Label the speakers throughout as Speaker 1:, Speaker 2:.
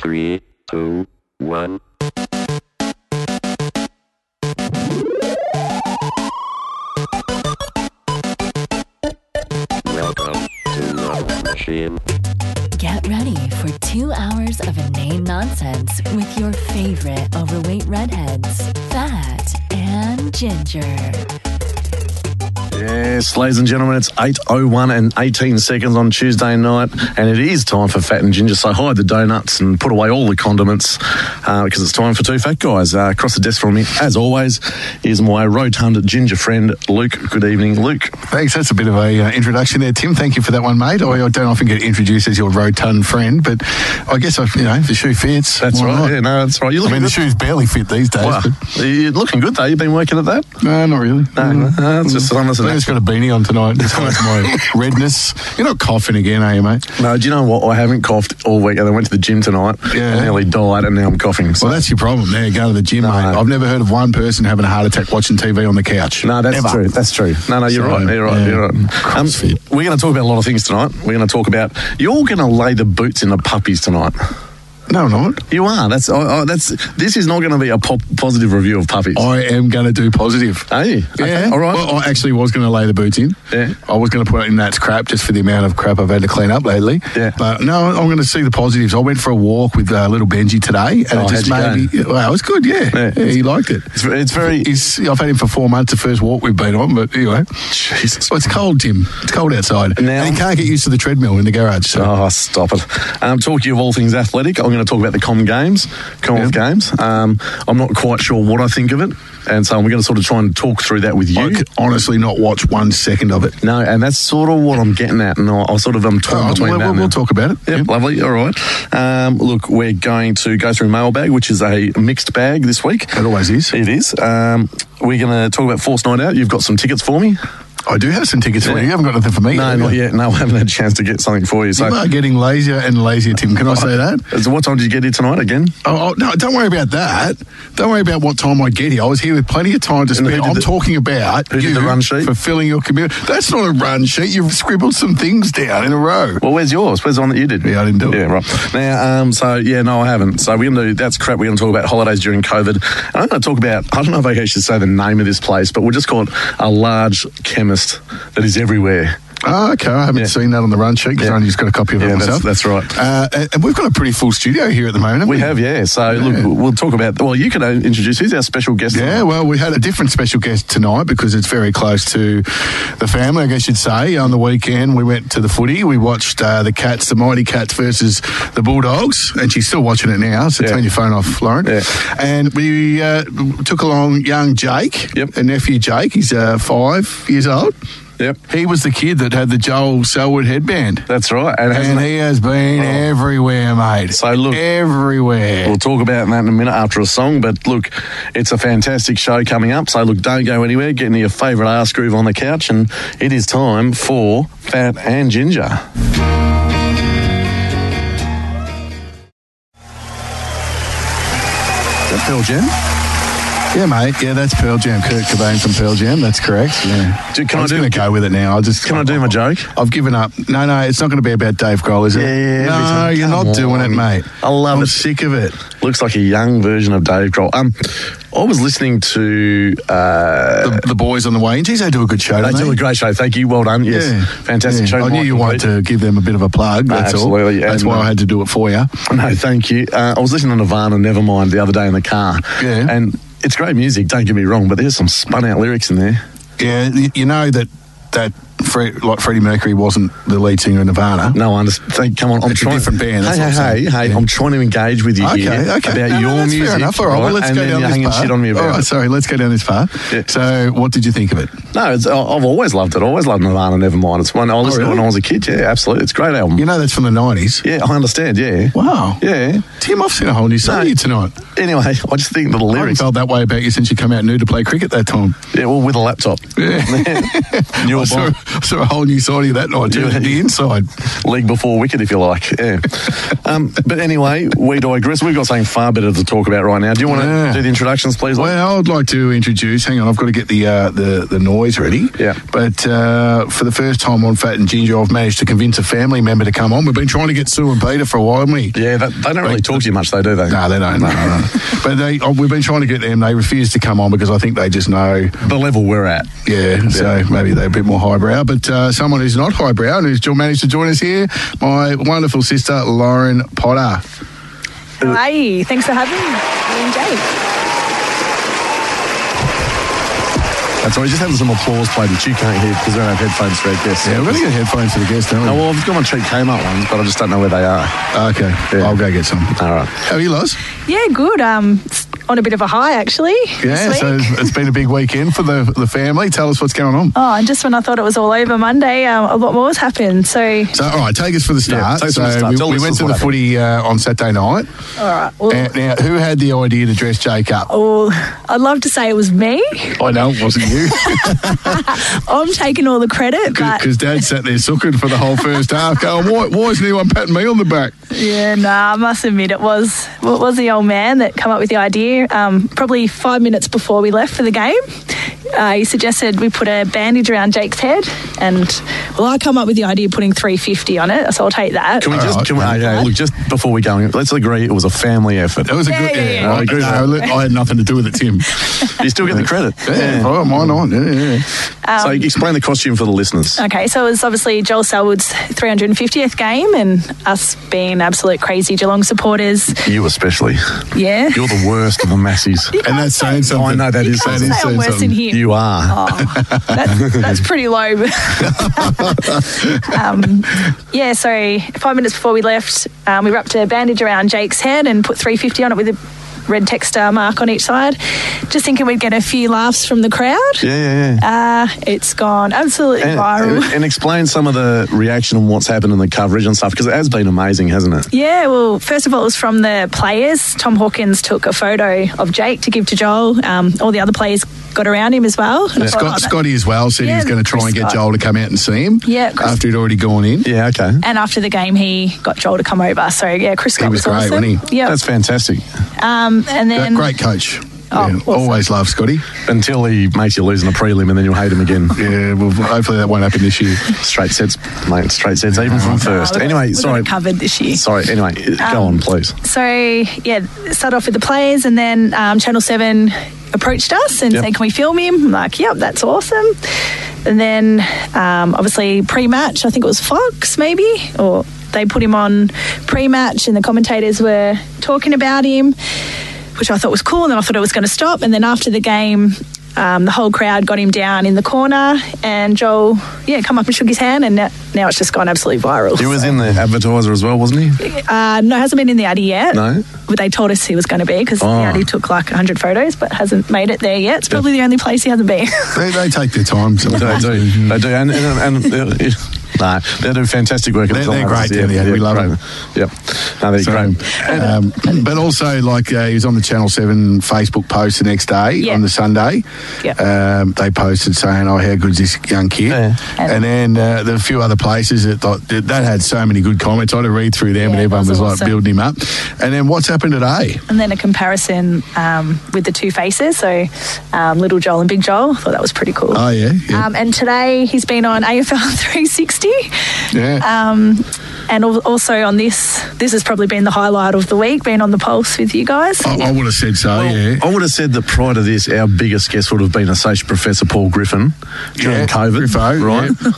Speaker 1: Three, two, one. Welcome to Love Machine.
Speaker 2: Get ready for two hours of inane nonsense with your favorite overweight redheads, Fat and Ginger.
Speaker 3: Yes, ladies and gentlemen, it's 8.01 and 18 seconds on Tuesday night, and it is time for Fat and Ginger. So hide the donuts and put away all the condiments uh, because it's time for two fat guys. Uh, across the desk from me, as always, is my rotund ginger friend, Luke. Good evening, Luke.
Speaker 4: Thanks. That's a bit of a uh, introduction there, Tim. Thank you for that one, mate. I, I don't often get introduced as your rotund friend, but I guess I, you know, if the shoe fits.
Speaker 3: That's
Speaker 4: why
Speaker 3: right.
Speaker 4: not?
Speaker 3: Yeah, no, that's right. You're
Speaker 4: I
Speaker 3: looking
Speaker 4: mean, the
Speaker 3: good.
Speaker 4: shoes barely fit these days.
Speaker 3: Wow.
Speaker 4: But,
Speaker 3: You're looking good, though. You've been working at that?
Speaker 4: no, not really. Mm.
Speaker 3: No, no, no, it's just unless it-
Speaker 4: I just got a beanie on tonight. Just for my redness. You're not coughing again, are you, mate?
Speaker 3: No, do you know what? I haven't coughed all week, and I went to the gym tonight
Speaker 4: Yeah.
Speaker 3: and nearly died, and now I'm coughing. So.
Speaker 4: Well, that's your problem. There, go to the gym,
Speaker 3: No.
Speaker 4: mate. I've never heard of one person having a heart attack watching TV on the couch.
Speaker 3: No, that's
Speaker 4: Never.
Speaker 3: true. That's true. No, no, you're
Speaker 4: So,
Speaker 3: right. You're right.
Speaker 4: yeah.
Speaker 3: You're right. Um,
Speaker 4: CrossFit.
Speaker 3: we're going to talk about a lot of things tonight. We're going to talk about you're going to lay the boots in the puppies tonight.
Speaker 4: No, I'm not.
Speaker 3: You are. That's. I, I, that's. This is not going to be a pop, positive review of puppies.
Speaker 4: I am going to do positive.
Speaker 3: Are you?
Speaker 4: Oh. Yeah.
Speaker 3: Okay, all right.
Speaker 4: Well, I actually was going to lay the boots in.
Speaker 3: Yeah.
Speaker 4: I was going to put it in that crap just for the amount of crap I've had to clean up lately.
Speaker 3: Yeah.
Speaker 4: But no, I'm going to see the positives. I went for a walk with uh, little Benji today, and
Speaker 3: Oh,
Speaker 4: it just
Speaker 3: how'd you
Speaker 4: made me. Wow, it was good. Yeah.
Speaker 3: Yeah.
Speaker 4: Yeah, he liked it.
Speaker 3: it's, it's very.
Speaker 4: He's, I've had him for four months. The first walk we've been on, but anyway,
Speaker 3: Jesus.
Speaker 4: well, it's cold, Tim. It's cold outside,
Speaker 3: Now-
Speaker 4: and he can't get used to the treadmill in the garage. So
Speaker 3: Oh, stop it. Um, talking of all things athletic, I'm going to talk about the Com Games, Commonwealth
Speaker 4: Yeah.
Speaker 3: Games. Um, I'm not quite sure what I think of it, and so we're going to sort of try and talk through that with Oh, you.
Speaker 4: I could honestly not watch one second of it.
Speaker 3: No, and that's sort of what I'm getting at, and I, I sort of am torn
Speaker 4: Oh,
Speaker 3: between
Speaker 4: we'll,
Speaker 3: that.
Speaker 4: we'll,
Speaker 3: and-
Speaker 4: we'll talk about it.
Speaker 3: Yep, lovely. All right. Um, look, we're going to go through mailbag, which is a mixed bag this week.
Speaker 4: It always is.
Speaker 3: It is. Um, we're going to talk about Force Night Out. You've got some tickets for me?
Speaker 4: I do have some tickets for
Speaker 3: Yeah.
Speaker 4: you. You haven't got nothing for me.
Speaker 3: No,
Speaker 4: have you?
Speaker 3: not yet. No, I haven't had a chance to get something for you.
Speaker 4: You
Speaker 3: So,
Speaker 4: are getting lazier and lazier, Tim. Can I say that?
Speaker 3: so what time did you get here tonight again?
Speaker 4: Oh, oh, no, don't worry about that. Don't worry about what time I get here. I was here with plenty of time to
Speaker 3: And who
Speaker 4: spend.
Speaker 3: did
Speaker 4: I'm
Speaker 3: the-
Speaker 4: talking about
Speaker 3: who did
Speaker 4: you
Speaker 3: the run sheet?
Speaker 4: fulfilling your commitment. That's not a run sheet. You've scribbled some things down in a row.
Speaker 3: Well, where's yours? Where's the one that you did?
Speaker 4: Yeah, I didn't do it.
Speaker 3: Yeah, right. Now, um, so yeah, no, I haven't. So we're gonna do that's crap. We're gonna talk about holidays during COVID. And I'm gonna talk about. I don't know if I can actually say the name of this place, but we'll just call it a large chemist that is everywhere.
Speaker 4: Oh, okay. I haven't
Speaker 3: Yeah.
Speaker 4: seen that on the run sheet because
Speaker 3: Yeah.
Speaker 4: I only just got a copy of it
Speaker 3: Yeah, that's,
Speaker 4: myself.
Speaker 3: that's right.
Speaker 4: uh, and- and we've got a pretty full studio here at the moment. haven't
Speaker 3: We have, yeah. So look, we'll talk about. Well, you can uh, introduce who's our special guest.
Speaker 4: Yeah, well, we had a different special guest tonight because it's very close to the family, I guess you'd say. On the weekend, we went to the footy. We watched uh, the Cats, the Mighty Cats versus the Bulldogs, and she's still watching it now, so
Speaker 3: Yeah.
Speaker 4: turn your phone off, Lauren.
Speaker 3: Yeah.
Speaker 4: And we uh, took along young Jake,
Speaker 3: Yep.
Speaker 4: a nephew Jake. He's uh, five years old.
Speaker 3: Yep,
Speaker 4: He was the kid that had the Joel Selwood headband.
Speaker 3: that's right. And, hasn't Oh.
Speaker 4: And
Speaker 3: it-
Speaker 4: he has been everywhere, mate.
Speaker 3: So look-
Speaker 4: everywhere.
Speaker 3: we'll talk about that in a minute after a song. But look, it's a fantastic show coming up. So look, don't go anywhere. Get into your favourite ass groove on the couch, and it is time for Fat and Ginger.
Speaker 4: that Pearl Jam? Yeah, mate. Yeah, that's Pearl Jam. Kurt Cobain from Pearl Jam. That's correct. Yeah.
Speaker 3: Dude, can I
Speaker 4: I'm just
Speaker 3: do-
Speaker 4: going to go with it now. I'll just.
Speaker 3: Can I do my joke?
Speaker 4: I've given up. No, no, it's not going to be about Dave Grohl, is it?
Speaker 3: Yeah, yeah, yeah.
Speaker 4: No,
Speaker 3: Every
Speaker 4: you're
Speaker 3: time.
Speaker 4: not
Speaker 3: Come
Speaker 4: doing it,
Speaker 3: on.
Speaker 4: mate.
Speaker 3: I love
Speaker 4: I'm
Speaker 3: it.
Speaker 4: sick of it.
Speaker 3: Looks like a young version of Dave Grohl. Um, I was listening to. Uh,
Speaker 4: The, the boys on the way in. Geez, they do a good show.
Speaker 3: they
Speaker 4: don't
Speaker 3: do a great show. Thank you. Well done. Yes, fantastic show.
Speaker 4: I knew
Speaker 3: Mike
Speaker 4: you
Speaker 3: and
Speaker 4: wanted
Speaker 3: Pete.
Speaker 4: to give them a bit of a plug.
Speaker 3: No,
Speaker 4: that's
Speaker 3: absolutely,
Speaker 4: all. That's
Speaker 3: and,
Speaker 4: why
Speaker 3: uh,
Speaker 4: I had to do it for you.
Speaker 3: No, thank you. Uh, I was listening to Nirvana, Nevermind, the other day in the car.
Speaker 4: Yeah.
Speaker 3: And it's great music, don't get me wrong, but there's some spun out lyrics in there.
Speaker 4: Yeah, y- you know that that Fred, like Freddie Mercury wasn't the lead singer of Nirvana.
Speaker 3: No, I understand. Come on, I'm
Speaker 4: It's a
Speaker 3: trying.
Speaker 4: different band, that's
Speaker 3: hey,
Speaker 4: what I'm
Speaker 3: hey,
Speaker 4: saying.
Speaker 3: hey, hey,
Speaker 4: Yeah.
Speaker 3: I'm trying to engage with you
Speaker 4: Okay,
Speaker 3: here
Speaker 4: okay.
Speaker 3: about
Speaker 4: No, no,
Speaker 3: your
Speaker 4: that's
Speaker 3: music.
Speaker 4: Fair enough. All right, well, let's
Speaker 3: and
Speaker 4: go
Speaker 3: then
Speaker 4: down
Speaker 3: you're
Speaker 4: this
Speaker 3: hanging
Speaker 4: path.
Speaker 3: shit on me about
Speaker 4: All right,
Speaker 3: it.
Speaker 4: sorry, let's go down this path.
Speaker 3: Yeah.
Speaker 4: So, what did you think of it?
Speaker 3: No, it's, I- I've always loved it. I always loved Nirvana, Nevermind. It's one I listened to
Speaker 4: Oh, really?
Speaker 3: when I was a kid. Yeah, absolutely. It's a great album.
Speaker 4: You know, that's from the 90s.
Speaker 3: yeah, I understand. Yeah.
Speaker 4: Wow.
Speaker 3: Yeah.
Speaker 4: Tim, I've seen a whole new side
Speaker 3: No.
Speaker 4: of you tonight.
Speaker 3: Anyway, I just think that the
Speaker 4: I haven't
Speaker 3: lyrics.
Speaker 4: felt that way about you since you come out new to play cricket that time.
Speaker 3: Yeah, well, with a laptop.
Speaker 4: Yeah.
Speaker 3: New
Speaker 4: I saw,
Speaker 3: Bond.
Speaker 4: I saw a whole new side of that night, too,
Speaker 3: Yeah.
Speaker 4: the inside.
Speaker 3: League before wicket, if you like. Yeah. um, but anyway, we digress. We've got something far better to talk about right now. Do you want to
Speaker 4: Yeah.
Speaker 3: do the introductions, please? Lee?
Speaker 4: Well, I'd like to introduce. Hang on, I've got to get the uh, the the noise ready.
Speaker 3: Yeah.
Speaker 4: But uh, for the first time on Fat and Ginger, I've managed to convince a family member to come on. We've been trying to get Sue and Peter for a while, haven't we?
Speaker 3: yeah, that, they don't really talk to you much, though, do they?
Speaker 4: No, they don't. No, no, no. but they, oh, we've been trying to get them. They refuse to come on because I think they just know.
Speaker 3: The level we're at.
Speaker 4: Yeah, so maybe they're a bit more highbrow. But uh, someone who's not highbrow and who's still managed to join us here, my wonderful sister Lauren Potter.
Speaker 5: How are you? Thanks for having me. I'm Jake.
Speaker 3: That's all right. Just having some applause played, which you can't hear because they don't have headphones for our guests.
Speaker 4: Yeah, we're going to get headphones for the guests, don't we?
Speaker 3: Oh, well, I've got my cheap Kmart ones, but I just don't know where they are.
Speaker 4: okay,
Speaker 3: Yeah.
Speaker 4: I'll go get some.
Speaker 3: All right.
Speaker 4: How are you, Loz?
Speaker 5: Yeah, good. Um, it's on a bit of a high actually.
Speaker 4: Yeah,
Speaker 5: this
Speaker 4: so
Speaker 5: week.
Speaker 4: it's been a big weekend for the the family. Tell us what's going on.
Speaker 5: Oh, and just when I thought it was all over Monday, um, a lot more's happened. So,
Speaker 4: So, all right, take us for the
Speaker 3: Yeah,
Speaker 4: start.
Speaker 3: take us
Speaker 4: so
Speaker 3: from the start.
Speaker 4: we,
Speaker 3: Tell
Speaker 4: we
Speaker 3: us
Speaker 4: went
Speaker 3: this
Speaker 4: to
Speaker 3: is
Speaker 4: the
Speaker 3: what
Speaker 4: footy uh, on Saturday night.
Speaker 5: all right. Well, Oh.
Speaker 4: And now, who had the idea to dress Jake up?
Speaker 5: well, I'd love to say it was me.
Speaker 4: I know it wasn't you,
Speaker 5: I'm taking all the credit, but
Speaker 4: because Dad sat there sooking for the whole first half, going, "Why, why isn't anyone patting me on the back?"
Speaker 5: yeah, nah, I must admit it was well, it was the old man that come up with the idea. Um, probably five minutes before we left for the game, uh, he suggested we put a bandage around Jake's head, and well, I come up with the idea of putting 350 on it, so I'll take that.
Speaker 3: Can we
Speaker 4: All
Speaker 3: just,
Speaker 4: right.
Speaker 3: can we, okay, look, just before we go, in, let's agree it was a family effort.
Speaker 4: That was a
Speaker 5: Yeah,
Speaker 4: good.
Speaker 5: yeah, yeah.
Speaker 4: I, agree
Speaker 3: Yeah.
Speaker 4: no, look, I had nothing to do with it, Tim.
Speaker 3: You still get the credit.
Speaker 4: Yeah, oh, mine on. Yeah, yeah.
Speaker 5: Um,
Speaker 3: so explain the costume for the listeners.
Speaker 5: Okay, so it was obviously Joel Selwood's 350th game, and us being absolute crazy Geelong supporters.
Speaker 3: You especially.
Speaker 5: Yeah.
Speaker 3: You're the worst of the masses.
Speaker 4: And that's saying something.
Speaker 3: I know that
Speaker 4: That
Speaker 3: is
Speaker 5: Can't
Speaker 3: saying
Speaker 5: say I'm
Speaker 4: saying
Speaker 5: worse than
Speaker 4: something.
Speaker 5: him.
Speaker 3: You are.
Speaker 5: Oh, that's, that's pretty low. um, yeah, so five minutes before we left, um, we wrapped a bandage around Jake's head and put 350 on it with a red texter mark on each side, just thinking we'd get a few laughs from the crowd.
Speaker 3: Yeah, yeah, yeah.
Speaker 5: Uh, it's gone absolutely
Speaker 3: And,
Speaker 5: viral.
Speaker 3: and- and explain some of the reaction and what's happened in the coverage and stuff because it has been amazing, hasn't it?
Speaker 5: Yeah, well, first of all, it was from the players. Tom Hawkins took a photo of Jake to give to Joel. Um, all the other players got around him as well. And I thought, oh,
Speaker 4: Scott,
Speaker 5: that-
Speaker 4: Scotty as well said he
Speaker 5: Yeah,
Speaker 4: was going to try
Speaker 5: Chris
Speaker 4: and get
Speaker 5: Scott.
Speaker 4: Joel to come out and see him.
Speaker 5: Yeah, Chris-
Speaker 4: after he'd already gone in.
Speaker 3: Yeah, okay.
Speaker 5: And after the game, he got Joel to come over. So yeah, Chris Scott
Speaker 4: was great,
Speaker 5: awesome.
Speaker 4: wasn't
Speaker 5: Yeah,
Speaker 3: That's fantastic.
Speaker 5: um, and
Speaker 4: That
Speaker 5: then
Speaker 4: great coach.
Speaker 5: Oh,
Speaker 4: yeah,
Speaker 5: awesome.
Speaker 4: Always love Scotty.
Speaker 3: Until he makes you lose in a prelim and then you'll hate him again.
Speaker 4: Yeah, well, hopefully that won't happen this year.
Speaker 3: Straight sets, mate. Straight sets, even from
Speaker 5: Oh,
Speaker 3: first.
Speaker 5: we got- we
Speaker 3: Anyway,
Speaker 5: got
Speaker 3: sorry.
Speaker 5: it covered this year.
Speaker 3: Sorry. Anyway, go
Speaker 5: Um,
Speaker 3: on, please.
Speaker 5: So yeah, start off with the players, and then um, Channel Seven approached us and
Speaker 3: Yep.
Speaker 5: said, "Can we film him?" I'm like, "Yep, that's awesome." And then um, obviously pre-match, I think it was Fox maybe, or they put him on pre-match, and the commentators were talking about him, which I thought was cool. And then I thought it was going to stop, and then after the game. Um, the whole crowd got him down in the corner, and Joel, yeah, come up and shook his hand, and now, now it's just gone absolutely viral.
Speaker 3: He was in the advertiser as well, wasn't he?
Speaker 5: Uh, no, hasn't been in the Addy yet.
Speaker 3: No?
Speaker 5: But they told us he was going to be because
Speaker 3: Oh.
Speaker 4: Ah.
Speaker 5: the Addy took like 100 photos but hasn't made it there yet. It's probably the only place he hasn't been.
Speaker 4: They, they take their time.
Speaker 3: They
Speaker 4: Sometimes.
Speaker 3: do. They do. And, and, and uh, nah, they do fantastic work. at
Speaker 4: They're-
Speaker 3: the
Speaker 4: they're
Speaker 3: Tigers,
Speaker 4: great, they're the- we love
Speaker 3: great.
Speaker 4: them.
Speaker 3: Yep. No, they're
Speaker 4: So,
Speaker 3: great. Uh,
Speaker 4: um, but also, like uh, he was on the Channel Seven Facebook post the next day
Speaker 5: Yeah.
Speaker 4: on the Sunday.
Speaker 5: Yeah.
Speaker 4: Um, they posted saying, "Oh, how good's this young kid?"
Speaker 3: Yeah.
Speaker 4: And then uh, the few other places that thought, that that had so many good comments. I had to read through them, and
Speaker 5: Yeah, that
Speaker 4: everyone
Speaker 5: was
Speaker 4: was, like
Speaker 5: awesome.
Speaker 4: building him up. And then what's happened today?
Speaker 5: and then a comparison um, with the two faces. So um, Little Joel and Big Joel. I thought that was pretty cool.
Speaker 4: Oh yeah, yeah.
Speaker 5: Um, and today he's been on AFL 360.
Speaker 4: Yeah.
Speaker 5: Um, and al- also on this, this has probably been the highlight of the week, being on the pulse with you guys.
Speaker 4: I, I would have said so. yeah.
Speaker 3: I would have said that prior to this, our biggest guest would have been Associate Professor Paul Griffin during
Speaker 4: Yeah,
Speaker 3: COVID,
Speaker 4: Griffo,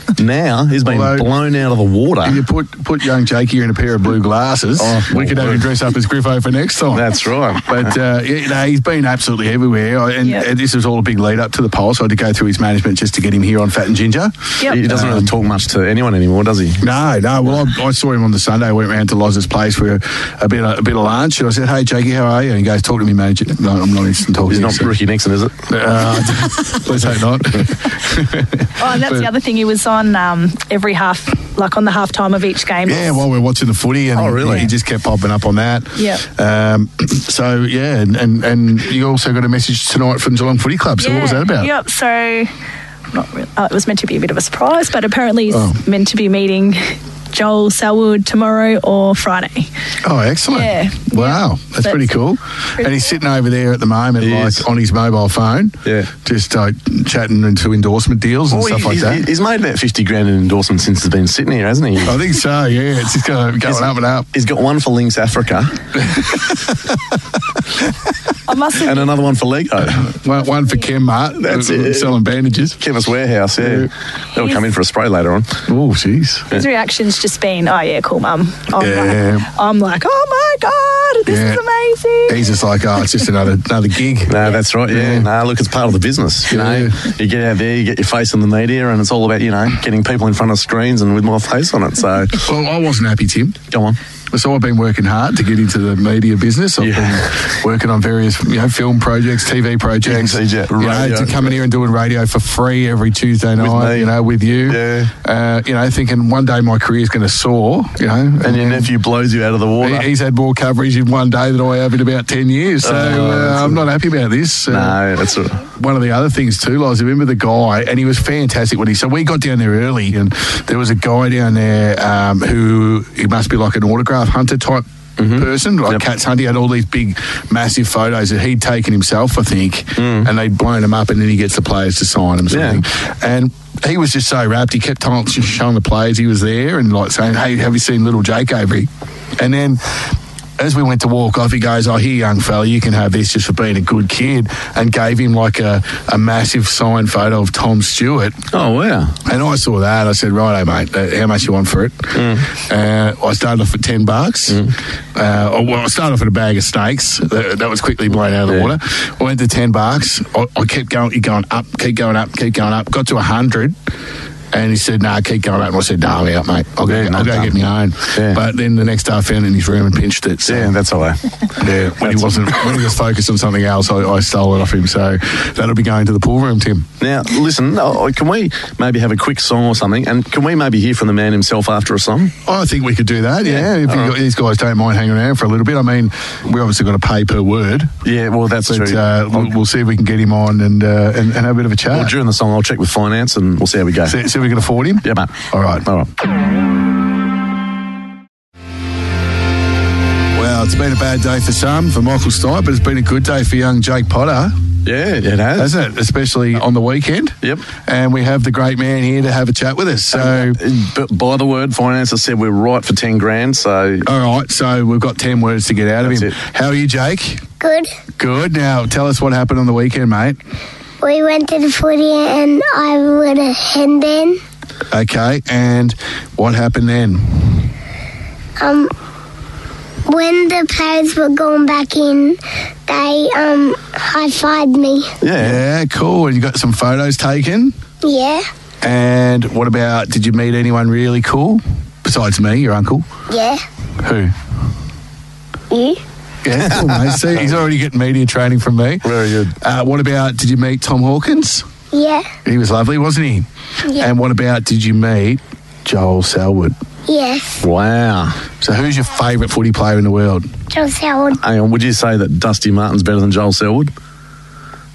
Speaker 3: right? now he's been
Speaker 4: Although-
Speaker 3: blown out of the water.
Speaker 5: uh,
Speaker 4: You put put young Jake here in a pair of blue glasses.
Speaker 3: Oh,
Speaker 4: we could have him dress up as Griffo for next time.
Speaker 3: That's right.
Speaker 4: But uh, yeah, no, he's been absolutely everywhere, I- and
Speaker 5: Yeah.
Speaker 4: uh, this was all a big lead up to the poll. So I had to go through his management just to get him here on Fat and Ginger.
Speaker 5: Yep.
Speaker 3: He doesn't really talk much to anyone anymore, does he?
Speaker 4: No, no. Well, I, I saw him on the Sunday. I went round to Loz's place for a bit, a bit of lunch, and I said, "Hey, Jakey, how are you?" And he goes, "Talk to me, manager." No, I'm not interested in talking.
Speaker 3: He's
Speaker 4: to
Speaker 3: not
Speaker 4: you, so-
Speaker 3: Ricky Nixon, is it?
Speaker 4: Uh, Let's hope not.
Speaker 5: Oh, and that's the other thing. He was on um, every half, like on the half time of each game.
Speaker 4: Yeah, while we were watching the footy, and
Speaker 3: Oh, really?
Speaker 4: he just kept popping up on that.
Speaker 5: Yeah.
Speaker 4: Um, so yeah, and, and and you also got a message tonight from Geelong Footy Club. So what was that about?
Speaker 5: Yep. So not really, oh, it was meant to be a bit of a surprise, but apparently he's
Speaker 4: Oh.
Speaker 5: meant to be meeting Joel Selwood tomorrow or Friday.
Speaker 4: Oh, excellent.
Speaker 5: Yeah.
Speaker 4: Wow. That's, pretty
Speaker 5: That's
Speaker 4: cool. and he's sitting over there at the moment,
Speaker 3: He
Speaker 4: like
Speaker 3: is.
Speaker 4: on his mobile phone.
Speaker 3: Yeah.
Speaker 4: Just uh, chatting into endorsement deals and
Speaker 3: Well,
Speaker 4: stuff
Speaker 3: he-
Speaker 4: like
Speaker 3: he's,
Speaker 4: that. Oh.
Speaker 3: He's made about 50 grand in endorsements since he's been sitting here, hasn't he?
Speaker 4: I think so, yeah. It's just going, going up and up.
Speaker 3: He's got one for Links Africa
Speaker 5: I must have
Speaker 3: and another one for Lego.
Speaker 4: One, one for Kenmart.
Speaker 3: That's it.
Speaker 4: Selling bandages.
Speaker 3: Chemist Warehouse, yeah. They'll come in for a spray later on.
Speaker 4: Oh, jeez.
Speaker 5: His reaction's just been, oh yeah, cool, mum. I'm,
Speaker 4: Yeah.
Speaker 5: like, I'm like, oh my god, this
Speaker 4: Yeah.
Speaker 5: is amazing.
Speaker 4: He's just like, oh, it's just another another gig.
Speaker 3: No, that's right. Yeah.
Speaker 4: Yeah.
Speaker 3: No, look, it's part of the business. You know,
Speaker 4: Yeah.
Speaker 3: you get out there, you get your face in the media, and it's all about you know getting people in front of screens and with my face on it. So
Speaker 4: Well, I wasn't happy, Tim.
Speaker 3: go on.
Speaker 4: So I've been working hard to get into the media business. I've
Speaker 3: Yeah.
Speaker 4: been working on various, you know, film projects, TV projects.
Speaker 3: Yeah, yeah,
Speaker 4: you know,
Speaker 3: radio.
Speaker 4: to coming here and doing radio for free every Tuesday night,
Speaker 3: me.
Speaker 4: you know, with you.
Speaker 3: Yeah.
Speaker 4: Uh, you know, thinking one day my career's going to soar, you know. And,
Speaker 3: And your
Speaker 4: then
Speaker 3: nephew blows you out of the water.
Speaker 4: he- he's had more coverage in one day than I have in about 10 years. So
Speaker 3: Oh,
Speaker 4: uh,
Speaker 3: that's
Speaker 4: I'm not happy about this. Uh,
Speaker 3: no, that's all right.
Speaker 4: one of the other things too, like, I remember the guy, and he was fantastic when he. So we got down there early, and there was a guy down there um, who he must be like an autograph hunter type. Person like
Speaker 3: Mm-hmm. Yep.
Speaker 4: Cats Hunt, he had all these big, massive photos that he'd taken himself, I think, and they'd blown him up, and then he gets the players to sign them. Sort
Speaker 3: Mm. Yeah.
Speaker 4: of thing. And he was just so wrapped. He kept on just showing the players he was there and like saying, "Hey, have you seen little Jake Avery?" And then. As we went to walk off, he goes, "Oh, here, young fella, you can have this just for being a good kid," and gave him like a, a massive signed photo of Tom Stewart.
Speaker 3: Oh wow.
Speaker 4: And I saw that. I said, "Righto, mate. Uh, how much you want for it?"
Speaker 3: Mm.
Speaker 4: Uh, I started off at ten bucks. Uh, oh, well, I started off at a bag of snakes. That, that was quickly blown out of the
Speaker 3: Yeah.
Speaker 4: water. I went to ten bucks. I, I kept going, going up, keep going up, keep going up. Got to a hundred. And he said, "Nah, keep going up." And I said, "Nah, I'm out, mate. I'll go,
Speaker 3: Yeah,
Speaker 4: I'll
Speaker 3: not
Speaker 4: go
Speaker 3: done.
Speaker 4: get my own."
Speaker 3: Yeah.
Speaker 4: But then the next day, I found it in his room and pinched it. So
Speaker 3: Yeah, that's all right.
Speaker 4: yeah, when he wasn't, when he was focused on something else, I, I stole it off him. So that'll be going to the pool room, Tim.
Speaker 3: Now, listen, oh, oh, can we maybe have a quick song or something? And can we maybe hear from the man himself after a song?
Speaker 4: I think we could do that. Yeah,
Speaker 3: Yeah,
Speaker 4: if you,
Speaker 3: alright.
Speaker 4: these guys don't mind hanging around for a little bit. I mean, we obviously got to pay per word,
Speaker 3: Yeah, well, that's
Speaker 4: but
Speaker 3: true.
Speaker 4: uh, we'll, we'll see if we can get him on and uh, and, and have a bit of a chat.
Speaker 3: well, during the song, I'll check with finance and we'll see how we go.
Speaker 4: see, see if we can afford him.
Speaker 3: Yeah, mate.
Speaker 4: All right.
Speaker 3: All right.
Speaker 4: Well, it's been a bad day for some, for Michael Stipe, but it's been a good day for young Jake Potter,
Speaker 3: Yeah, it has.
Speaker 4: hasn't it? Especially on the weekend.
Speaker 3: Yep.
Speaker 4: And we have the great man here to have a chat with us. So.
Speaker 3: But by the word, finance has said we're right for 10 grand, so
Speaker 4: All right, so we've got 10 words to get out of
Speaker 3: That's
Speaker 4: him.
Speaker 3: it.
Speaker 4: How are you, Jake?
Speaker 6: Good.
Speaker 4: Good. Now, tell us what happened on the weekend, mate.
Speaker 6: We went to the footy and I would a hand in.
Speaker 4: Okay, and what happened then?
Speaker 6: Um, when the players were going back in, they um high fived me.
Speaker 3: yeah.
Speaker 4: Yeah, cool. And you got some photos taken.
Speaker 6: Yeah,
Speaker 4: And what about? Did you meet anyone really cool besides me, your uncle?
Speaker 6: yeah,
Speaker 4: Who?
Speaker 6: you.
Speaker 4: Yeah, cool, mate. See, he's already getting media training from me.
Speaker 3: Very good.
Speaker 4: Uh, what about? Did you meet Tom Hawkins?
Speaker 6: Yeah,
Speaker 4: He was lovely, wasn't he?
Speaker 6: Yeah.
Speaker 4: And what about? Did you meet Joel Selwood?
Speaker 6: yes.
Speaker 3: Wow.
Speaker 4: So, who's your favourite footy player in the world?
Speaker 6: Just Howard,
Speaker 3: Hang on, would you say that Dusty Martin's better than Joel Selwood?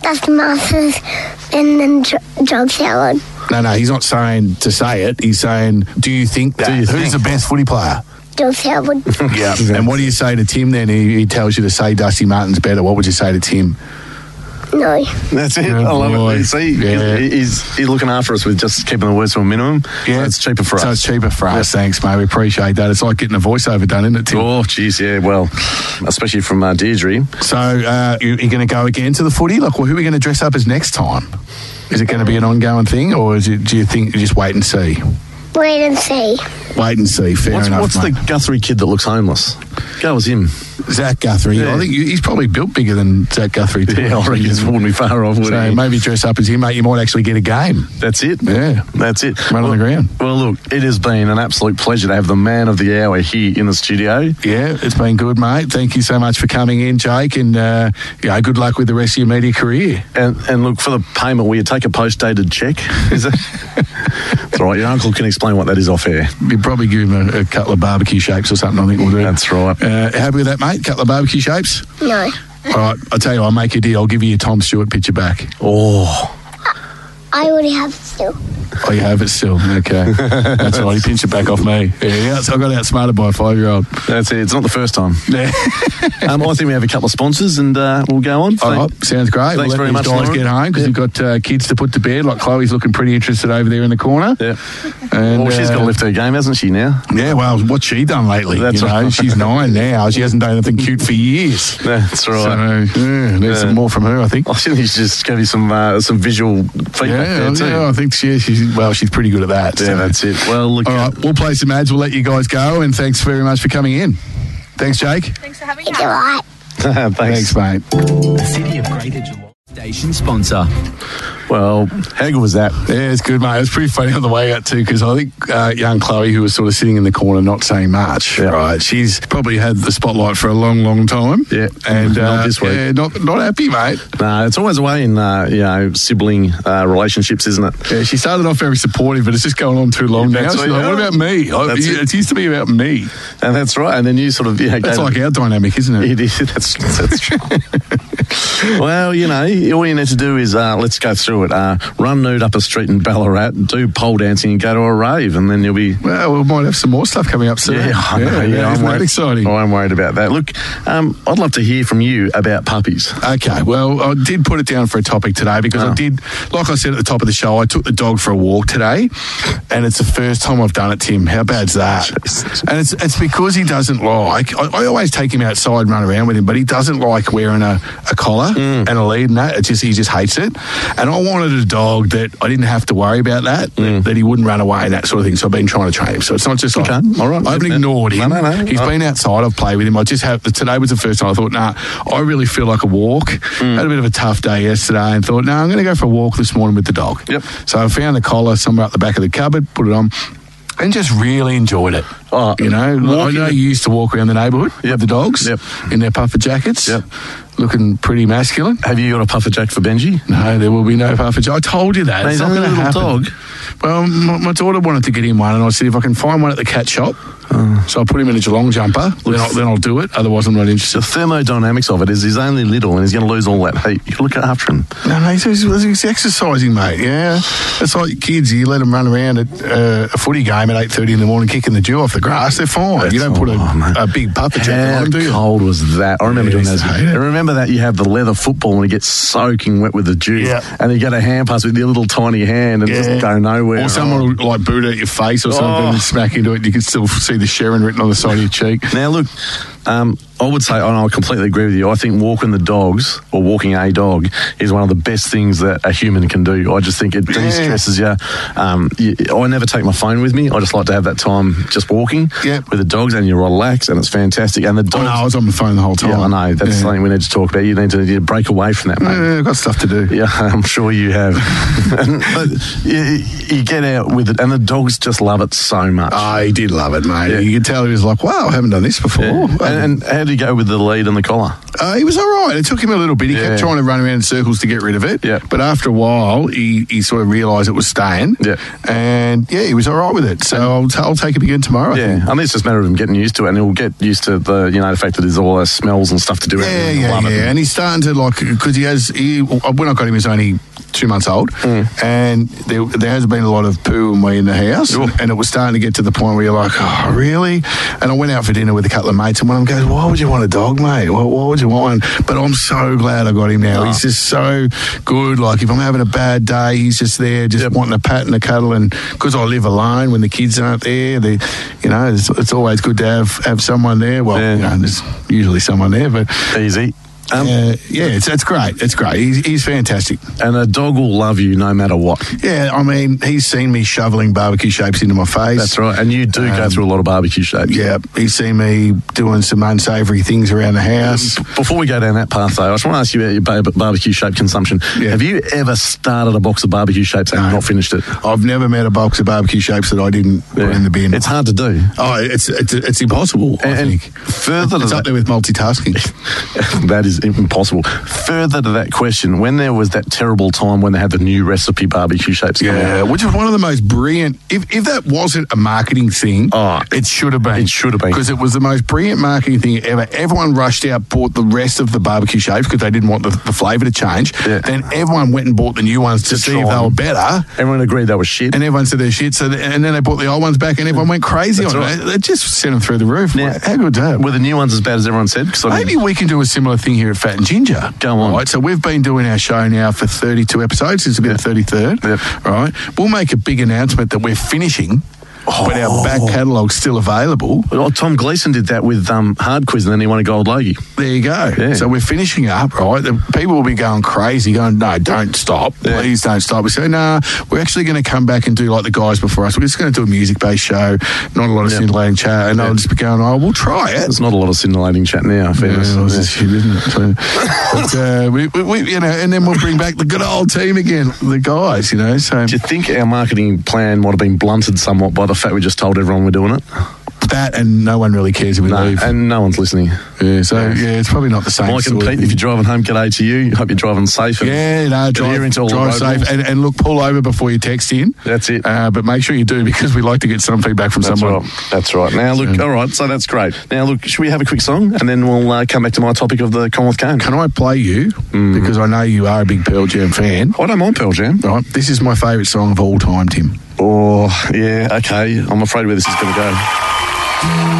Speaker 6: Dustin Masters, and then Joe Howard.
Speaker 4: No, no, he's not saying to say it. He's saying, do you think that?
Speaker 3: Do you
Speaker 4: who's
Speaker 3: think?
Speaker 4: the best footy player?
Speaker 6: Joe Howard.
Speaker 4: Yeah. And what do you say to Tim then? He, he tells you to say Dusty Martin's better. What would you say to Tim?
Speaker 6: no.
Speaker 3: That's it.
Speaker 4: Good
Speaker 3: I love
Speaker 4: Oh, boy.
Speaker 3: it. You see,
Speaker 4: Yeah.
Speaker 3: he- he's, he's looking after us with just keeping the words to a minimum. so it's cheaper for
Speaker 4: So
Speaker 3: us.
Speaker 4: it's cheaper for us. Thanks, mate. We appreciate that. It's like getting a voiceover done, isn't it, Tim?
Speaker 3: Oh, jeez, yeah, well, especially from uh, Deirdre.
Speaker 4: So uh, you, you're going to go again to the footy? Like, well, who are we going to dress up as next time? Is it going to be an ongoing thing, or is it, do you think you just wait and see?
Speaker 6: Wait and see.
Speaker 4: Wait and see. Fair
Speaker 3: What's,
Speaker 4: enough,
Speaker 3: what's the
Speaker 4: mate.
Speaker 3: Guthrie kid that looks homeless? Go with him.
Speaker 4: Zach Guthrie?
Speaker 3: Yeah.
Speaker 4: I think you, he's probably built bigger than Zach Guthrie. Too.
Speaker 3: Yeah, I reckon it wouldn't be far off, would
Speaker 4: So
Speaker 3: he?
Speaker 4: maybe dress up as him, mate. You might actually get a game.
Speaker 3: That's it.
Speaker 4: Yeah.
Speaker 3: That's it.
Speaker 4: Run on the ground.
Speaker 3: Well, look, it has been an absolute pleasure to have the man of the hour here in the studio.
Speaker 4: Yeah, it's been good, mate. Thank you so much for coming in, Jake, and uh, yeah, good luck with the rest of your media career.
Speaker 3: And, and look, for the payment, will you take a post dated check? Is it? That's all right. Your uncle can explain what that is off air.
Speaker 4: You'd probably give him a, a couple of barbecue shapes or something, I think we'll do.
Speaker 3: That's right.
Speaker 4: Uh, happy with that, mate? Couple of barbecue shapes?
Speaker 6: No.
Speaker 4: All right, I'll tell you, I'll make a deal. I'll give you your Tom Stewart picture back.
Speaker 3: Oh,
Speaker 6: I already have it still.
Speaker 4: Oh, you have it still. Okay. That's all right. You pinch it back off me. Yeah, so I got outsmarted by a five year old.
Speaker 3: That's it. It's not the first time. um, I think we have a couple of sponsors and uh, we'll go on.
Speaker 4: All right, sounds great.
Speaker 3: Thanks
Speaker 4: we'll
Speaker 3: very
Speaker 4: let
Speaker 3: much,
Speaker 4: these guys
Speaker 3: Lauren.
Speaker 4: get home because
Speaker 3: Yeah.
Speaker 4: we've got uh, kids to put to bed. Like Chloe's looking pretty interested over there in the corner.
Speaker 3: Yeah.
Speaker 4: And,
Speaker 3: Well, she's got to
Speaker 4: uh,
Speaker 3: lift her game, hasn't she, now?
Speaker 4: Yeah, well, what's she done lately?
Speaker 3: That's
Speaker 4: you know,
Speaker 3: right.
Speaker 4: she's nine now. She hasn't done anything cute for years.
Speaker 3: That's
Speaker 4: So, yeah, need
Speaker 3: Yeah.
Speaker 4: some more from her, I think.
Speaker 3: I think she's just gave you some uh, some visual feedback
Speaker 4: Yeah,
Speaker 3: Oh,
Speaker 4: oh,
Speaker 3: there, too.
Speaker 4: yeah, I think she, she's, well, she's pretty good at that.
Speaker 3: Yeah,
Speaker 4: so.
Speaker 3: that's it. Well, look,
Speaker 4: All right, we'll play some ads. We'll let you guys go. And thanks very much for coming in. Thanks, Jake.
Speaker 5: Thanks for having
Speaker 6: It's alright.
Speaker 3: thanks.
Speaker 4: mate.
Speaker 7: City of Greater Geelong. Station sponsor.
Speaker 3: Well, how good was that?
Speaker 4: Yeah, it's good, mate. It was pretty funny on the way out too, because I think uh, young Chloe, who was sort of sitting in the corner, not saying much,
Speaker 3: Yeah.
Speaker 4: right? She's probably had the spotlight for a long, long time.
Speaker 3: Yeah.
Speaker 4: and
Speaker 3: Not
Speaker 4: uh,
Speaker 3: this week.
Speaker 4: Yeah, not not happy, mate.
Speaker 3: No, it's always a way in uh, you know sibling uh, relationships, isn't it?
Speaker 4: Yeah, she started off very supportive, but it's just going on too long
Speaker 3: Yeah,
Speaker 4: now.
Speaker 3: that's right.
Speaker 4: She's like, what about me? I,
Speaker 3: That's
Speaker 4: it.
Speaker 3: it.
Speaker 4: used to be about me.
Speaker 3: And that's right. And then you sort of yeah,
Speaker 4: That's
Speaker 3: gave
Speaker 4: like
Speaker 3: it,
Speaker 4: our dynamic, isn't it?
Speaker 3: it is. That's that's true. well, you know, all you need to do is uh, let's go through it. Uh, run nude up a street in Ballarat, do pole dancing, and go to a rave, and then you'll be
Speaker 4: Well, we might have some more stuff coming up soon.
Speaker 3: Yeah, I know, yeah,
Speaker 4: isn't that
Speaker 3: worried- Oh,
Speaker 4: exciting?
Speaker 3: I'm worried about that. Look, um, I'd love to hear from you about puppies.
Speaker 4: Okay, well, I did put it down for a topic today because I
Speaker 3: Oh.
Speaker 4: did, like I said at the top of the show, I took the dog for a walk today, and it's the first time I've done it, Tim. How bad's that?
Speaker 3: Jesus.
Speaker 4: And it's it's because he doesn't like. I, I always take him outside, and run around with him, but he doesn't like wearing a, a collar
Speaker 3: Mm.
Speaker 4: and a lead and that. It just he just hates it. And I wanted a dog that I didn't have to worry about that,
Speaker 3: Mm.
Speaker 4: that, that he wouldn't run away and that sort of thing. So I've been trying to train him. So it's not just like
Speaker 3: Okay, all right.
Speaker 4: I haven't ignored
Speaker 3: No,
Speaker 4: him.
Speaker 3: no, no.
Speaker 4: He's
Speaker 3: I-
Speaker 4: been been outside. I've played with him. I just have. Today was the first time I thought, nah, I really feel like a walk.
Speaker 3: Hmm.
Speaker 4: Had a bit of a tough day yesterday, and thought, no, I'm going to go for a walk this morning with the dog.
Speaker 3: Yep.
Speaker 4: So I found the collar somewhere up the back of the cupboard, put it on. And just really enjoyed it.
Speaker 3: Oh,
Speaker 4: you know, I
Speaker 3: walking-
Speaker 4: know you used to walk around the neighbourhood with
Speaker 3: Yep.
Speaker 4: the dogs
Speaker 3: Yep.
Speaker 4: in their puffer jackets,
Speaker 3: Yep.
Speaker 4: looking pretty masculine.
Speaker 3: Have you got a puffer jack for Benji?
Speaker 4: No, there will be no puffer jacket. I told you that.
Speaker 3: He's
Speaker 4: It's not
Speaker 3: only a
Speaker 4: gonna
Speaker 3: little
Speaker 4: happen.
Speaker 3: dog.
Speaker 4: Well, my, my daughter wanted to get him one, and I said if I can find one at the cat shop, so I put him in a Geelong jumper. Then I'll, then I'll do it. Otherwise, I'm not interested.
Speaker 3: The thermodynamics of it is he's only little and he's going to lose all that heat. You look after him.
Speaker 4: No, no, he's, he's, he's exercising, mate. Yeah, it's like kids. You let them run around at uh, a footy game at eight thirty in the morning, kicking the dew off the grass. They're fine. you don't put a,
Speaker 3: Oh, mate.
Speaker 4: a big puffer jacket
Speaker 3: How
Speaker 4: on, do you?
Speaker 3: cold was that? I remember
Speaker 4: Yeah,
Speaker 3: doing
Speaker 4: I
Speaker 3: those.
Speaker 4: used to hate it.
Speaker 3: I remember that you have the leather football and it gets soaking wet with the dew,
Speaker 4: Yeah.
Speaker 3: and you get a hand pass with your little tiny hand and it
Speaker 4: Yeah.
Speaker 3: doesn't go nowhere.
Speaker 4: Or someone will like boot at your face or something
Speaker 3: Oh.
Speaker 4: and smack into it. You can still see the Sharon written on the side of your cheek.
Speaker 3: Now, look, um, I would say, and I completely agree with you. I think walking the dogs or walking a dog is one of the best things that a human can do. I just think it de stresses you. Um, you. I never take my phone with me. I just like to have that time just walking
Speaker 4: Yeah.
Speaker 3: with the dogs, and you relax, and it's fantastic. And the dogs.
Speaker 4: Oh, no, I was on the phone the whole time.
Speaker 3: yeah, Oh, I know. That's
Speaker 4: Yeah. Mm.
Speaker 3: something we need to talk about. You need to, you need to break away from that, mate.
Speaker 4: Yeah, I've got stuff to do.
Speaker 3: Yeah, I'm sure you have. but you, you get out with it, and the dogs just love it so much.
Speaker 4: Oh, he did love it, mate.
Speaker 3: Yeah.
Speaker 4: You could tell he was like, wow, I haven't done this before.
Speaker 3: Yeah.
Speaker 4: Um,
Speaker 3: And, and how do you go with the lead and the collar?
Speaker 4: uh, he was all right. It took him a little bit. He
Speaker 3: Yeah.
Speaker 4: kept trying to run around in circles to get rid of it.
Speaker 3: Yeah.
Speaker 4: But after a while, he, he sort of realised it was staying.
Speaker 3: Yeah.
Speaker 4: And yeah, he was all right with it. So I'll, t- I'll take him again tomorrow. I
Speaker 3: Yeah,
Speaker 4: think.
Speaker 3: I mean it's just a matter of him getting used to it, and he'll get used to the you know the fact that there's all those smells and stuff to do.
Speaker 4: Yeah,
Speaker 3: and he'll
Speaker 4: yeah,
Speaker 3: love it.
Speaker 4: yeah. And he's starting to like because he has. He, when I got him, he was only two months old,
Speaker 3: Mm.
Speaker 4: and there, there has been a lot of poo and wee in the house, and it was starting to get to the point where you're like, oh, really? And I went out for dinner with a couple of mates, and one of them goes, "Why would you want a dog, mate? Why, why would you want one?" But I'm so glad I got him now.
Speaker 3: Ah.
Speaker 4: He's just so good. Like if I'm having a bad day, he's just there, just wanting a pat and a cuddle. And because I live alone, when the kids aren't there, they, you know, it's, it's always good to have have someone there. Well,
Speaker 3: Yeah.
Speaker 4: you know, there's usually someone there, but
Speaker 3: Easy. Um,
Speaker 4: uh, yeah, it's, it's great. It's great. He's, he's fantastic.
Speaker 3: And a dog will love you no matter what.
Speaker 4: Yeah, I mean, he's seen me shoveling barbecue shapes into my face.
Speaker 3: That's right. And you do go
Speaker 4: Um,
Speaker 3: through a lot of barbecue shapes.
Speaker 4: Yeah, he's seen me doing some unsavoury things around the house.
Speaker 3: Before we go down that path, though, I just want to ask you about your bar- barbecue shape consumption.
Speaker 4: Yeah.
Speaker 3: Have you ever started a box of barbecue shapes and
Speaker 4: No.
Speaker 3: not finished it?
Speaker 4: I've never met a box of barbecue shapes that I didn't put in the bin.
Speaker 3: It's hard to do.
Speaker 4: oh, it's, it's, it's impossible, I
Speaker 3: And- and
Speaker 4: think.
Speaker 3: further to
Speaker 4: It's up
Speaker 3: that,
Speaker 4: there with multitasking.
Speaker 3: that is is impossible. Further to that question, when there was that terrible time when they had the new recipe barbecue shapes coming
Speaker 4: Yeah,
Speaker 3: out.
Speaker 4: Uh, which is one of the most brilliant. If, if that wasn't a marketing thing,
Speaker 3: Oh,
Speaker 4: it should have been.
Speaker 3: it should have been.
Speaker 4: Because it was the most brilliant marketing thing ever. Everyone rushed out, bought the rest of the barbecue shapes because they didn't want the, the flavour to change.
Speaker 3: Yeah.
Speaker 4: Then everyone went and bought the new ones to,
Speaker 3: To
Speaker 4: see
Speaker 3: try
Speaker 4: if they
Speaker 3: them.
Speaker 4: were better.
Speaker 3: Everyone agreed that was shit.
Speaker 4: And everyone said their shit. So the, and then they bought the old ones back and everyone went
Speaker 3: Mm.
Speaker 4: crazy
Speaker 3: That's
Speaker 4: on
Speaker 3: right.
Speaker 4: it. It just sent them through the roof.
Speaker 3: Now-
Speaker 4: How good's that?
Speaker 3: Were the new ones as bad as everyone said? 'Cause I
Speaker 4: Maybe
Speaker 3: didn't-
Speaker 4: we can do a similar thing here at Fat and Ginger.
Speaker 3: Go on.
Speaker 4: Right, so we've been doing our show now for 32 episodes. It's about 33rd.
Speaker 3: Yep.
Speaker 4: Right. We'll make a big announcement that we're finishing, but our back catalogue's still available.
Speaker 3: Oh, Tom Gleason did that with um, Hard Quiz and then he won a gold logie.
Speaker 4: There you go.
Speaker 3: Yeah.
Speaker 4: So we're finishing up, right? The people will be going crazy, going, no, don't stop.
Speaker 3: Yeah.
Speaker 4: Please don't stop. We say, nah, we're actually going to come back and do like the guys before us. We're just going to do a music based show, not a lot of
Speaker 3: Yeah.
Speaker 4: scintillating chat. And I'll just be going, oh, we'll try it.
Speaker 3: There's not a lot of scintillating chat now, if
Speaker 4: Yeah,
Speaker 3: fairness.
Speaker 4: well, it's shit, isn't it? So, but, uh, we, we, we, you know, and then we'll bring back the good old team again, the guys, you know. So
Speaker 3: Do you think our marketing plan might have been blunted somewhat by the fact we just told everyone we're doing it?
Speaker 4: that, and no one really cares if we
Speaker 3: No,
Speaker 4: leave.
Speaker 3: and no one's listening.
Speaker 4: yeah, so yeah. it's probably not the same.
Speaker 3: Mike and
Speaker 4: sort of
Speaker 3: Pete, if
Speaker 4: thing.
Speaker 3: you're driving home, g'day to you. Hope you're driving safe. And
Speaker 4: yeah, no, drive,
Speaker 3: into all the
Speaker 4: drive
Speaker 3: road
Speaker 4: safe
Speaker 3: rules.
Speaker 4: and, and look, pull over before you text in.
Speaker 3: That's it.
Speaker 4: Uh, but make sure you do because we like to get some feedback from
Speaker 3: That's
Speaker 4: someone.
Speaker 3: right. That's right. Now, look, all right, so that's great. Now, look, should we have a quick song and then we'll uh, come back to my topic of the Commonwealth Game?
Speaker 4: Can I play you?
Speaker 3: Mm-hmm.
Speaker 4: Because I know you are a big Pearl Jam fan.
Speaker 3: I don't mind Pearl Jam.
Speaker 4: Right, this is my favourite song of all time, Tim.
Speaker 3: Oh, yeah, okay. I'm afraid where this is going to go.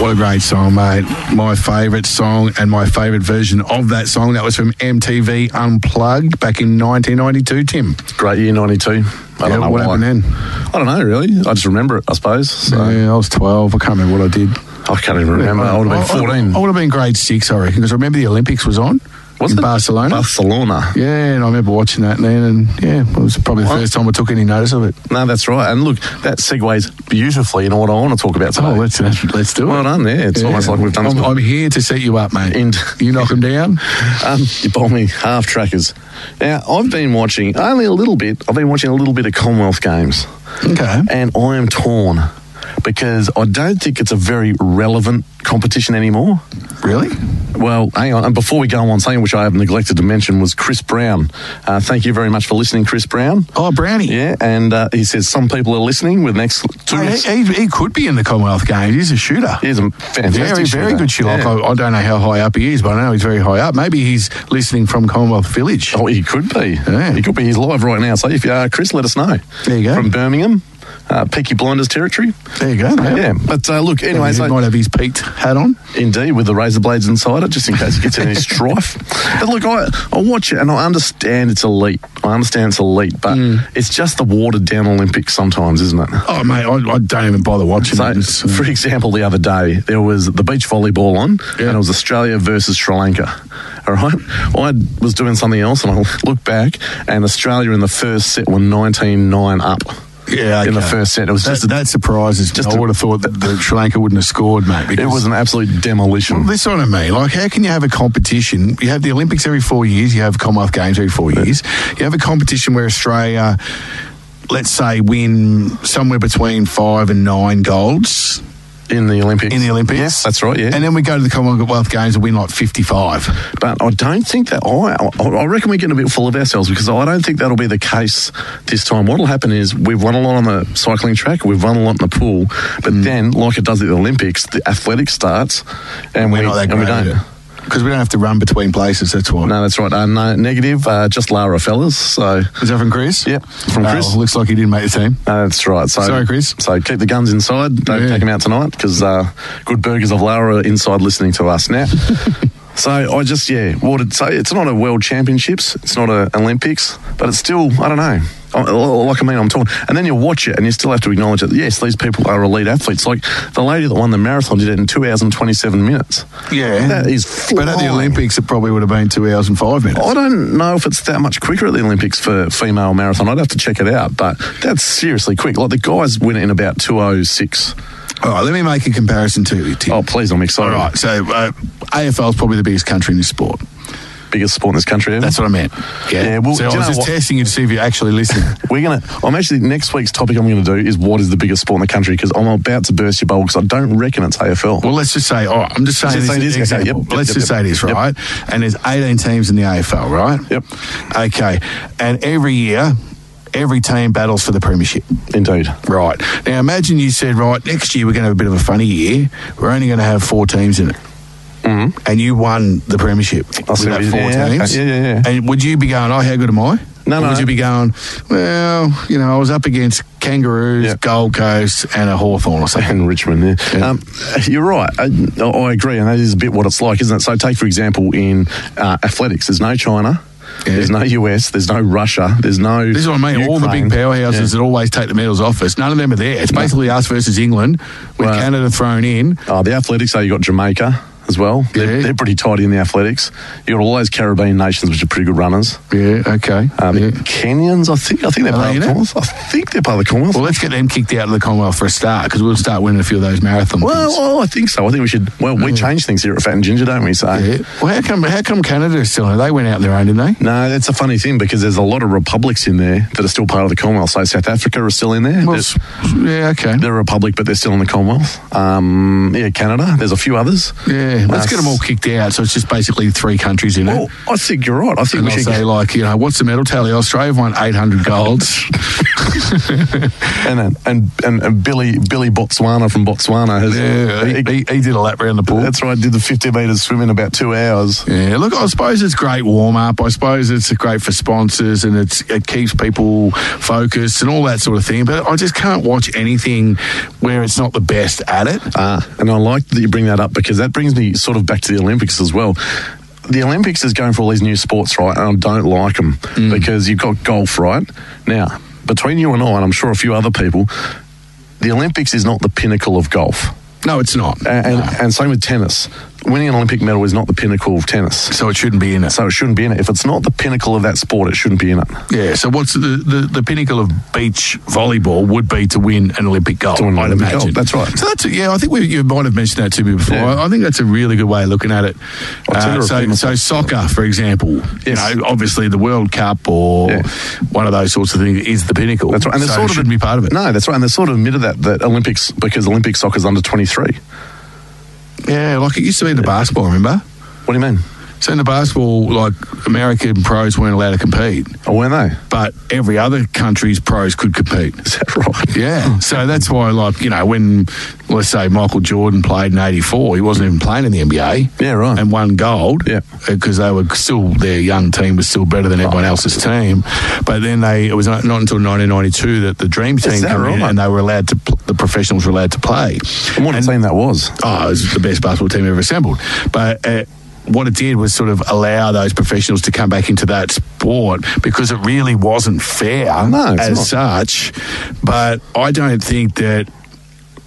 Speaker 4: What a great song, mate. My favourite song and my favourite version of that song. That was from MTV Unplugged back in 1992, Tim.
Speaker 3: Great year, 92. I
Speaker 4: Yeah,
Speaker 3: don't know
Speaker 4: what
Speaker 3: why.
Speaker 4: happened then?
Speaker 3: I don't know, really. I just remember it, I suppose. So
Speaker 4: Yeah, I was 12. I can't remember what I did.
Speaker 3: I can't even remember. I
Speaker 4: Oh,
Speaker 3: would have been 14.
Speaker 4: I would have been grade six, I reckon, because I remember the Olympics was on
Speaker 3: Was
Speaker 4: in
Speaker 3: it?
Speaker 4: Barcelona.
Speaker 3: Barcelona.
Speaker 4: yeah, and I remember watching that then, and yeah, it was probably the
Speaker 3: What?
Speaker 4: first time I took any notice of it.
Speaker 3: No, that's right. And look, that segues beautifully into what I want to talk about today.
Speaker 4: Oh, let's let's, let's do it.
Speaker 3: well done. Yeah, it's
Speaker 4: Yeah.
Speaker 3: almost like we've done.
Speaker 4: I'm, I'm here to set you up, mate.
Speaker 3: And-
Speaker 4: you knock them down.
Speaker 3: Um, you bomb me half trackers. Now I've been watching only a little bit. I've been watching a little bit of Commonwealth Games,
Speaker 4: Okay.
Speaker 3: and I am torn because I don't think it's a very relevant competition anymore.
Speaker 4: Really?
Speaker 3: Well, hang on. And before we go on, something which I have neglected to mention was Chris Brown. Uh, thank you very much for listening, Chris Brown.
Speaker 4: Oh, Brownie.
Speaker 3: Yeah, and uh, he says some people are listening with next two.
Speaker 4: Hey, he, he, he could be in the Commonwealth Games. He's a shooter.
Speaker 3: He's a fantastic
Speaker 4: Very, very
Speaker 3: shooter.
Speaker 4: good shooter.
Speaker 3: Yeah.
Speaker 4: I, I don't know how high up he is, but I know he's very high up. Maybe he's listening from Commonwealth Village.
Speaker 3: Oh, he could be.
Speaker 4: Yeah.
Speaker 3: He could be. He's live right now. So if you are, Chris, let us know.
Speaker 4: There you go.
Speaker 3: From Birmingham, uh, Peaky Blinders territory.
Speaker 4: There you go. mate.
Speaker 3: Yeah. But uh, look, anyway,
Speaker 4: he
Speaker 3: so
Speaker 4: might have his peaked hat on.
Speaker 3: indeed with the razor blades inside it, just in case it gets any strife. But look, I, I watch it and I understand it's elite. I understand it's elite, but
Speaker 4: Mm.
Speaker 3: it's just the watered down Olympics sometimes, isn't it?
Speaker 4: Oh, mate, I, I don't even bother watching it. It's,
Speaker 3: So,
Speaker 4: uh,
Speaker 3: for example, the other day there was the beach volleyball on,
Speaker 4: Yeah.
Speaker 3: and it was Australia versus Sri Lanka. All right, I was doing something else, and I looked back, and Australia in the first set were 19-9 up.
Speaker 4: yeah,
Speaker 3: in the
Speaker 4: okay.
Speaker 3: first set, it was
Speaker 4: That,
Speaker 3: just a-
Speaker 4: that surprises me.
Speaker 3: just
Speaker 4: I
Speaker 3: a-
Speaker 4: would have thought that, that Sri Lanka wouldn't have scored, mate.
Speaker 3: It
Speaker 4: because-
Speaker 3: was an absolute demolition.
Speaker 4: Well, That's what I mean. Like, how can you have a competition? You have the Olympics every four years. You have Commonwealth Games every four years. You have a competition where Australia, let's say, win somewhere between five and nine golds
Speaker 3: in the Olympics.
Speaker 4: in the Olympics.
Speaker 3: Yes, that's right. Yeah,
Speaker 4: And then we go to the Commonwealth Games and win like fifty-five.
Speaker 3: but I don't think that I, I. I reckon we're getting a bit full of ourselves because I don't think that'll be the case this time. What'll happen is we've won a lot on the cycling track, we've won a lot in the pool, but
Speaker 4: Hmm.
Speaker 3: then, like it does at the Olympics, the athletics starts, and we
Speaker 4: We're not that
Speaker 3: and we
Speaker 4: great at
Speaker 3: don't.
Speaker 4: it. Because we don't have to run between places, that's why.
Speaker 3: No, that's right. Uh, no, negative, uh, just Lara fellas. So
Speaker 4: Is that from Chris?
Speaker 3: Yep, from
Speaker 4: Oh,
Speaker 3: Chris.
Speaker 4: looks like he didn't make the team.
Speaker 3: uh, that's right. So,
Speaker 4: Sorry, Chris.
Speaker 3: So keep the guns inside. Don't 'em
Speaker 4: Yeah.
Speaker 3: take them out tonight because uh, good burgers of Lara are inside listening to us now. so I just yeah, watered. So it's not a world championships. It's not a Olympics, but it's still I don't know. I- I- Like I mean, I'm torn. And then you watch it, and you still have to acknowledge that yes, these people are elite athletes. Like the lady that won the marathon did it in two hours and twenty seven minutes.
Speaker 4: Yeah.
Speaker 3: that is
Speaker 4: But at the
Speaker 3: flying.
Speaker 4: Olympics, it probably would have been two hours and five minutes.
Speaker 3: I don't know if it's that much quicker at the Olympics for female marathon. I'd have to check it out, but that's seriously quick. Like the guys win it in about 206.
Speaker 4: All right, let me make a comparison to you, Tim.
Speaker 3: Oh, please, I'm excited.
Speaker 4: All right, so uh, AFL is probably the biggest country in this sport.
Speaker 3: biggest sport in this country ever.
Speaker 4: That's what I meant. Yeah.
Speaker 3: Yeah, well,
Speaker 4: so
Speaker 3: do
Speaker 4: I
Speaker 3: you
Speaker 4: was
Speaker 3: know
Speaker 4: just
Speaker 3: what-
Speaker 4: testing you to see if you're actually listening.
Speaker 3: We're gonna. I'm actually next week's topic. I'm gonna do is what is the biggest sport in the country because I'm about to burst your bubble because I don't reckon it's AFL.
Speaker 4: Well, let's just say, all right, I'm just saying
Speaker 3: Just
Speaker 4: this
Speaker 3: say it is,
Speaker 4: is an
Speaker 3: okay,
Speaker 4: example.
Speaker 3: yep, yep,
Speaker 4: let's
Speaker 3: yep,
Speaker 4: just
Speaker 3: yep.
Speaker 4: say it is,
Speaker 3: Yep.
Speaker 4: right? And there's 18 teams in the AFL, right?
Speaker 3: Yep.
Speaker 4: Okay. And every year, every team battles for the premiership.
Speaker 3: Indeed.
Speaker 4: Right. Now, imagine you said, right, next year we're going to have a bit of a funny year. We're only going to have four teams in it. Mm-hmm. And you won the premiership
Speaker 3: I
Speaker 4: with
Speaker 3: see what
Speaker 4: that
Speaker 3: you-
Speaker 4: four
Speaker 3: yeah,
Speaker 4: teams.
Speaker 3: okay, yeah, yeah, yeah.
Speaker 4: And would you be going, oh, how good am I?
Speaker 3: No,
Speaker 4: Or
Speaker 3: no.
Speaker 4: Would you be going, well, you know, I was up against Kangaroos,
Speaker 3: Yeah.
Speaker 4: Gold Coast, and a Hawthorn or something.
Speaker 3: in Richmond. Yeah.
Speaker 4: Yeah.
Speaker 3: Um, you're right. I, I agree, and that is a bit what it's like, isn't it? So, take for example in uh, athletics. There's no China.
Speaker 4: Yeah.
Speaker 3: There's no US. There's no Russia. There's no.
Speaker 4: This is what I mean. All the big
Speaker 3: Ukraine.
Speaker 4: powerhouses
Speaker 3: Yeah.
Speaker 4: that always take the medals off us, none of them are there. It's basically us versus England with
Speaker 3: Right.
Speaker 4: Canada thrown in.
Speaker 3: Oh, the athletics. So you got Jamaica as well.
Speaker 4: Yeah.
Speaker 3: They're, they're pretty tight in the athletics. You got all those Caribbean nations, which are pretty good runners.
Speaker 4: Yeah, okay.
Speaker 3: Um,
Speaker 4: Yeah.
Speaker 3: Kenyans, I think. I think they're
Speaker 4: Are
Speaker 3: part of the
Speaker 4: they in it?
Speaker 3: Commonwealth. I think they're part of the Commonwealth.
Speaker 4: Well, let's get them kicked out of the Commonwealth for a start because we'll start winning a few of those marathon
Speaker 3: Well,
Speaker 4: things.
Speaker 3: well, I think so. I think we should. Well, we change things here at Fat and Ginger, don't we? So.
Speaker 4: Mm. Yeah. Well, how come, how come Canada is still in it? They went out their own, didn't they?
Speaker 3: No, that's a funny thing because there's a lot of republics in there that are still part of the Commonwealth. So South Africa is still in there. They're-
Speaker 4: Well, s- yeah, okay.
Speaker 3: they're a republic, but they're still in the Commonwealth. Um, yeah, Canada. There's a few others.
Speaker 4: Yeah, let's
Speaker 3: Uh,
Speaker 4: get them all kicked out. So it's just basically three countries in
Speaker 3: Well,
Speaker 4: it.
Speaker 3: Oh, I think you're right. I think
Speaker 4: And
Speaker 3: we
Speaker 4: I'll
Speaker 3: should.
Speaker 4: say, like, you know, what's the medal tally? Australia won 800 golds.
Speaker 3: and, then- and and and Billy Billy Botswana from Botswana has.
Speaker 4: yeah, he, he, he did a lap round the pool.
Speaker 3: that's right. Did the 50 meters swim in about two hours.
Speaker 4: Yeah, look, I suppose it's great warm up. I suppose it's great for sponsors and it's, it keeps people focused and all that sort of thing. But I just can't watch anything where it's not the best at it.
Speaker 3: Ah, and I like that you bring that up because that brings me sort of back to the Olympics as well. The Olympics is going for all these new sports, right? And I don't like them
Speaker 4: Mm.
Speaker 3: because you've got golf, right? Now, between you and I, and I'm sure a few other people, the Olympics is not the pinnacle of golf.
Speaker 4: No, it's not.
Speaker 3: And, and,
Speaker 4: No.
Speaker 3: and same with tennis. Winning an Olympic medal is not the pinnacle of tennis.
Speaker 4: So it shouldn't be in it.
Speaker 3: So it shouldn't be in it. If it's not the pinnacle of that sport, it shouldn't be in it.
Speaker 4: Yeah, so what's the, the, the pinnacle of beach volleyball would be to win an Olympic gold,
Speaker 3: To win an
Speaker 4: I'd
Speaker 3: Olympic
Speaker 4: imagine.
Speaker 3: gold, that's right.
Speaker 4: So that's, yeah, I think we, you might have mentioned that to me before.
Speaker 3: Yeah.
Speaker 4: I, I think that's a really good way of looking at it. Uh,
Speaker 3: I'll tell you a
Speaker 4: so,
Speaker 3: thing.
Speaker 4: so soccer, for example,
Speaker 3: Yes.
Speaker 4: you know, obviously the World Cup or
Speaker 3: Yeah.
Speaker 4: one of those sorts of things is the pinnacle.
Speaker 3: That's right. And
Speaker 4: so
Speaker 3: they're
Speaker 4: it
Speaker 3: sort of
Speaker 4: shouldn't be part of it.
Speaker 3: No, that's right. And they sort of admitted that, that Olympics, because Olympic soccer's under 23. What
Speaker 4: Yeah, like it used to be in the basketball, remember?
Speaker 3: do you mean?
Speaker 4: So in the basketball, like American pros weren't allowed to compete,
Speaker 3: Oh, weren't they?
Speaker 4: but every other country's pros could compete.
Speaker 3: Is that right?
Speaker 4: Yeah, so that's why, like, you know, when, let's say, Michael Jordan played in 84, he wasn't even playing in the NBA.
Speaker 3: Yeah, right.
Speaker 4: And won gold.
Speaker 3: Yeah.
Speaker 4: Because they were still, their young team was still better than everyone else's team. But then they, it was not, not until 1992 that the Dream Team
Speaker 3: that
Speaker 4: came in
Speaker 3: right?
Speaker 4: and they were allowed to, pl- the professionals were allowed to play.
Speaker 3: And what a team that was.
Speaker 4: Oh, it was the best basketball team ever assembled. But uh, what it did was sort of allow those professionals to come back into that sport because it really wasn't fair
Speaker 3: No, it's
Speaker 4: as such. But I don't think that.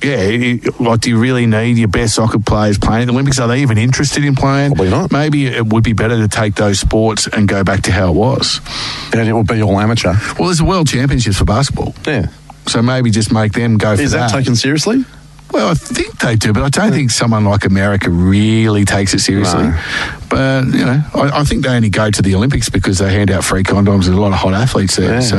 Speaker 4: Yeah, it- like, do you really need your best soccer players playing at the Olympics? Are they even interested in playing?
Speaker 3: Probably not.
Speaker 4: Maybe it would be better to take those sports and go back to how it was.
Speaker 3: And it would be all amateur.
Speaker 4: Well, there's a World Championships for basketball,
Speaker 3: Yeah.
Speaker 4: so maybe just make them go for
Speaker 3: Is that taken seriously?
Speaker 4: well, I think they do, but I don't think someone like America really takes it seriously.
Speaker 3: No.
Speaker 4: But, you know, I, I think they only go to the Olympics because they hand out free condoms and a lot of hot athletes there.
Speaker 3: Yeah.
Speaker 4: So,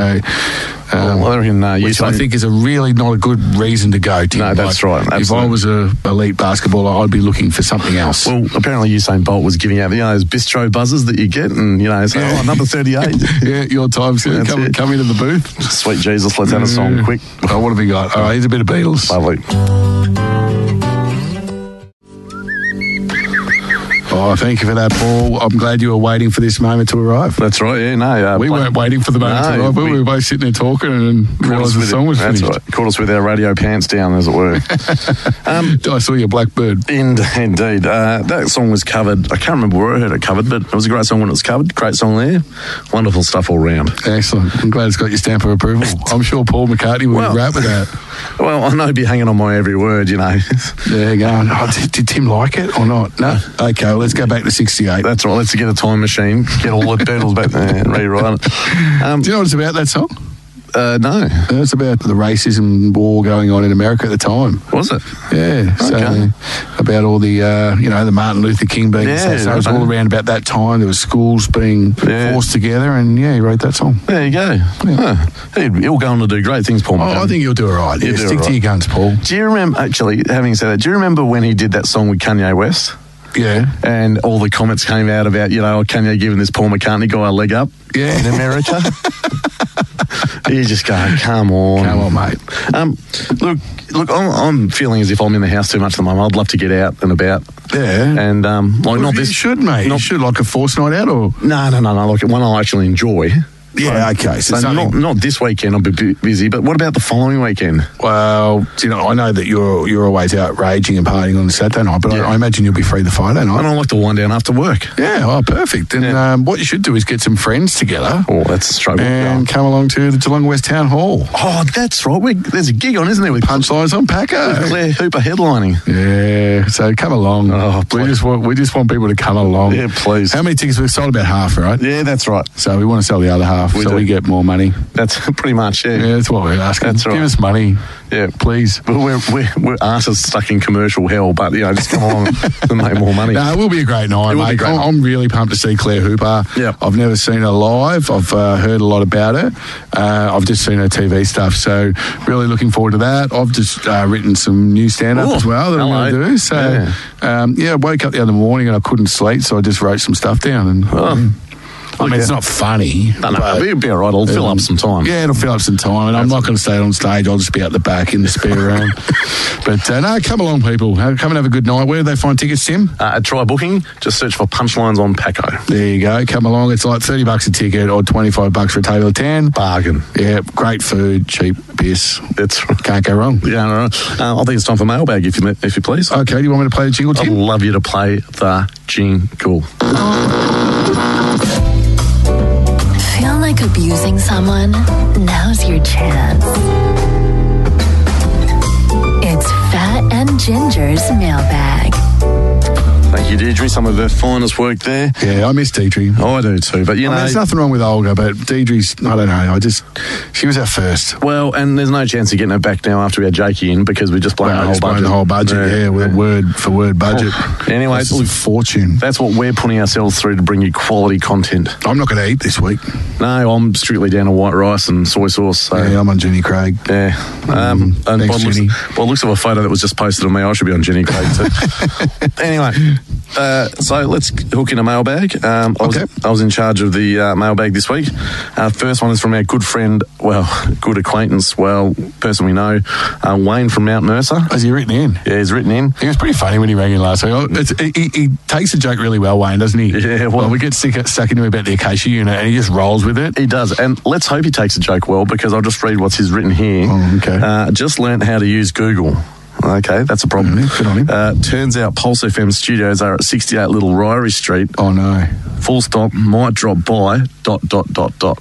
Speaker 4: um,
Speaker 3: Well, I reckon, uh, you
Speaker 4: which I
Speaker 3: say-
Speaker 4: think is a really not a good reason to go to.
Speaker 3: No, that's right.
Speaker 4: If I
Speaker 3: Absolutely.
Speaker 4: was a elite basketballer, I'd be looking for something else.
Speaker 3: Well, apparently Usain Bolt was giving out, you know, those bistro buzzers that you get and, you know, say,
Speaker 4: Yeah.
Speaker 3: oh, number 38.
Speaker 4: yeah, your time's here.
Speaker 3: That's
Speaker 4: Come,
Speaker 3: it.
Speaker 4: come into the booth.
Speaker 3: Sweet Jesus, let's add a song quick.
Speaker 4: Oh, what have we got? All right, here's a bit of Beatles.
Speaker 3: Lovely.
Speaker 4: Oh, thank you for that, Paul. I'm glad you were waiting for this moment to arrive.
Speaker 3: That's right, yeah, no. Uh,
Speaker 4: We
Speaker 3: Blake-
Speaker 4: weren't waiting for the moment to
Speaker 3: No,
Speaker 4: arrive. We,
Speaker 3: we-
Speaker 4: were both sitting there talking and
Speaker 3: Caught us
Speaker 4: realised the
Speaker 3: with
Speaker 4: song
Speaker 3: it-
Speaker 4: was
Speaker 3: That's
Speaker 4: finished.
Speaker 3: right. Caught us with our radio pants down, as it were. um,
Speaker 4: I saw your blackbird.
Speaker 3: in, indeed. Uh, that song was covered. I can't remember where I heard it covered, but it was a great song when it was covered. Great song there. Wonderful stuff all round.
Speaker 4: Excellent. I'm glad it's got your stamp of approval. I'm sure Paul McCartney would
Speaker 3: Well-
Speaker 4: be right with that.
Speaker 3: Well, I know he'd be hanging on my every word, you know.
Speaker 4: There you go. Oh, did, did Tim like it or not? No. Okay, well, let's go back to 68.
Speaker 3: That's right. Let's get a time machine, get all the Beatles back there and rewrite it. Um,
Speaker 4: Do you know what it's about, that song?
Speaker 3: Uh, no.
Speaker 4: It was about the racism war going on in America at the time.
Speaker 3: Was it?
Speaker 4: Yeah,
Speaker 3: Okay.
Speaker 4: so about all the uh, you know the Martin Luther King being
Speaker 3: Yeah,
Speaker 4: assassinated. it was
Speaker 3: okay.
Speaker 4: all around about that time. There was schools being
Speaker 3: Yeah.
Speaker 4: forced together, and yeah, he wrote that song.
Speaker 3: There you go. Huh. He'd- He'll go on to do great things, Paul McCartney.
Speaker 4: Oh, I think you'll do all right.
Speaker 3: You'll
Speaker 4: Yeah,
Speaker 3: do
Speaker 4: stick
Speaker 3: all
Speaker 4: to your guns, Paul.
Speaker 3: Do you remember, actually, having said that, do you remember when he did that song with Kanye West?
Speaker 4: Yeah,
Speaker 3: And all the comments came out about, you know, oh, Kanye giving this Paul McCartney guy a leg up
Speaker 4: yeah.
Speaker 3: in America. you just go, come on.
Speaker 4: Come on, mate.
Speaker 3: Um, look, look, I'm, I'm feeling as if I'm in the house too much at the moment. I'd love to get out and about.
Speaker 4: Yeah.
Speaker 3: And, um, like,
Speaker 4: Well,
Speaker 3: not
Speaker 4: you
Speaker 3: this.
Speaker 4: should, mate. you
Speaker 3: not-
Speaker 4: should like a force night out, or
Speaker 3: No, no, no, no. Like, one I actually enjoy.
Speaker 4: yeah, okay. So,
Speaker 3: So
Speaker 4: something-
Speaker 3: not, not this weekend, I'll be bu- busy, but what about the following weekend?
Speaker 4: well, do you know, I know that you're you're always out raging and partying on Saturday night, but
Speaker 3: Yeah.
Speaker 4: I, I imagine you'll be free the Friday night.
Speaker 3: And I like to wind down after work.
Speaker 4: Yeah, oh, perfect. And
Speaker 3: Yeah.
Speaker 4: um, what you should do is get some friends together
Speaker 3: Oh, that's a struggle.
Speaker 4: and come along to the Geelong West Town Hall.
Speaker 3: Oh, that's right. we there's a gig on, isn't there, with
Speaker 4: Punchlines on Packer.
Speaker 3: Claire Hooper headlining?
Speaker 4: Yeah, so come along.
Speaker 3: Oh,
Speaker 4: we
Speaker 3: please.
Speaker 4: just want we just want people to come along.
Speaker 3: Yeah, please.
Speaker 4: How many tickets we've sold? About half, right?
Speaker 3: Yeah, that's right.
Speaker 4: So we want to sell the other half,
Speaker 3: We
Speaker 4: so
Speaker 3: do.
Speaker 4: we get more money.
Speaker 3: That's pretty much it.
Speaker 4: Yeah, that's what we're asking.
Speaker 3: That's right.
Speaker 4: Give us money,
Speaker 3: Yeah.
Speaker 4: please.
Speaker 3: But we're, we're, we're artists stuck in commercial hell, but, you know, just come along and make more money.
Speaker 4: No, it will be a great night,
Speaker 3: It will be
Speaker 4: mate.
Speaker 3: great
Speaker 4: I'm,
Speaker 3: night.
Speaker 4: I'm really pumped to see Claire Hooper.
Speaker 3: Yeah.
Speaker 4: I've never seen her live. I've uh, heard a lot about her. Uh, I've just seen her TV stuff, so really looking forward to that. I've just uh, written some new stand up
Speaker 3: Ooh,
Speaker 4: as well that I'm going
Speaker 3: hello.
Speaker 4: to do. So, yeah. Um, yeah, I woke up the other morning and I couldn't sleep, so I just wrote some stuff down. And I mean, it's not funny.
Speaker 3: No, no,
Speaker 4: but-
Speaker 3: it'll be all right. Um, I'll fill up some time.
Speaker 4: Um, yeah, it'll fill up some time, and I'm not going to stay on stage. I'll just be out the back in the spare room. But uh, no, come along, people. Have- Come and have a good night. Where do they find tickets, Tim?
Speaker 3: Uh, try booking. Just search for punchlines on Paco.
Speaker 4: There you go. Come along. It's like 30 bucks a ticket or 25 bucks for a table of 10.
Speaker 3: Bargain.
Speaker 4: Yeah, great food, cheap piss.
Speaker 3: That's right.
Speaker 4: Can't go wrong.
Speaker 3: Yeah, all right. Uh, I think it's time for mailbag, if you, if you please.
Speaker 4: Okay, do you want me to play the jingle,
Speaker 3: I'd
Speaker 4: Tim?
Speaker 3: love you to play the jingle.
Speaker 2: Feel like abusing someone? Now's your chance. It's Fat and Ginger's mailbag.
Speaker 3: Thank you, Deirdre. Some of her finest work there.
Speaker 4: Yeah, I miss Deidre.
Speaker 3: Oh, I do too. But, you
Speaker 4: I mean,
Speaker 3: know.
Speaker 4: there's nothing wrong with Olga, but Deidre's, I don't know, I just, she was our first.
Speaker 3: Well, and there's no chance of getting it back now after we had Jakey in because we just blown
Speaker 4: Well,
Speaker 3: the whole
Speaker 4: just blown
Speaker 3: budget. Oh.
Speaker 4: the whole budget, yeah, with a word for word budget.
Speaker 3: Anyway,
Speaker 4: This is a fortune.
Speaker 3: That's what we're putting ourselves through to bring you quality content.
Speaker 4: I'm not going to eat this week.
Speaker 3: No, I'm strictly down to white rice and soy sauce. So.
Speaker 4: Yeah,
Speaker 3: Yeah.
Speaker 4: I'm on Jenny Craig.
Speaker 3: Um, and
Speaker 4: thanks,
Speaker 3: by the
Speaker 4: Jenny.
Speaker 3: looks, by the looks of a photo that was just posted on me, I should be on Jenny Craig too. anyway, uh, so let's hook in a mailbag. Um, I, was,
Speaker 4: Okay.
Speaker 3: I was in charge of the uh, mailbag this week. Uh, first one is from our good friend, well, good acquaintance, well, person we know, uh, Wayne from Mount Mercer.
Speaker 4: Has he written in?
Speaker 3: Yeah, he's written in.
Speaker 4: He was pretty funny when he rang in last week. Oh, It's, he, he- he takes a joke really well, Wayne, doesn't he?
Speaker 3: Yeah, well-
Speaker 4: we get sick, stuck into about the Acacia unit and he just rolls with it.
Speaker 3: He does, and let's hope he takes a joke well because I'll just read what's he's written here.
Speaker 4: Oh, okay.
Speaker 3: Uh, just learnt how to use Google. Okay, that's a problem.
Speaker 4: Mm, good on him.
Speaker 3: Uh, turns out Pulse FM studios are at 68 Little Ryrie Street.
Speaker 4: Oh, no.
Speaker 3: Full stop, might drop by, dot, dot, dot, dot.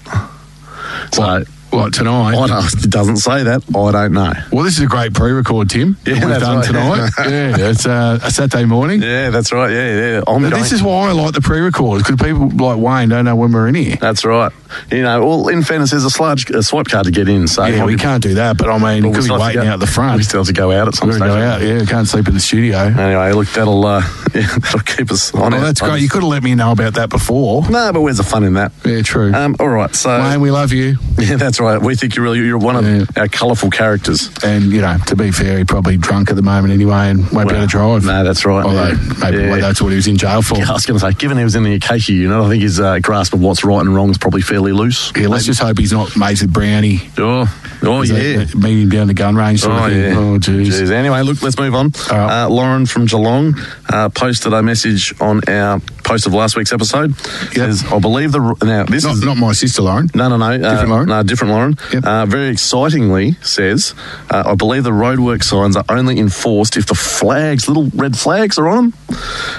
Speaker 3: So, I
Speaker 4: What, tonight?
Speaker 3: don't, it doesn't say that. I don't know.
Speaker 4: Well, this is a great pre-record, Tim.
Speaker 3: Yeah,
Speaker 4: that we've
Speaker 3: that's
Speaker 4: done
Speaker 3: right.
Speaker 4: tonight. yeah, it's uh, a Saturday morning.
Speaker 3: Yeah, that's right. Yeah, yeah. I'm
Speaker 4: But
Speaker 3: going-
Speaker 4: This is why I like the pre-records because people like Wayne don't know when we're in here.
Speaker 3: that's right. You know, well, in fairness, there's a sludge, a swipe card to get in, so
Speaker 4: yeah, we can't do that. But I mean,
Speaker 3: well,
Speaker 4: we could be
Speaker 3: still have to
Speaker 4: waiting
Speaker 3: go-
Speaker 4: out the
Speaker 3: We
Speaker 4: front.
Speaker 3: still have to go out at some
Speaker 4: We've
Speaker 3: stage.
Speaker 4: got to go out. Yeah, can't sleep in the studio.
Speaker 3: Anyway, look, that'll uh, yeah, that'll keep us on.
Speaker 4: oh,
Speaker 3: our-
Speaker 4: that's great. You could have let me know about that before.
Speaker 3: No, but where's the fun in that?
Speaker 4: Yeah, true.
Speaker 3: Um, all right, so
Speaker 4: Wayne, we love you.
Speaker 3: yeah, that's right. We think you're really you're one of
Speaker 4: Yeah.
Speaker 3: our colourful characters.
Speaker 4: And you know, to be fair, he's probably drunk at the moment anyway, and won't be able to drive.
Speaker 3: No, that's right.
Speaker 4: Although
Speaker 3: yeah.
Speaker 4: maybe
Speaker 3: Yeah.
Speaker 4: that's what he was in jail for.
Speaker 3: I was going to say, given he was in the Acacia unit, I think his uh, grasp of what's right and wrong is probably fairly loose.
Speaker 4: Yeah, let's just hope he's not mates with Brownie.
Speaker 3: Oh, oh yeah.
Speaker 4: meeting down the gun range. Sort
Speaker 3: Oh,
Speaker 4: of thing.
Speaker 3: yeah.
Speaker 4: Oh, jeez.
Speaker 3: Jeez. Anyway, look, let's move on.
Speaker 4: All right.
Speaker 3: Uh, Lauren from Geelong uh, posted a message on our post of last week's episode. Says, I believe the. Now, this
Speaker 4: Not,
Speaker 3: is.
Speaker 4: not my sister, Lauren.
Speaker 3: No, no, no.
Speaker 4: Different Lauren?
Speaker 3: No, different Lauren.
Speaker 4: Yep.
Speaker 3: Uh, very excitingly says, uh, I believe the roadwork signs are only enforced if the flags, little red flags, are on them.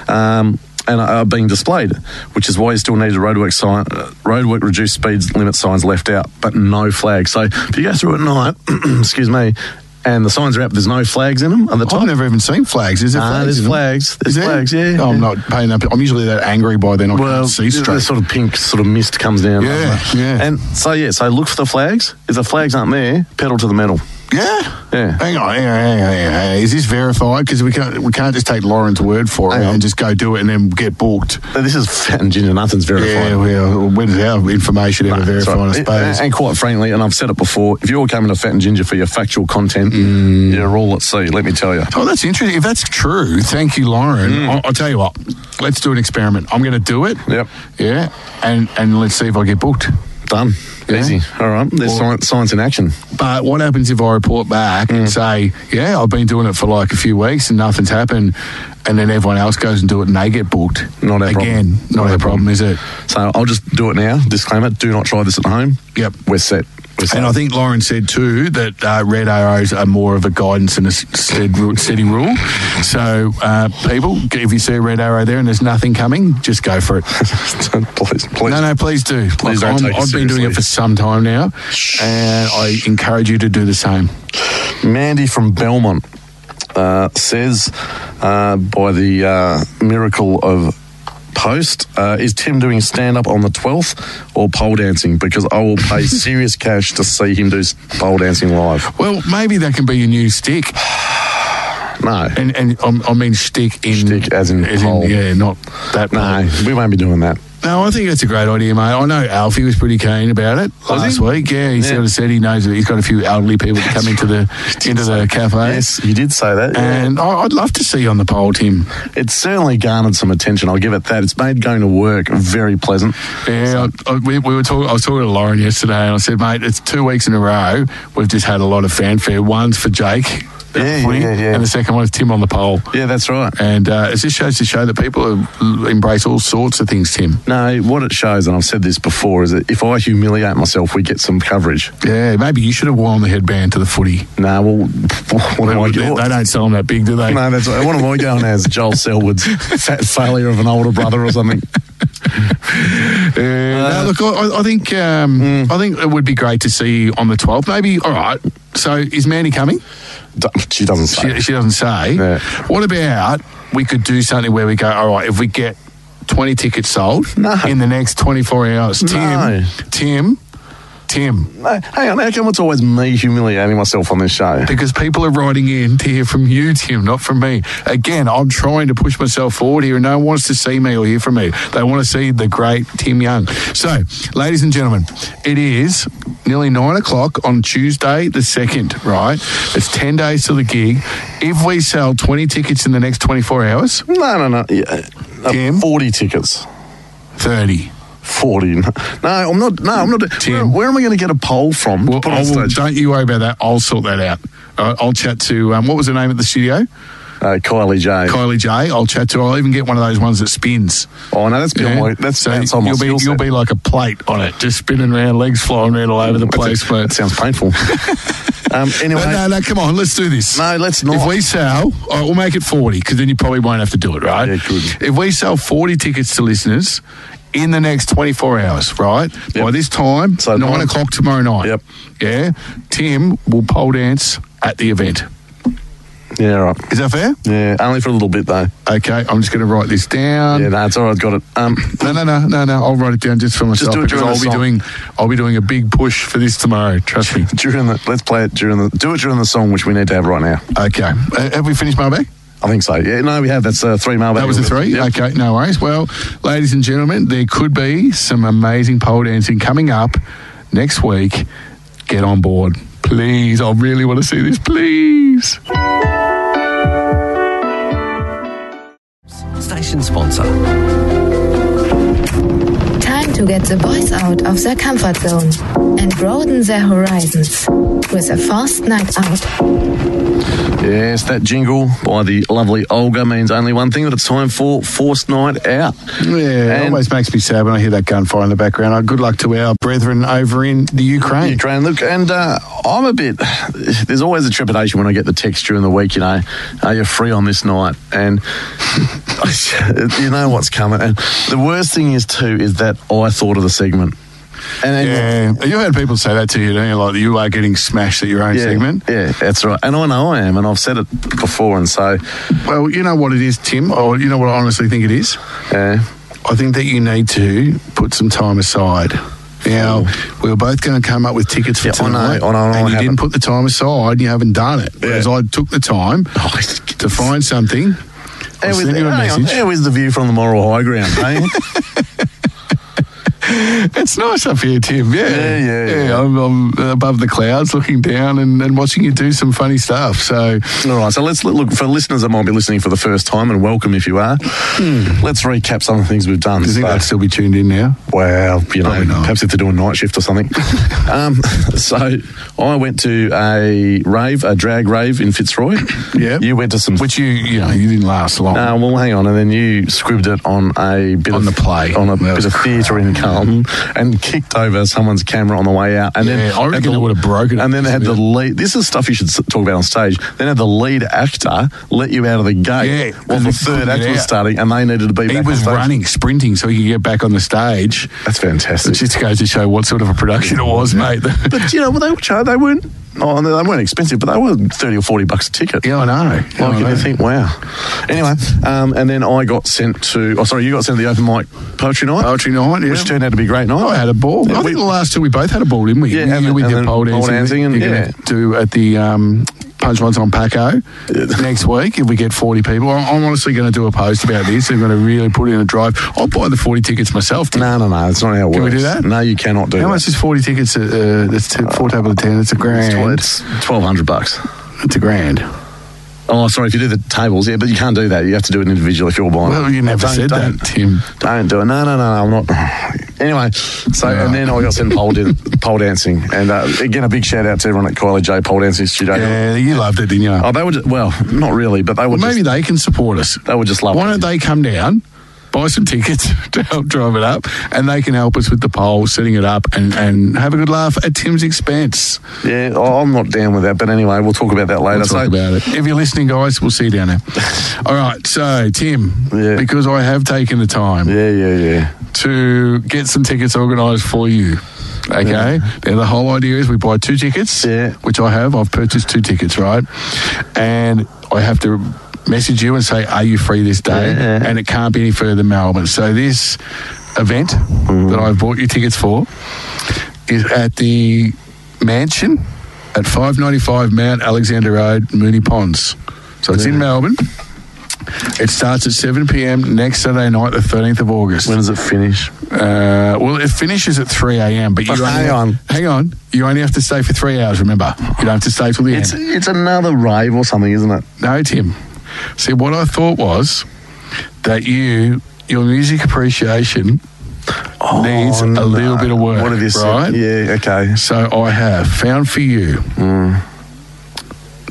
Speaker 3: Um, and are are being displayed, which is why you still need a roadwork sign, uh, roadwork reduced speed limit signs left out, but no flag. So if you go through at night, excuse me, and the signs are up. There's no flags in them at the
Speaker 4: I've
Speaker 3: top.
Speaker 4: never even seen flags. Is there
Speaker 3: Ah,
Speaker 4: flags?
Speaker 3: there's
Speaker 4: in them?
Speaker 3: flags. There's
Speaker 4: Is there?
Speaker 3: flags, yeah,
Speaker 4: Oh, I'm
Speaker 3: yeah.
Speaker 4: not paying up. I'm usually that angry by then. I
Speaker 3: Well,
Speaker 4: can't see
Speaker 3: the-
Speaker 4: straight.
Speaker 3: the sort of pink sort of mist comes down.
Speaker 4: Yeah,
Speaker 3: doesn't it?
Speaker 4: yeah.
Speaker 3: And so yeah, so look for the flags. If the flags aren't there, pedal to the metal.
Speaker 4: yeah.
Speaker 3: Yeah.
Speaker 4: Hang on, hang on, hang on, hang on, hang on. Is this verified? Because we can't, we can't just take Lauren's word for it
Speaker 3: Hang on.
Speaker 4: and just go do it and then get booked.
Speaker 3: Now, This is fat and ginger. Nothing's verified.
Speaker 4: Yeah, well, when is our information ever
Speaker 3: No, it's
Speaker 4: verified?
Speaker 3: all
Speaker 4: I
Speaker 3: right.
Speaker 4: suppose.
Speaker 3: And quite frankly, and I've said it before, if you're coming to Fat and Ginger for your factual content,
Speaker 4: Mm.
Speaker 3: you're all at sea, let me tell you.
Speaker 4: Oh, that's interesting. If that's true, thank you, Lauren. I'll, I'll tell you what. Let's do an experiment. I'm going to do it.
Speaker 3: Mm. Yep.
Speaker 4: Yeah, and and let's see if I get booked.
Speaker 3: Done.
Speaker 4: Yeah.
Speaker 3: Easy. All right. There's
Speaker 4: Well-
Speaker 3: science, science in action.
Speaker 4: But what happens if I report back
Speaker 3: Mm.
Speaker 4: and say, yeah, I've been doing it for like a few weeks and nothing's happened, and then everyone else goes and do it and they get booked?
Speaker 3: Not our problem.
Speaker 4: Again, not,
Speaker 3: Not
Speaker 4: our
Speaker 3: our
Speaker 4: problem, is it?
Speaker 3: So I'll just do it now. Disclaimer do not try this at home.
Speaker 4: Yep.
Speaker 3: We're set. We're set.
Speaker 4: And I think Lauren said too that uh, red arrows are more of a guidance and a s- stead ru- steady rule. So, uh, people, if you see a red arrow there and there's nothing coming, just go for it.
Speaker 3: please, please.
Speaker 4: No, no, please do.
Speaker 3: Please don't
Speaker 4: Like, I'm,
Speaker 3: take it
Speaker 4: I've been doing
Speaker 3: seriously.
Speaker 4: it for some time now, and I encourage you to do the same.
Speaker 3: Mandy from Belmont uh, says, uh, by the uh, miracle of post, uh, is Tim doing stand up on the 12th or pole dancing? Because I will pay serious cash to see him do s- pole dancing live.
Speaker 4: Well, maybe that can be your new stick,
Speaker 3: No.
Speaker 4: and and um, I mean stick in
Speaker 3: Stick as in pole.
Speaker 4: yeah, not that
Speaker 3: No,
Speaker 4: pole.
Speaker 3: we won't be doing that.
Speaker 4: No, I think that's a great idea, mate. I know Alfie was pretty keen about it
Speaker 3: Was
Speaker 4: last
Speaker 3: he?
Speaker 4: week. Yeah, he
Speaker 3: Yeah.
Speaker 4: sort of said he knows that he's got a few elderly people that come into the into the cafe.
Speaker 3: Yes, you did say that. yeah.
Speaker 4: And I- I'd love to see you on the pole, Tim.
Speaker 3: It's certainly garnered some attention. I'll give it that. It's made going to work very pleasant.
Speaker 4: Yeah, I, I, we, we were talking. I was talking to Lauren yesterday, and I said, "Mate, it's two weeks in a row. We've just had a lot of fanfare. One's for Jake, at
Speaker 3: Yeah,
Speaker 4: footy,
Speaker 3: yeah, yeah.
Speaker 4: and the second one is Tim on the pole.
Speaker 3: Yeah, that's right.
Speaker 4: And uh, it just shows to show that people uh, embrace all sorts of things, Tim.
Speaker 3: No, what it shows, and I've said this before, is that if I humiliate myself, we get some coverage.
Speaker 4: Yeah, maybe you should have worn the headband to the footy.
Speaker 3: No, well, what am I
Speaker 4: they,
Speaker 3: doing?
Speaker 4: they don't sell them that big, do they?
Speaker 3: No, that's right. What am I going as? Joel Selwood's fat failure of an older brother or something? Uh,
Speaker 4: Yeah, no, Uh, look, I, I think um,
Speaker 3: Mm.
Speaker 4: I think it would be great to see you on the 12th. Maybe, all right. So is Mandy coming?
Speaker 3: D- She doesn't say.
Speaker 4: She, she doesn't say.
Speaker 3: Yeah.
Speaker 4: What about we could do something where we go, all right, if we get 20 tickets sold
Speaker 3: No.
Speaker 4: in the next 24 hours, Tim,
Speaker 3: No.
Speaker 4: Tim, Tim,
Speaker 3: No, hang on, how come it's always me humiliating myself on this show?
Speaker 4: because people are writing in to hear from you, Tim, not from me. Again, I'm trying to push myself forward here, and no one wants to see me or hear from me. They want to see the great Tim Young. So, ladies and gentlemen, it is nearly nine o'clock on Tuesday, the 2nd, right? It's 10 days to the gig. If we sell 20 tickets in the next 24 hours,
Speaker 3: No, no, no. Yeah, uh,
Speaker 4: Tim?
Speaker 3: 40 tickets.
Speaker 4: 30.
Speaker 3: 40. No, I'm not. No, I'm not. Where,
Speaker 4: Tim.
Speaker 3: where am I going to get a poll from? to
Speaker 4: Well,
Speaker 3: put
Speaker 4: I
Speaker 3: on
Speaker 4: will,
Speaker 3: stage?
Speaker 4: don't you worry about that. I'll sort that out. Uh, I'll chat to, um, what was the name of the studio?
Speaker 3: Uh, Kylie J.
Speaker 4: Kylie J. I'll chat to, I'll even get one of those ones that spins.
Speaker 3: oh, no, that's beyond
Speaker 4: Yeah?
Speaker 3: my, that's,
Speaker 4: so
Speaker 3: that's on my
Speaker 4: you'll, be,
Speaker 3: skill
Speaker 4: you'll
Speaker 3: set.
Speaker 4: be like a plate on it, just spinning around, legs flying around all over the place.
Speaker 3: That
Speaker 4: But,
Speaker 3: sounds painful. um, anyway,
Speaker 4: but no, no, come on, let's do this.
Speaker 3: No, let's not.
Speaker 4: If we sell, all right, we'll make it 40, because then you probably won't have to do it, right?
Speaker 3: Yeah, good.
Speaker 4: If we sell 40 tickets to listeners in the next 24 hours, right?
Speaker 3: Yep.
Speaker 4: By this time,
Speaker 3: So
Speaker 4: 9
Speaker 3: nine-
Speaker 4: o'clock tomorrow night.
Speaker 3: Yep.
Speaker 4: Yeah, Tim will pole dance at the event.
Speaker 3: yeah, right.
Speaker 4: Is that fair?
Speaker 3: Yeah, only for a little bit though.
Speaker 4: Okay, I'm just going to write this down.
Speaker 3: Yeah, no, it's all right. Got it. Um,
Speaker 4: No, no, no, no, no. I'll write it down just for myself
Speaker 3: do it
Speaker 4: because
Speaker 3: during
Speaker 4: I'll
Speaker 3: the
Speaker 4: be
Speaker 3: song.
Speaker 4: doing I'll be doing a big push for this tomorrow. Trust me.
Speaker 3: during the let's play it during the do it during the song, which we need to have right now.
Speaker 4: Okay. Uh, have we finished mailbag?
Speaker 3: I think so. Yeah, no, we have. That's uh, three mailbag.
Speaker 4: That was the three. Okay, no worries. Well, ladies and gentlemen, there could be some amazing pole dancing coming up next week. Get on board, please. I really want to see this, please.
Speaker 7: Station sponsor.
Speaker 8: Time to get the boys out of their comfort zone and broaden their horizons with a fast night out.
Speaker 3: Yes, that jingle by the lovely Olga means only one thing that it's time for forced night out.
Speaker 4: Yeah, it
Speaker 3: And-
Speaker 4: always makes me sad when I hear that gunfire in the background. Uh, good luck to our brethren over in the Ukraine.
Speaker 3: Ukraine. Look, and uh, I'm a bit. There's always a trepidation when I get the text during the week. You know, are you free on this night? And you know what's coming. And the worst thing is too is that I thought of the segment. And, and
Speaker 4: yeah, you heard people say that to you, don't you? Like you are getting smashed at your own
Speaker 3: yeah,
Speaker 4: segment.
Speaker 3: Yeah, that's right. And I know I am, and I've said it before, and so
Speaker 4: Well, you know what it is, Tim, or you know what I honestly think it is. Uh,
Speaker 3: yeah,
Speaker 4: I think that you need to put some time aside. Now, we were both going to come up with tickets for
Speaker 3: Yeah, I know,
Speaker 4: tonight,
Speaker 3: I know, I know,
Speaker 4: and
Speaker 3: I
Speaker 4: you didn't
Speaker 3: haven't.
Speaker 4: put the time aside. and You haven't done it. Whereas I took the time to find something. I
Speaker 3: How is-
Speaker 4: sent you a
Speaker 3: hang on,
Speaker 4: message.
Speaker 3: how is the view from the moral high ground? eh?
Speaker 4: It's nice up here, Tim. Yeah,
Speaker 3: Yeah, yeah, yeah.
Speaker 4: I'm, I'm above the clouds, looking down and, and watching you do some funny stuff. So,
Speaker 3: All right, so let's look for listeners that might be listening for the first time, and welcome if you are.
Speaker 4: Hmm.
Speaker 3: Let's recap some of the things we've done.
Speaker 4: do you think
Speaker 3: So-
Speaker 4: they'd still be tuned in now?
Speaker 3: Well, you know,
Speaker 4: Probably not.
Speaker 3: perhaps if they're doing night shift or something. um, so I went to a rave, a drag rave in Fitzroy.
Speaker 4: Yeah.
Speaker 3: You went to some.
Speaker 4: Which you, you know, you didn't last long.
Speaker 3: Uh, well, hang on, and then you squibbed it on a bit
Speaker 4: On
Speaker 3: of
Speaker 4: the play.
Speaker 3: on a
Speaker 4: That
Speaker 3: bit
Speaker 4: was
Speaker 3: of theatre in Carlton, and kicked over someone's camera on the way out, and then
Speaker 4: Mm-hmm. Yeah, I reckon
Speaker 3: had the-
Speaker 4: it would've broken it,
Speaker 3: And then they had the
Speaker 4: isn't
Speaker 3: lead. This is stuff you should s- talk about on stage. Then had the lead actor let you out of the gate
Speaker 4: Yeah,
Speaker 3: while the
Speaker 4: 'cause they
Speaker 3: third
Speaker 4: couldn't
Speaker 3: act
Speaker 4: get
Speaker 3: was
Speaker 4: out.
Speaker 3: starting, and they needed to be.
Speaker 4: he
Speaker 3: back on
Speaker 4: was
Speaker 3: stage.
Speaker 4: running, sprinting, so he could get back on the stage.
Speaker 3: That's
Speaker 4: It
Speaker 3: fantastic.
Speaker 4: just goes to show what sort of a production it was, mate.
Speaker 3: But you know, well, they were char- they weren't. Oh, no, they weren't expensive, but they were thirty or forty bucks a ticket.
Speaker 4: yeah, I know. Yeah,
Speaker 3: Like,
Speaker 4: I
Speaker 3: and you
Speaker 4: know.
Speaker 3: think, wow. Anyway, um, and then I got sent to. Oh, sorry, you got sent to the open mic poetry night,
Speaker 4: Poetry night, yeah.
Speaker 3: which turned out to be a great night.
Speaker 4: I had a ball.
Speaker 3: Yeah,
Speaker 4: I
Speaker 3: we-
Speaker 4: think the last two we both had a ball, didn't we?
Speaker 3: Yeah, and
Speaker 4: You- you
Speaker 3: then-
Speaker 4: with
Speaker 3: and
Speaker 4: your
Speaker 3: then
Speaker 4: pole dancing,
Speaker 3: pole dancing and-
Speaker 4: you're
Speaker 3: yeah.
Speaker 4: going to do at the um, punchlines on Paco next week if we get 40 people. I'm, I'm honestly going to do a post about this. I'm going to really put in a drive. I'll buy the 40 tickets myself. Tim.
Speaker 3: No, no, no. That's not how it
Speaker 4: Can we
Speaker 3: works.
Speaker 4: do that?
Speaker 3: No, you cannot do
Speaker 4: How
Speaker 3: that.
Speaker 4: much is 40 tickets? At, uh, that's t- four table of 10. It's a grand.
Speaker 3: It's tw- It's twelve hundred bucks.
Speaker 4: It's a grand.
Speaker 3: Oh, sorry. If you do the tables, yeah, but you can't do that. You have to do it individually if you're buying.
Speaker 4: Well,
Speaker 3: it.
Speaker 4: you never
Speaker 3: Don't-
Speaker 4: said
Speaker 3: don't-
Speaker 4: that, Tim.
Speaker 3: Don't do it. No, no, no, no. I'm not. Anyway, so
Speaker 4: Yeah.
Speaker 3: and then I got sent pole, dan- pole dancing, and uh, again a big shout out to everyone at Kylie J Pole Dancing Studio.
Speaker 4: Yeah, you loved it, didn't you?
Speaker 3: Oh, they were just, well, not really, but they were
Speaker 4: Well,
Speaker 3: just,
Speaker 4: maybe they can support us.
Speaker 3: they were just lovely.
Speaker 4: Why don't they come down, buy some tickets to help drive it up, and they can help us with the poll, setting it up, and, and have a good laugh at Tim's expense.
Speaker 3: Yeah, I- I'm not down with that, but anyway, we'll talk about that later.
Speaker 4: We'll talk
Speaker 3: so,
Speaker 4: about it. If you're listening, guys, we'll see you down there. All right, so Tim,
Speaker 3: Yeah.
Speaker 4: because I have taken the time
Speaker 3: Yeah, yeah, yeah.
Speaker 4: to get some tickets organised for you. Okay. Now the whole idea is we buy two tickets,
Speaker 3: Yeah.
Speaker 4: which I have. I've purchased two tickets, right? And I have to message you and say, "Are you free this day?"
Speaker 3: Yeah.
Speaker 4: And it can't be any further than Melbourne. So this event
Speaker 3: Mm-hmm.
Speaker 4: that I've bought you tickets for is at the mansion at 595 Mount Alexander Road, Mooney Ponds. So it's in Melbourne. It starts at 7 p.m. next Saturday night, the 13th of August.
Speaker 3: When does it finish?
Speaker 4: Uh, well, it finishes at 3 a.m., but you
Speaker 3: But
Speaker 4: only
Speaker 3: hang on.
Speaker 4: Hang on. You only have to stay for three hours, remember. You don't have to stay till the
Speaker 3: It's
Speaker 4: end.
Speaker 3: it's another rave or something, isn't it?
Speaker 4: No, Tim. See, what I thought was that you, your music appreciation needs a
Speaker 3: Oh, no.
Speaker 4: little bit of work.
Speaker 3: What have you said?
Speaker 4: right?
Speaker 3: uh, Yeah, okay.
Speaker 4: So I have found for you,
Speaker 3: Mm.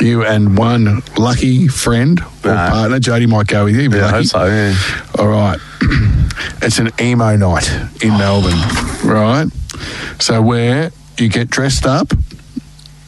Speaker 4: you and one lucky friend or
Speaker 3: No.
Speaker 4: partner. Jody might go with you. but
Speaker 3: Yeah, I
Speaker 4: lucky.
Speaker 3: hope so. Yeah.
Speaker 4: All right. it's an emo night in Melbourne, right? So where you get dressed up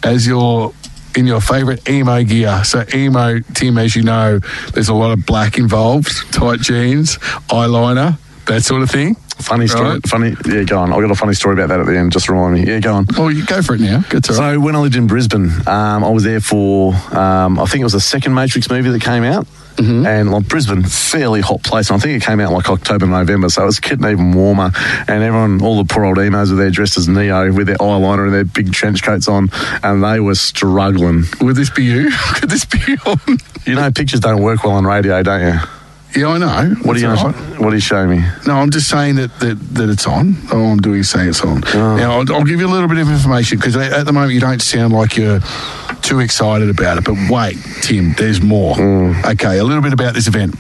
Speaker 4: as your in your favourite emo gear. So emo Tim, as you know, there's a lot of black involved, tight jeans, eyeliner, that sort of thing.
Speaker 3: Funny story.
Speaker 4: Right.
Speaker 3: Funny. Yeah, go on. I got a funny story about that at the end. Just remind me. Yeah, go on.
Speaker 4: Well, you go for it now. Good to right.
Speaker 3: So when I lived in Brisbane, um, I was there for um, I think it was the second Matrix movie that came out,
Speaker 4: Mm-hmm.
Speaker 3: and like Brisbane, fairly hot place. And I think it came out like October, November, so it was getting even warmer. And everyone, all the poor old emos were there dressed as Neo with their eyeliner and their big trench coats on, and they were struggling.
Speaker 4: Would this be you? Could this be on?
Speaker 3: You know, pictures don't work well on radio, don't you?
Speaker 4: Yeah, I know.
Speaker 3: What are
Speaker 4: It's
Speaker 3: you
Speaker 4: all
Speaker 3: gonna,
Speaker 4: right.
Speaker 3: What do you show me?
Speaker 4: No, I'm just saying that, that, that it's on. All I'm doing is saying it's on. Now, I'll, I'll give you a little bit of information because at at the moment you don't sound like you're too excited about it. But wait, Tim, there's more. Okay, a little bit about this event.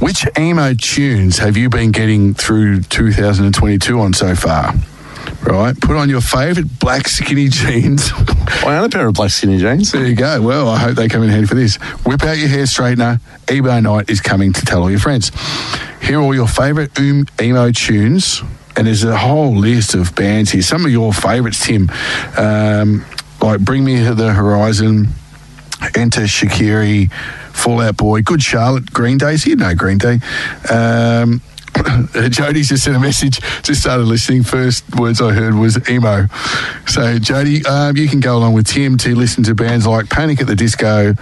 Speaker 4: Which emo tunes have you been getting through 2022 on so far? Right? Put on your favourite black skinny jeans.
Speaker 3: I own a pair of black skinny jeans.
Speaker 4: There you go. Well, I hope they come in handy for this. Whip out your hair straightener. Emo night is coming to tell all your friends. Hear all your favourite um, emo tunes, and there's a whole list of bands here. Some of your favourites, Tim, um, like Bring Me the Horizon, Enter Shakiri, Fallout Boy, Good Charlotte, Green Day's here. No Green Day. Um, uh, Jody's just sent a message. Just started listening. First words I heard was emo. So Jody, um, you can go along with Tim to listen to bands like Panic at the Disco.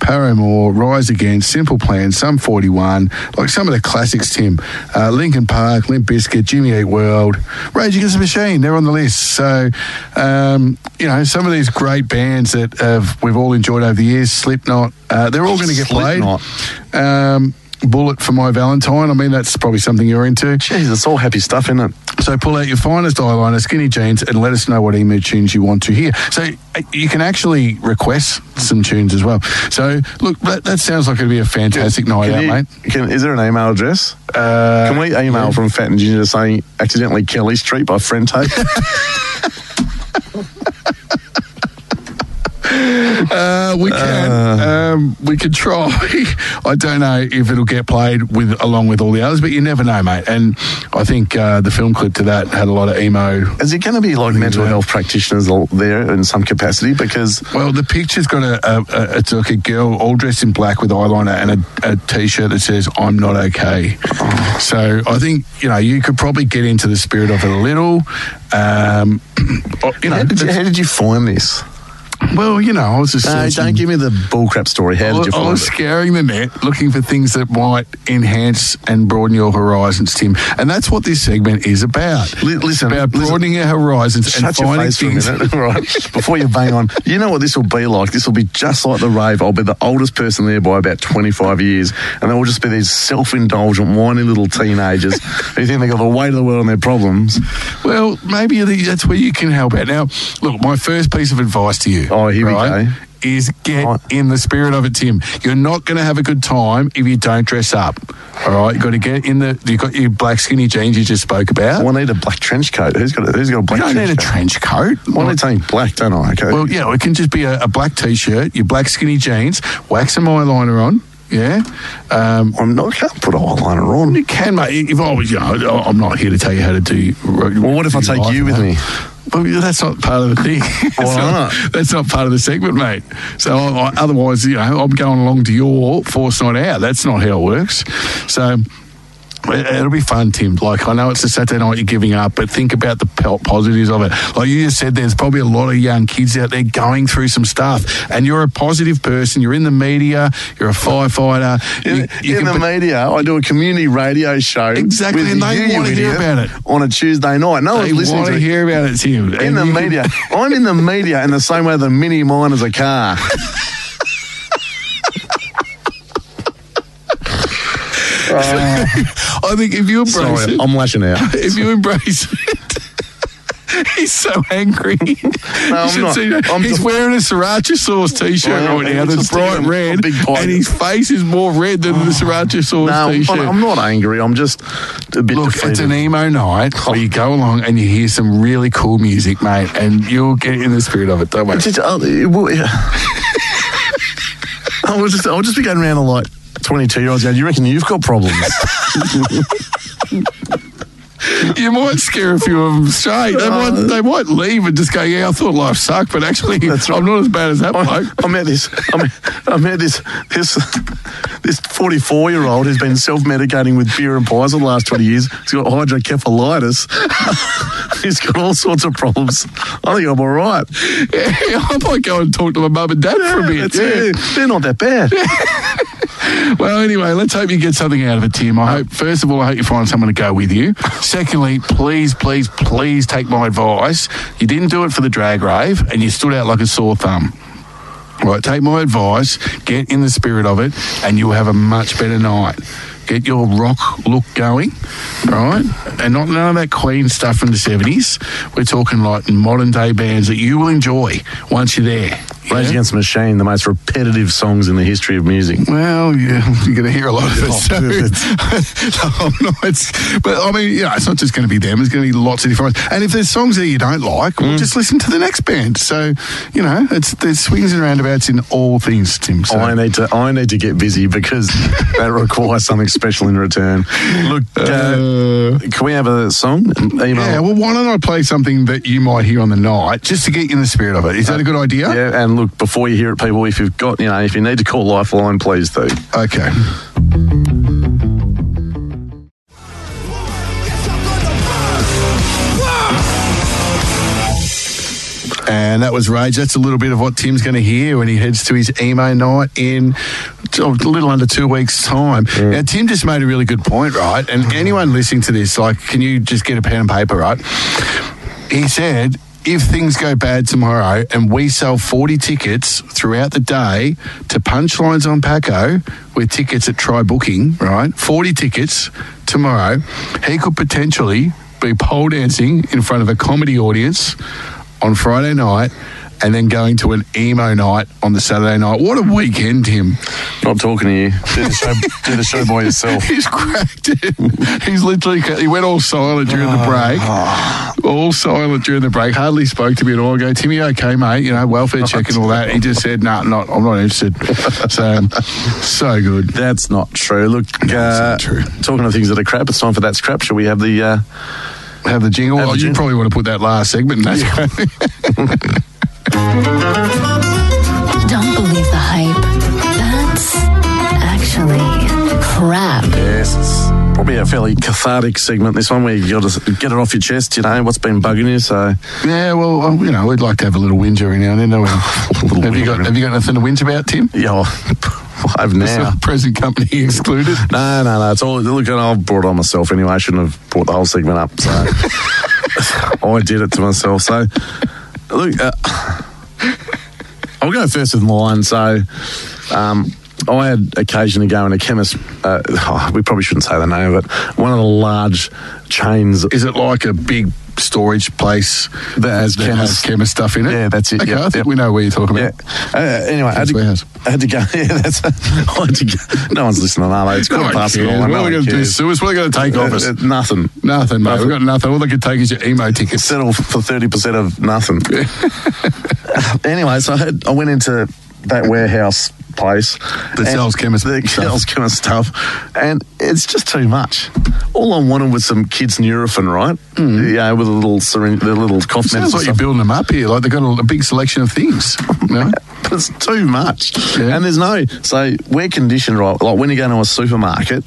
Speaker 4: Paramore, Rise Against, Simple Plan, Sum 41, like some of the classics, Tim. Uh, Linkin Park, Limp Bizkit, Jimmy Eat World, Rage Against the Machine, they're on the list. So, um, you know, some of these great bands that have, we've all enjoyed over the years, Slipknot, uh, they're all going to get played.
Speaker 3: Slipknot.
Speaker 4: Um, Bullet for My Valentine, I mean, that's probably something you're into.
Speaker 3: Jeez, it's all happy stuff, isn't it?
Speaker 4: So pull out your finest eyeliner, skinny jeans, and let us know what emo tunes you want to hear. So uh, you can actually request some tunes as well. So look, that, that sounds like it'd be a fantastic night
Speaker 3: Can
Speaker 4: out,
Speaker 3: you-
Speaker 4: Oh, mate.
Speaker 3: can- is there an email address?
Speaker 4: Uh,
Speaker 3: Can we email from Fat and Ginger saying accidentally Kelly Street by Frente?
Speaker 4: Uh, we can. um, we can try. I don't know if it'll get played with along with all the others, but you never know, mate. And I think uh, the film clip to that had a lot of emo
Speaker 3: is it going to be like mental health practitioners all there in some capacity? Because
Speaker 4: Well, the picture's got a, a, a it's like a girl all dressed in black with eyeliner and a, a t-shirt that says "I'm not okay." So I think you know you could probably get into the spirit of it a little. Um, you know,
Speaker 3: how did you,
Speaker 4: it's-
Speaker 3: how did you find this?
Speaker 4: well, you know, I was just
Speaker 3: No,
Speaker 4: searching-
Speaker 3: Uh, don't give me the bullcrap story. How
Speaker 4: I
Speaker 3: did you
Speaker 4: was, I
Speaker 3: find
Speaker 4: was
Speaker 3: it?
Speaker 4: scouring the net, looking for things that might enhance and broaden your horizons, Tim. And that's what this segment is about.
Speaker 3: Li- listen,
Speaker 4: about
Speaker 3: listen.
Speaker 4: broadening our horizons and
Speaker 3: Shut your
Speaker 4: finding
Speaker 3: face for a
Speaker 4: things.
Speaker 3: minute, right? Before you bang on, you know what this will be like. This will be just like the rave. I'll be the oldest person there by about 25 years, and they will just be these self-indulgent, whiny little teenagers who think they got the weight of the world on their problems.
Speaker 4: Well, maybe that's where you can help out. Now, look, my first piece of advice to you.
Speaker 3: Oh, here we go. Oh.
Speaker 4: Is get
Speaker 3: Right.
Speaker 4: in the spirit of it, Tim. You're not going to have a good time if you don't dress up. All right, you got to get in the. You got your black skinny jeans you just spoke about.
Speaker 3: Well, I need a black trench coat. Who's got a, who's got a
Speaker 4: you
Speaker 3: black
Speaker 4: don't
Speaker 3: trench
Speaker 4: need a
Speaker 3: coat?
Speaker 4: trench coat.
Speaker 3: Well, I need something black, don't I? Okay.
Speaker 4: Well, yeah, it can just be a, a black t-shirt, your black skinny jeans, wax some eyeliner on. Yeah, um,
Speaker 3: I'm not going to put eyeliner on.
Speaker 4: you can, mate. If I was, you know, I'm not here to tell you how to do.
Speaker 3: Well, what if I take you with me?
Speaker 4: Well, yeah, that's not part of the thing. that's,
Speaker 3: Why
Speaker 4: not,
Speaker 3: not?
Speaker 4: that's not part of the segment, mate. So I, I, otherwise, you know, I'm going along to your force night out. That's not how it works. So. it- It'll be fun, Tim. Like, I know it's a Saturday night you're giving up, but think about the po- positives of it. Like you just said, there's probably a lot of young kids out there going through some stuff, and you're a positive person. You're in the media, you're a firefighter.
Speaker 3: In,
Speaker 4: you, you
Speaker 3: in
Speaker 4: can
Speaker 3: the
Speaker 4: put-
Speaker 3: media, I do a community radio show.
Speaker 4: Exactly,
Speaker 3: with
Speaker 4: and they
Speaker 3: you, you
Speaker 4: wanna hear
Speaker 3: idiot,
Speaker 4: about it.
Speaker 3: on a Tuesday night. No one's
Speaker 4: they
Speaker 3: listening
Speaker 4: want
Speaker 3: to
Speaker 4: to
Speaker 3: it.
Speaker 4: Oh, hear about it, Tim.
Speaker 3: in
Speaker 4: And
Speaker 3: the
Speaker 4: you can-
Speaker 3: media. I'm in the media in the same way the mini mine is a car.
Speaker 4: I think if you embrace
Speaker 3: Sorry,
Speaker 4: it,
Speaker 3: I'm lashing out.
Speaker 4: if you embrace it. He's so angry. No,
Speaker 3: I'm not. I'm
Speaker 4: he's
Speaker 3: just-
Speaker 4: wearing a sriracha sauce t-shirt
Speaker 3: Well,
Speaker 4: right now
Speaker 3: it's
Speaker 4: that's
Speaker 3: just a-
Speaker 4: bright
Speaker 3: a
Speaker 4: red,
Speaker 3: big pie.
Speaker 4: and his face is more red than the sriracha sauce
Speaker 3: No, I'm,
Speaker 4: t-shirt.
Speaker 3: I'm not angry. I'm just a bit
Speaker 4: Look, it's
Speaker 3: defeated.
Speaker 4: an e- emo night where you go along and you hear some really cool music, mate, and you'll get in the spirit of it. Don't worry.
Speaker 3: It's just- oh, it will- yeah. I was just, I'll just be going around and like 22 year olds going, you reckon you've got problems?
Speaker 4: You might scare a few of them straight. They might,
Speaker 3: Uh.
Speaker 4: they might leave and just go, "Yeah, I thought life sucked, but actually,
Speaker 3: That's right.
Speaker 4: I'm not as bad as that bloke."
Speaker 3: I, I met this, I met, I met this, this, this 44 year old who's been self medicating with beer and pies for the last 20 years. He's got hydrocephalitis. He's got all sorts of problems. I think I'm all right.
Speaker 4: Yeah, I might go and talk to my mum and dad for a bit.
Speaker 3: That's
Speaker 4: Yeah.
Speaker 3: it. They're not that bad.
Speaker 4: Well, anyway, let's hope you get something out of it, Tim. I hope, first of all, I hope you find someone to go with you. Secondly, please, please, please take my advice. You didn't do it for the drag rave and you stood out like a sore thumb. Right, take my advice, get in the spirit of it, and you'll have a much better night. Get your rock look going, right? And not none of that Queen stuff from the 70s. We're talking like modern day bands that you will enjoy once you're there.
Speaker 3: Rage
Speaker 4: Yeah?
Speaker 3: Against the Machine, the most repetitive songs in the history of music.
Speaker 4: Well, yeah, you're going to hear a lot of it.
Speaker 3: Oh,
Speaker 4: so- no, no, it's, but I mean, you know, it's not just going to be them. It's going to be lots of different. And if there's songs that you don't like,
Speaker 3: Mm.
Speaker 4: well, just listen to the next band. So, you know, it's there's swings and roundabouts in all things, Tim. So.
Speaker 3: I need to I need to get busy because that requires something special in return. Look, uh,
Speaker 4: Uh,
Speaker 3: can we have a song? Email.
Speaker 4: yeah, well, why don't I play something that you might hear on the night just to get you in the spirit of it? Is that a good idea?
Speaker 3: Yeah, and look, before you hear it, people, if you've got, you know, if you need to call Lifeline, please do.
Speaker 4: Okay. And that was Rage. That's a little bit of what Tim's going to hear when he heads to his emo night in t- a little under two weeks' time. Now, Tim just made a really good point, right? And anyone listening to this, like, can you just get a pen and paper, right? He said, if things go bad tomorrow and we sell 40 tickets throughout the day to Punchlines on Paco with tickets at Try Booking, right? 40 tickets tomorrow, he could potentially be pole dancing in front of a comedy audience on Friday night and then going to an emo night on the Saturday night. What a weekend, Tim.
Speaker 3: Not talking to you. Do the show, do the show by yourself.
Speaker 4: He's cracked it. He's literally, he went all silent during the
Speaker 3: Ah.
Speaker 4: break. All silent during the break. Hardly spoke to me at all. I go, Timmy, okay, mate? You know, welfare check and all that. He just said, nah, not, I'm not interested. So, um, so good.
Speaker 3: That's not true. Look,
Speaker 4: it's
Speaker 3: uh,
Speaker 4: not true.
Speaker 3: talking of things that are crap, it's time for That's Crap. Shall we have the. Uh,
Speaker 4: Have the jingle.
Speaker 3: Have
Speaker 4: oh,
Speaker 3: the
Speaker 4: you
Speaker 3: jingle.
Speaker 4: probably want to put that last segment in.
Speaker 2: Don't believe the hype. That's actually crap.
Speaker 3: Yes, it's probably a fairly cathartic segment. This one where you got to get it off your chest. You know what's been bugging you. So
Speaker 4: Yeah, well, um, you know, we'd like to have a little whinge every now and then. Don't we? have you got
Speaker 3: whinge.
Speaker 4: Have you got nothing to whinge about, Tim?
Speaker 3: yeah, well, I've now.
Speaker 4: Present company excluded.
Speaker 3: No, no, no. It's all look. I've brought it on myself anyway. I shouldn't have brought the whole segment up. So I did it to myself. So look, uh, I'll go first with mine. So um, I had occasion to go in a chemist. Uh, we probably shouldn't say the name of it. One of the large chains
Speaker 4: Is it like a big storage place
Speaker 3: That has chemist-
Speaker 4: chemist stuff in it?
Speaker 3: Yeah, that's it,
Speaker 4: Okay,
Speaker 3: yep,
Speaker 4: I think
Speaker 3: yep.
Speaker 4: we know where you're talking
Speaker 3: Yeah.
Speaker 4: about.
Speaker 3: Uh, anyway, I had,
Speaker 4: That's
Speaker 3: to,
Speaker 4: warehouse.
Speaker 3: I had to go. Yeah, that's. I had to go. No one's listening, are they? It's
Speaker 4: No
Speaker 3: quarter
Speaker 4: one
Speaker 3: past
Speaker 4: cares.
Speaker 3: all.
Speaker 4: What are we going to do? Sue us? What are they going to take off us?
Speaker 3: Uh, nothing.
Speaker 4: Nothing, mate. We've got nothing. All they could take is your emo tickets.
Speaker 3: Settle for thirty percent of nothing. anyway, so I, had, I went into that warehouse place
Speaker 4: That sells chemist
Speaker 3: that
Speaker 4: stuff.
Speaker 3: sells chemist stuff, and it's just too much. All I wanted was some kids Nurofen, right? Yeah, with a little syringe, the little cough
Speaker 4: Hmm. Sounds
Speaker 3: medicine
Speaker 4: like you're
Speaker 3: stuff.
Speaker 4: building them up here. Like they've got a, a big selection of things. No?
Speaker 3: but it's too much.
Speaker 4: Yeah.
Speaker 3: And there's no, so we're conditioned, right? Like when you go to a supermarket,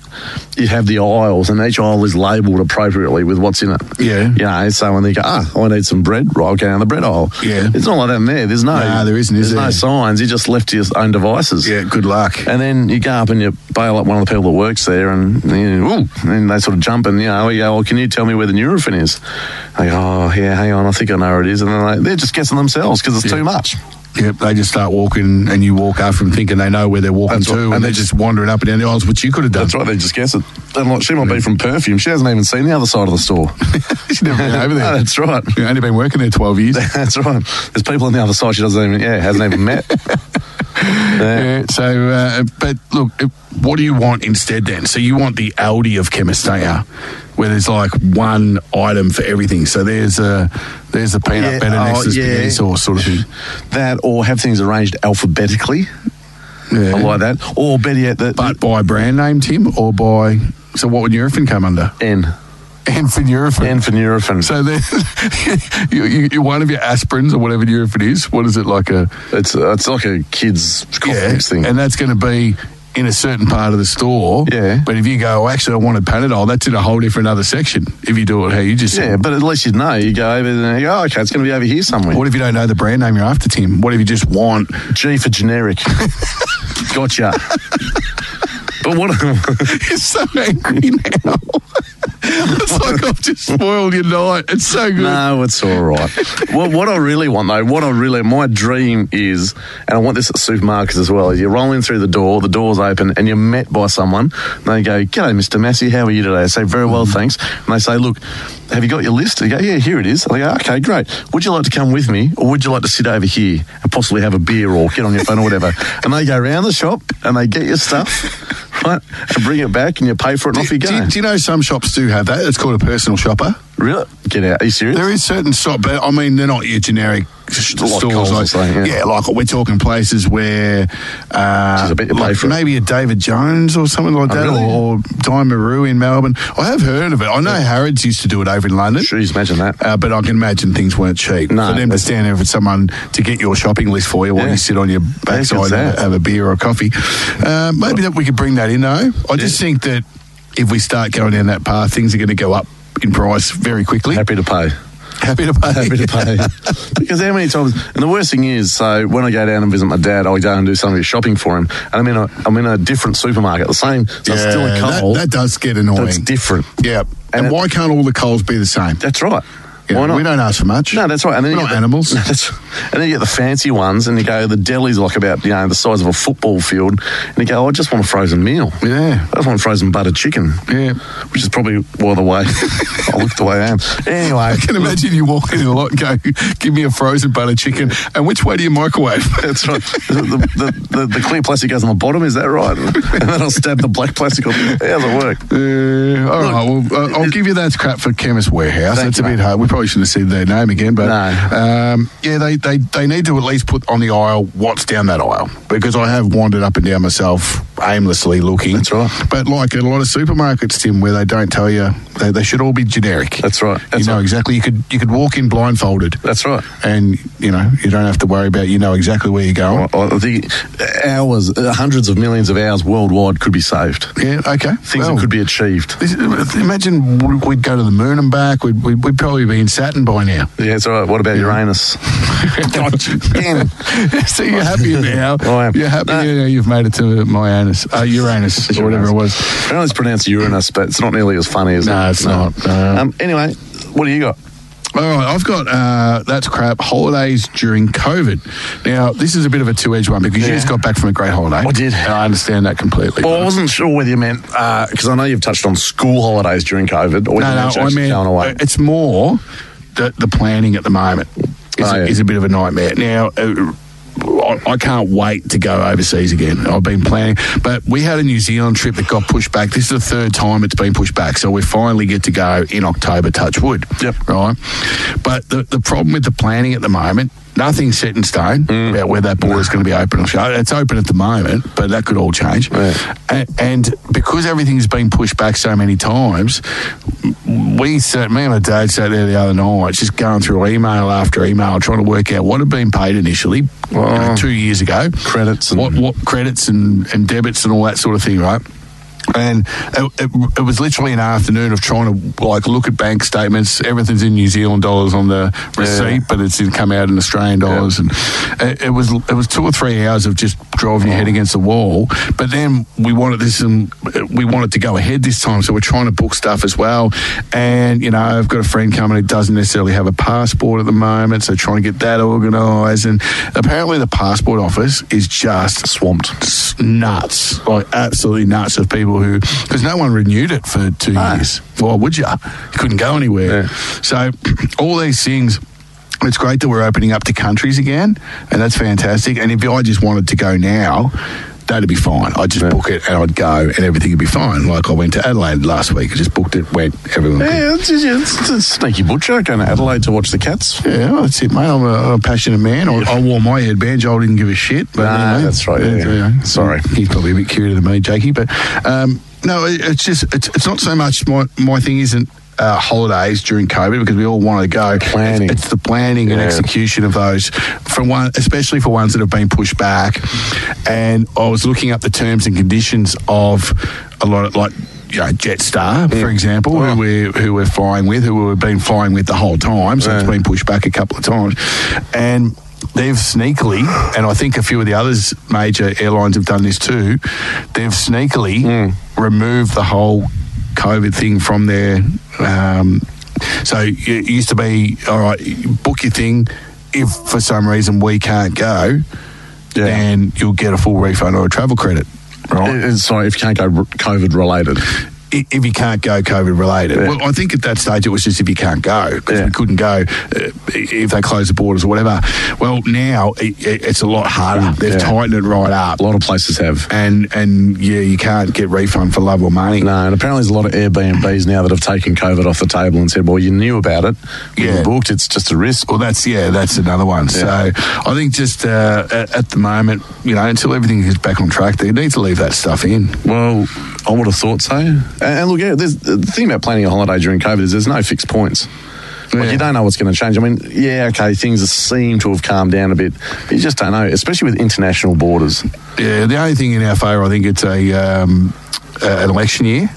Speaker 3: you have the aisles and each aisle is labelled appropriately with what's in it.
Speaker 4: Yeah.
Speaker 3: You know, so when they go, ah, I need some bread, right, I'll go down the bread aisle.
Speaker 4: Yeah.
Speaker 3: It's not like that in there. There's no,
Speaker 4: Nah, there isn't, is
Speaker 3: there's no
Speaker 4: there?
Speaker 3: signs. You're just left to your own devices.
Speaker 4: Yeah, good luck.
Speaker 3: And then you go up and you bail up one of the people that works there, and you know, ooh, and they sort of jump and you know, you go, well, can you tell me where the Nurofen is? They go, oh yeah, hang on, I think I know where it is, and then they, they're just guessing themselves because it's too much.
Speaker 4: Yep, they just start walking, and you walk after them thinking they know where they're walking
Speaker 3: That's
Speaker 4: to,
Speaker 3: right.
Speaker 4: and,
Speaker 3: And
Speaker 4: they're
Speaker 3: they-
Speaker 4: just wandering up and down the aisles, which you could have done.
Speaker 3: That's right, they just guess it. And like, she might be from perfume. She hasn't even seen the other side of the store.
Speaker 4: She's never been over there.
Speaker 3: No, that's right.
Speaker 4: You've only been working there 12 years.
Speaker 3: That's right. There's people on the other side she doesn't even, yeah, hasn't even met. Yeah.
Speaker 4: Yeah, so, uh, but look, uh, what do you want instead then? So you want the Aldi of chemists, don't you? Where there's like one item for everything. So there's a there's a peanut
Speaker 3: Yeah,
Speaker 4: butter next
Speaker 3: oh,
Speaker 4: to spaghetti
Speaker 3: yeah.
Speaker 4: sauce sort of thing.
Speaker 3: That or have things arranged alphabetically.
Speaker 4: Yeah.
Speaker 3: I like that. Or better yet, the,
Speaker 4: But by brand name, Tim, or by so what would Nurofen come under?
Speaker 3: N.
Speaker 4: And for Nurofen.
Speaker 3: N for Nurofen.
Speaker 4: So then, you, you, you- one of your aspirins or whatever Nurofen is. What is it like a
Speaker 3: it's, it's like a kid's cough mix thing.
Speaker 4: and that's going to be in a certain part of the store.
Speaker 3: Yeah.
Speaker 4: But if you go, "Oh, actually, I want a Panadol, that's in a whole different other section. If you do it how you just
Speaker 3: yeah,
Speaker 4: said.
Speaker 3: but at least you know. You go over there and you go, oh, okay, it's going to be over here somewhere.
Speaker 4: What if you don't know the brand name you're after, Tim? What if you just want?
Speaker 3: G for generic. gotcha. but what...
Speaker 4: You're so angry now. it's like I've just spoiled your night. It's so good.
Speaker 3: No, it's all right. what, what I really want, though, what I really, my dream is, and I want this at supermarkets as well, is you're rolling through the door, the door's open, and you're met by someone, and they go, G'day, Mr. Massey, how are you today? I say, Very
Speaker 4: Mm.
Speaker 3: well, thanks. And they say, Look, have you got your list? They go, Yeah, here it is. I go, Okay, great. Would you like to come with me, or would you like to sit over here and possibly have a beer or get on your phone or whatever? And they go round the shop and they get your stuff, right, and bring it back, and you pay for it, and off
Speaker 4: Do,
Speaker 3: you go.
Speaker 4: do you know some shops do have that? It's called a personal shopper.
Speaker 3: really? Get out. Are you serious?
Speaker 4: There is certain shop, but I mean they're not your generic sh-
Speaker 3: Like
Speaker 4: stores.
Speaker 3: Coles or
Speaker 4: Like,
Speaker 3: something,
Speaker 4: yeah.
Speaker 3: yeah.
Speaker 4: like we're talking places where, uh,
Speaker 3: Jeez, I bet you pay
Speaker 4: like
Speaker 3: for it.
Speaker 4: maybe a David Jones or something like
Speaker 3: Oh,
Speaker 4: that,
Speaker 3: really?
Speaker 4: or, or Dime Maru in Melbourne. I have heard of it. I know Harrods used to do it over in London.
Speaker 3: Jeez, imagine that.
Speaker 4: Uh, but I can imagine things weren't cheap.
Speaker 3: No.
Speaker 4: for them to stand there for someone to get your shopping list for you while
Speaker 3: Yeah.
Speaker 4: you sit on your backside
Speaker 3: that.
Speaker 4: and have a beer or a coffee. Uh, maybe that we could bring that in, though. I just think that if we start going down that path, things are going to go up in price very quickly.
Speaker 3: Happy to pay.
Speaker 4: Happy to pay.
Speaker 3: happy to pay. because how many times? And the worst thing is, so when I go down and visit my dad, I go and do some of his shopping for him, and I'm in a I'm in a different supermarket, the same, so it's still a
Speaker 4: that-
Speaker 3: Coles.
Speaker 4: That, does get annoying.
Speaker 3: that's different.
Speaker 4: yeah.
Speaker 3: And
Speaker 4: And,
Speaker 3: it-
Speaker 4: why can't all the coals be the same?
Speaker 3: That's right.
Speaker 4: You
Speaker 3: Why
Speaker 4: know,
Speaker 3: not?
Speaker 4: We don't ask for much.
Speaker 3: No, that's right. And then
Speaker 4: We're
Speaker 3: you
Speaker 4: not
Speaker 3: get the-
Speaker 4: animals.
Speaker 3: No, that's, and then you get the fancy ones, and you go, the deli's like about you know the size of a football field, and you go, I just want a frozen meal.
Speaker 4: Yeah.
Speaker 3: I just want frozen buttered chicken.
Speaker 4: Yeah.
Speaker 3: which is probably why the way I look the way I am. Anyway,
Speaker 4: I can imagine you walk into the lot and go, give me a frozen butter chicken. And which way do you microwave?
Speaker 3: That's right. The, the, the, the clear plastic goes on the bottom, is that right? And then I'll stab the black plastic on. How does it work?
Speaker 4: Uh, all right, well, uh, I'll give you that crap for Chemist Warehouse.
Speaker 3: Thank
Speaker 4: That's a
Speaker 3: you,
Speaker 4: bit
Speaker 3: mate.
Speaker 4: hard. We probably shouldn't have said their name again, but
Speaker 3: No.
Speaker 4: um, yeah, they, they, they need to at least put on the aisle what's down that aisle because I have wandered up and down myself aimlessly looking.
Speaker 3: That's right.
Speaker 4: But like in a lot of supermarkets, Tim, where they don't tell you, they, they should all be generic.
Speaker 3: That's right. That's
Speaker 4: you know
Speaker 3: right.
Speaker 4: exactly. You could you could walk in blindfolded,
Speaker 3: That's right.
Speaker 4: and you know you don't have to worry about. You know exactly where you're going.
Speaker 3: I I think hours, uh, hundreds of millions of hours worldwide could be saved.
Speaker 4: Yeah. Okay.
Speaker 3: Things
Speaker 4: Well,
Speaker 3: that could be achieved.
Speaker 4: This- Imagine w- we'd go to the moon and back. We'd, we'd, we'd probably be in Saturn by now.
Speaker 3: Yeah, that's all right. What about Uranus? Damn.
Speaker 4: so you're happier now.
Speaker 3: Oh. I am. Uh,
Speaker 4: You're happier
Speaker 3: No.
Speaker 4: now. You've made it to my anus, uh, Uranus, or whatever it was.
Speaker 3: I know it's pronounced Uranus, but it's not nearly as funny as
Speaker 4: No, it's not. No.
Speaker 3: Um, anyway, what do you got?
Speaker 4: All right, I've got uh, that's crap. Holidays during COVID. Now this is a bit of a two-edged one because you
Speaker 3: Yeah.
Speaker 4: just got back from a great holiday.
Speaker 3: I did.
Speaker 4: And I understand that completely.
Speaker 3: Well, I wasn't sure whether you meant because I know you've touched on school holidays during COVID. Or
Speaker 4: no, no, I mean uh,
Speaker 3: going away.
Speaker 4: it's more the, the planning at the moment is,
Speaker 3: Oh, yeah.
Speaker 4: is a bit of a nightmare. Now, uh, I- I can't wait to go overseas again. I've been planning, but we had a New Zealand trip that got pushed back. This is the third time it's been pushed back, so we finally get to go in October. Touch wood.
Speaker 3: Yep.
Speaker 4: Right. But the the problem with the planning at the moment. Nothing's set in stone
Speaker 3: Mm.
Speaker 4: about where that border's going to be open or shut. It's open at the moment, but that could all change.
Speaker 3: Yeah.
Speaker 4: A- and because everything's been pushed back so many times, we sat, me and my dad sat there the other night, just going through email after email, trying to work out what had been paid initially you know, two years ago,
Speaker 3: Oh. Credits and-
Speaker 4: what what credits and and debits and all that sort of thing, right? And it, it, it was literally an afternoon of trying to like look at bank statements. Everything's in New Zealand dollars on the receipt, but it's in, come out in Australian dollars, and it, it was it was two or three hours of just driving your head against the wall. But then we wanted this, and we wanted to go ahead this time, so we're trying to book stuff as well. And you know, I've got a friend coming who doesn't necessarily have a passport at the moment, so trying to get that organised. And apparently, the passport office is just
Speaker 3: Swamped.
Speaker 4: s- nuts, like absolutely nuts of people who, because no one renewed it for two years. Why would you? You couldn't go anywhere. So all these things. It's great that we're opening up to countries again, and that's fantastic. And if I just wanted to go now, that'd be fine. I'd just book it and I'd go, and everything would be fine. Like I went to Adelaide last week, I just booked it, went, everyone. could-
Speaker 3: Yeah, it's, it's, it's a sneaky butcher going to Adelaide to watch the cats.
Speaker 4: Yeah, well, that's it, mate. I'm a, I'm a passionate man. I, I wore my headband. Joel didn't give a shit. But
Speaker 3: Nah,
Speaker 4: anyway.
Speaker 3: that's right, yeah. Sorry.
Speaker 4: he's probably a bit cuter than me, Jakey. But um, no, it, it's just it's, it's not so much my my thing isn't. Uh, holidays during COVID because we all want to go. It's-
Speaker 3: Planning.
Speaker 4: It's, the planning and
Speaker 3: Yeah.
Speaker 4: execution of those for one, especially for ones that have been pushed back. And I was looking up the terms and conditions of a lot of like you know, Jetstar, for example, who we're who we're flying with, who we've been flying with the whole time. So it's been pushed back a couple of times, and they've sneakily, and I think a few of the others major airlines have done this too. They've sneakily removed the whole COVID thing from their. Um, so it used to be all right, book your thing. If for some reason we can't go,
Speaker 3: Yeah.
Speaker 4: then you'll get a full refund or a travel credit. Right?
Speaker 3: Uh, uh, sorry, if you can't go r- COVID related.
Speaker 4: i- if you can't go COVID related.
Speaker 3: Yeah.
Speaker 4: Well, I think at that stage it was just if you can't go because
Speaker 3: Yeah.
Speaker 4: we couldn't go uh, if they close the borders or whatever. Well, now it, it, it's a lot harder. They've
Speaker 3: Yeah.
Speaker 4: tightened it right up.
Speaker 3: A lot of places have.
Speaker 4: And and yeah, you can't get refund for love or money.
Speaker 3: No, and apparently there's a lot of Airbnbs now that have taken COVID off the table and said, well, you knew about it. when
Speaker 4: Yeah.
Speaker 3: You booked, it's just a risk.
Speaker 4: Well, that's yeah, that's another one. So I think just uh, at, at the moment, you know, until everything is back on track, they need to leave that stuff in.
Speaker 3: Well, I would have thought so. And, and look, yeah, there's, the thing about planning a holiday during COVID is there's no fixed points. Like
Speaker 4: Yeah.
Speaker 3: you don't know what's going to change. I mean, yeah, okay, things seem to have calmed down a bit, but you just don't know, especially with international borders.
Speaker 4: Yeah, the only thing in our favour, I think it's a um, uh, an election year.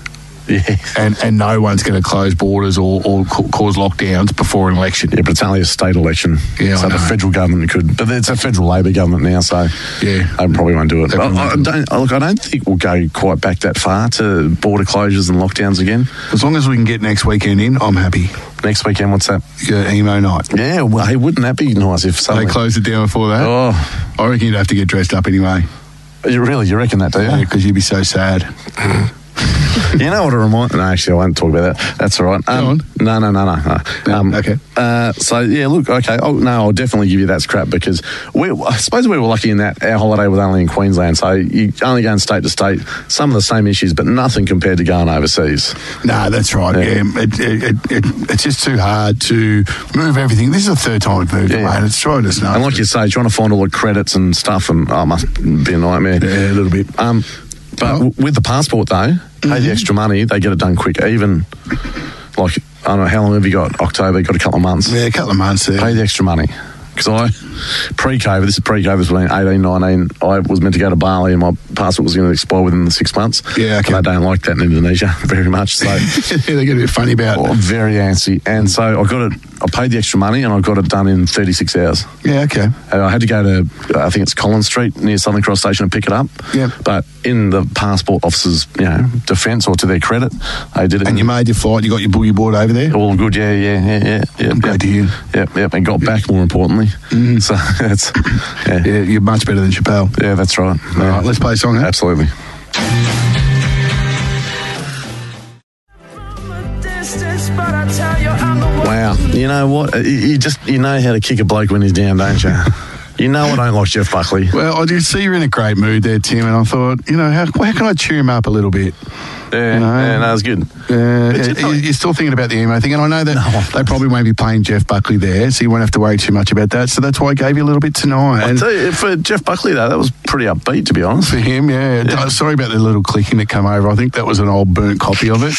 Speaker 4: and and no one's going to close borders or, or ca- cause lockdowns before an election.
Speaker 3: Yeah, but it's only a state election.
Speaker 4: Yeah,
Speaker 3: so
Speaker 4: I
Speaker 3: the
Speaker 4: know.
Speaker 3: federal government could, but it's a federal Labor government now, so
Speaker 4: Yeah.
Speaker 3: they probably won't do it. I,
Speaker 4: They probably
Speaker 3: I
Speaker 4: won't.
Speaker 3: don't, look, I don't think we'll go quite back that far to border closures and lockdowns again.
Speaker 4: As long as we can get next weekend in, I'm happy.
Speaker 3: Next weekend, what's that?
Speaker 4: Yeah, emo night.
Speaker 3: Yeah, well, hey, wouldn't that be nice if
Speaker 4: They
Speaker 3: suddenly
Speaker 4: close it down before that.
Speaker 3: Oh,
Speaker 4: I reckon you'd have to get dressed up anyway.
Speaker 3: you really? You reckon that, do
Speaker 4: Yeah,
Speaker 3: you?
Speaker 4: because you'd be so sad.
Speaker 3: You know what it reminds? No, actually, I won't talk about that. That's all right. Um, No, no, no, no. no. Um,
Speaker 4: okay.
Speaker 3: Uh, so yeah, look, okay. Oh no, I'll definitely give you that scrap because we, I suppose we were lucky in that our holiday was only in Queensland, so you only going state to state. Some of the same issues, but nothing compared to going overseas.
Speaker 4: No, that's right. Yeah, It, it, it, it, it's just too hard to move everything. This is the third time we've moved it,
Speaker 3: Yeah.
Speaker 4: mate. It's driving us nuts.
Speaker 3: And like you say, trying to find all the credits and stuff, and oh, it must be a nightmare.
Speaker 4: Yeah, a little bit. Oh.
Speaker 3: Um,
Speaker 4: Mm-hmm.
Speaker 3: but w- with the passport though, pay the extra money, they get it done quick. Even like I don't know how long have you got? October, you got a couple of months.
Speaker 4: yeah, a couple of months there.
Speaker 3: pay the extra money. Because I, pre COVID, this is pre COVID, this was 18, 19, I was meant to go to Bali and my passport was going to expire within the six months.
Speaker 4: Yeah, okay.
Speaker 3: And I don't like that in Indonesia very much. So
Speaker 4: yeah, they get a bit funny about
Speaker 3: I'm very antsy. And so I got it, I paid the extra money and I got it done in 36 hours.
Speaker 4: Yeah, okay.
Speaker 3: And I had to go to, uh, I think it's Collins Street near Southern Cross Station and pick it up.
Speaker 4: Yep.
Speaker 3: But in the passport officer's, you know, defence or to their credit, they did it.
Speaker 4: And you
Speaker 3: in-
Speaker 4: made your flight, you got your boogie board over there.
Speaker 3: all good, yeah, yeah, yeah, yeah. yeah
Speaker 4: I'm glad
Speaker 3: yep.
Speaker 4: to hear.
Speaker 3: Yep, yep, and got back more importantly. So that's, yeah.
Speaker 4: Mm-hmm. Yeah, you're much better than Chappelle.
Speaker 3: Yeah, that's right.
Speaker 4: All
Speaker 3: Yeah.
Speaker 4: right, let's play a song. huh?
Speaker 3: Absolutely. Wow. You know what? You- You just you know how to kick a bloke when he's down, don't you? you know I don't like Jeff Buckley.
Speaker 4: Well, I do see you're in a great mood there, Tim, and I thought, you know, how, how can I cheer him up a little bit?
Speaker 3: Yeah,
Speaker 4: You know.
Speaker 3: yeah, no, it's good.
Speaker 4: Uh,
Speaker 3: But you know-
Speaker 4: you- you're still thinking about the emo thing, and I know that they probably won't be playing Jeff Buckley there, so you won't have to worry too much about that. So that's why I gave you a little bit tonight.
Speaker 3: I
Speaker 4: And
Speaker 3: tell you, for Jeff Buckley though, that was pretty upbeat to be honest.
Speaker 4: for him, yeah. Oh, Sorry about the little clicking that come over. I think that was an old burnt copy of it.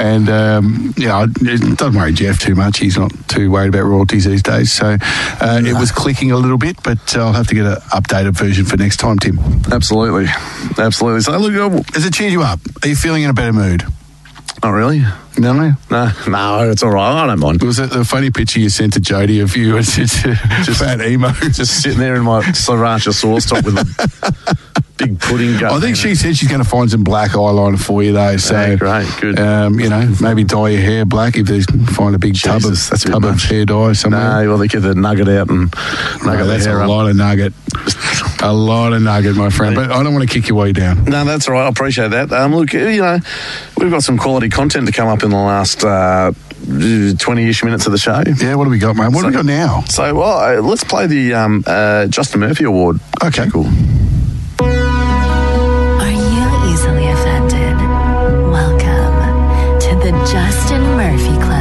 Speaker 4: And um, yeah, I- don't worry, Jeff, too much. He's not too worried about royalties these days. So uh, it was clicking a little bit, but uh, I'll have to get an updated version for next time, Tim.
Speaker 3: Absolutely, absolutely. So look, oh,
Speaker 4: Has it cheered you up? Are you feeling in a better mood?
Speaker 3: not really.
Speaker 4: No, no.
Speaker 3: No, no, it's all right. I don't mind.
Speaker 4: It was a, the funny picture you sent to Jody of you as just fat emo.
Speaker 3: Just sitting there in my sriracha sauce top with a big pudding.
Speaker 4: I
Speaker 3: going
Speaker 4: think
Speaker 3: in
Speaker 4: she said she's going to find some black eyeliner for you though. So
Speaker 3: Yeah, great, good.
Speaker 4: Um, you know, maybe dye your hair black if you find a big tub
Speaker 3: Jesus,
Speaker 4: of
Speaker 3: that's a bit
Speaker 4: tub of
Speaker 3: much.
Speaker 4: hair dye
Speaker 3: No,
Speaker 4: somewhere.
Speaker 3: well, they get the nugget out and nugget
Speaker 4: No,
Speaker 3: the
Speaker 4: that's
Speaker 3: hair
Speaker 4: a
Speaker 3: up.
Speaker 4: lot of nugget. a lot of nugget, my friend. But I don't want to kick your way down.
Speaker 3: No, that's all right. I appreciate that. Um, look, you know, we've got some quality content to come up in the last uh, 20-ish minutes of the show.
Speaker 4: Yeah, what do we got, mate? What do we got now?
Speaker 3: So, well, uh, let's play the um, uh, Justin Murphy Award.
Speaker 4: Okay.
Speaker 3: Cool.
Speaker 2: Are you easily offended? Welcome to the Justin Murphy Club.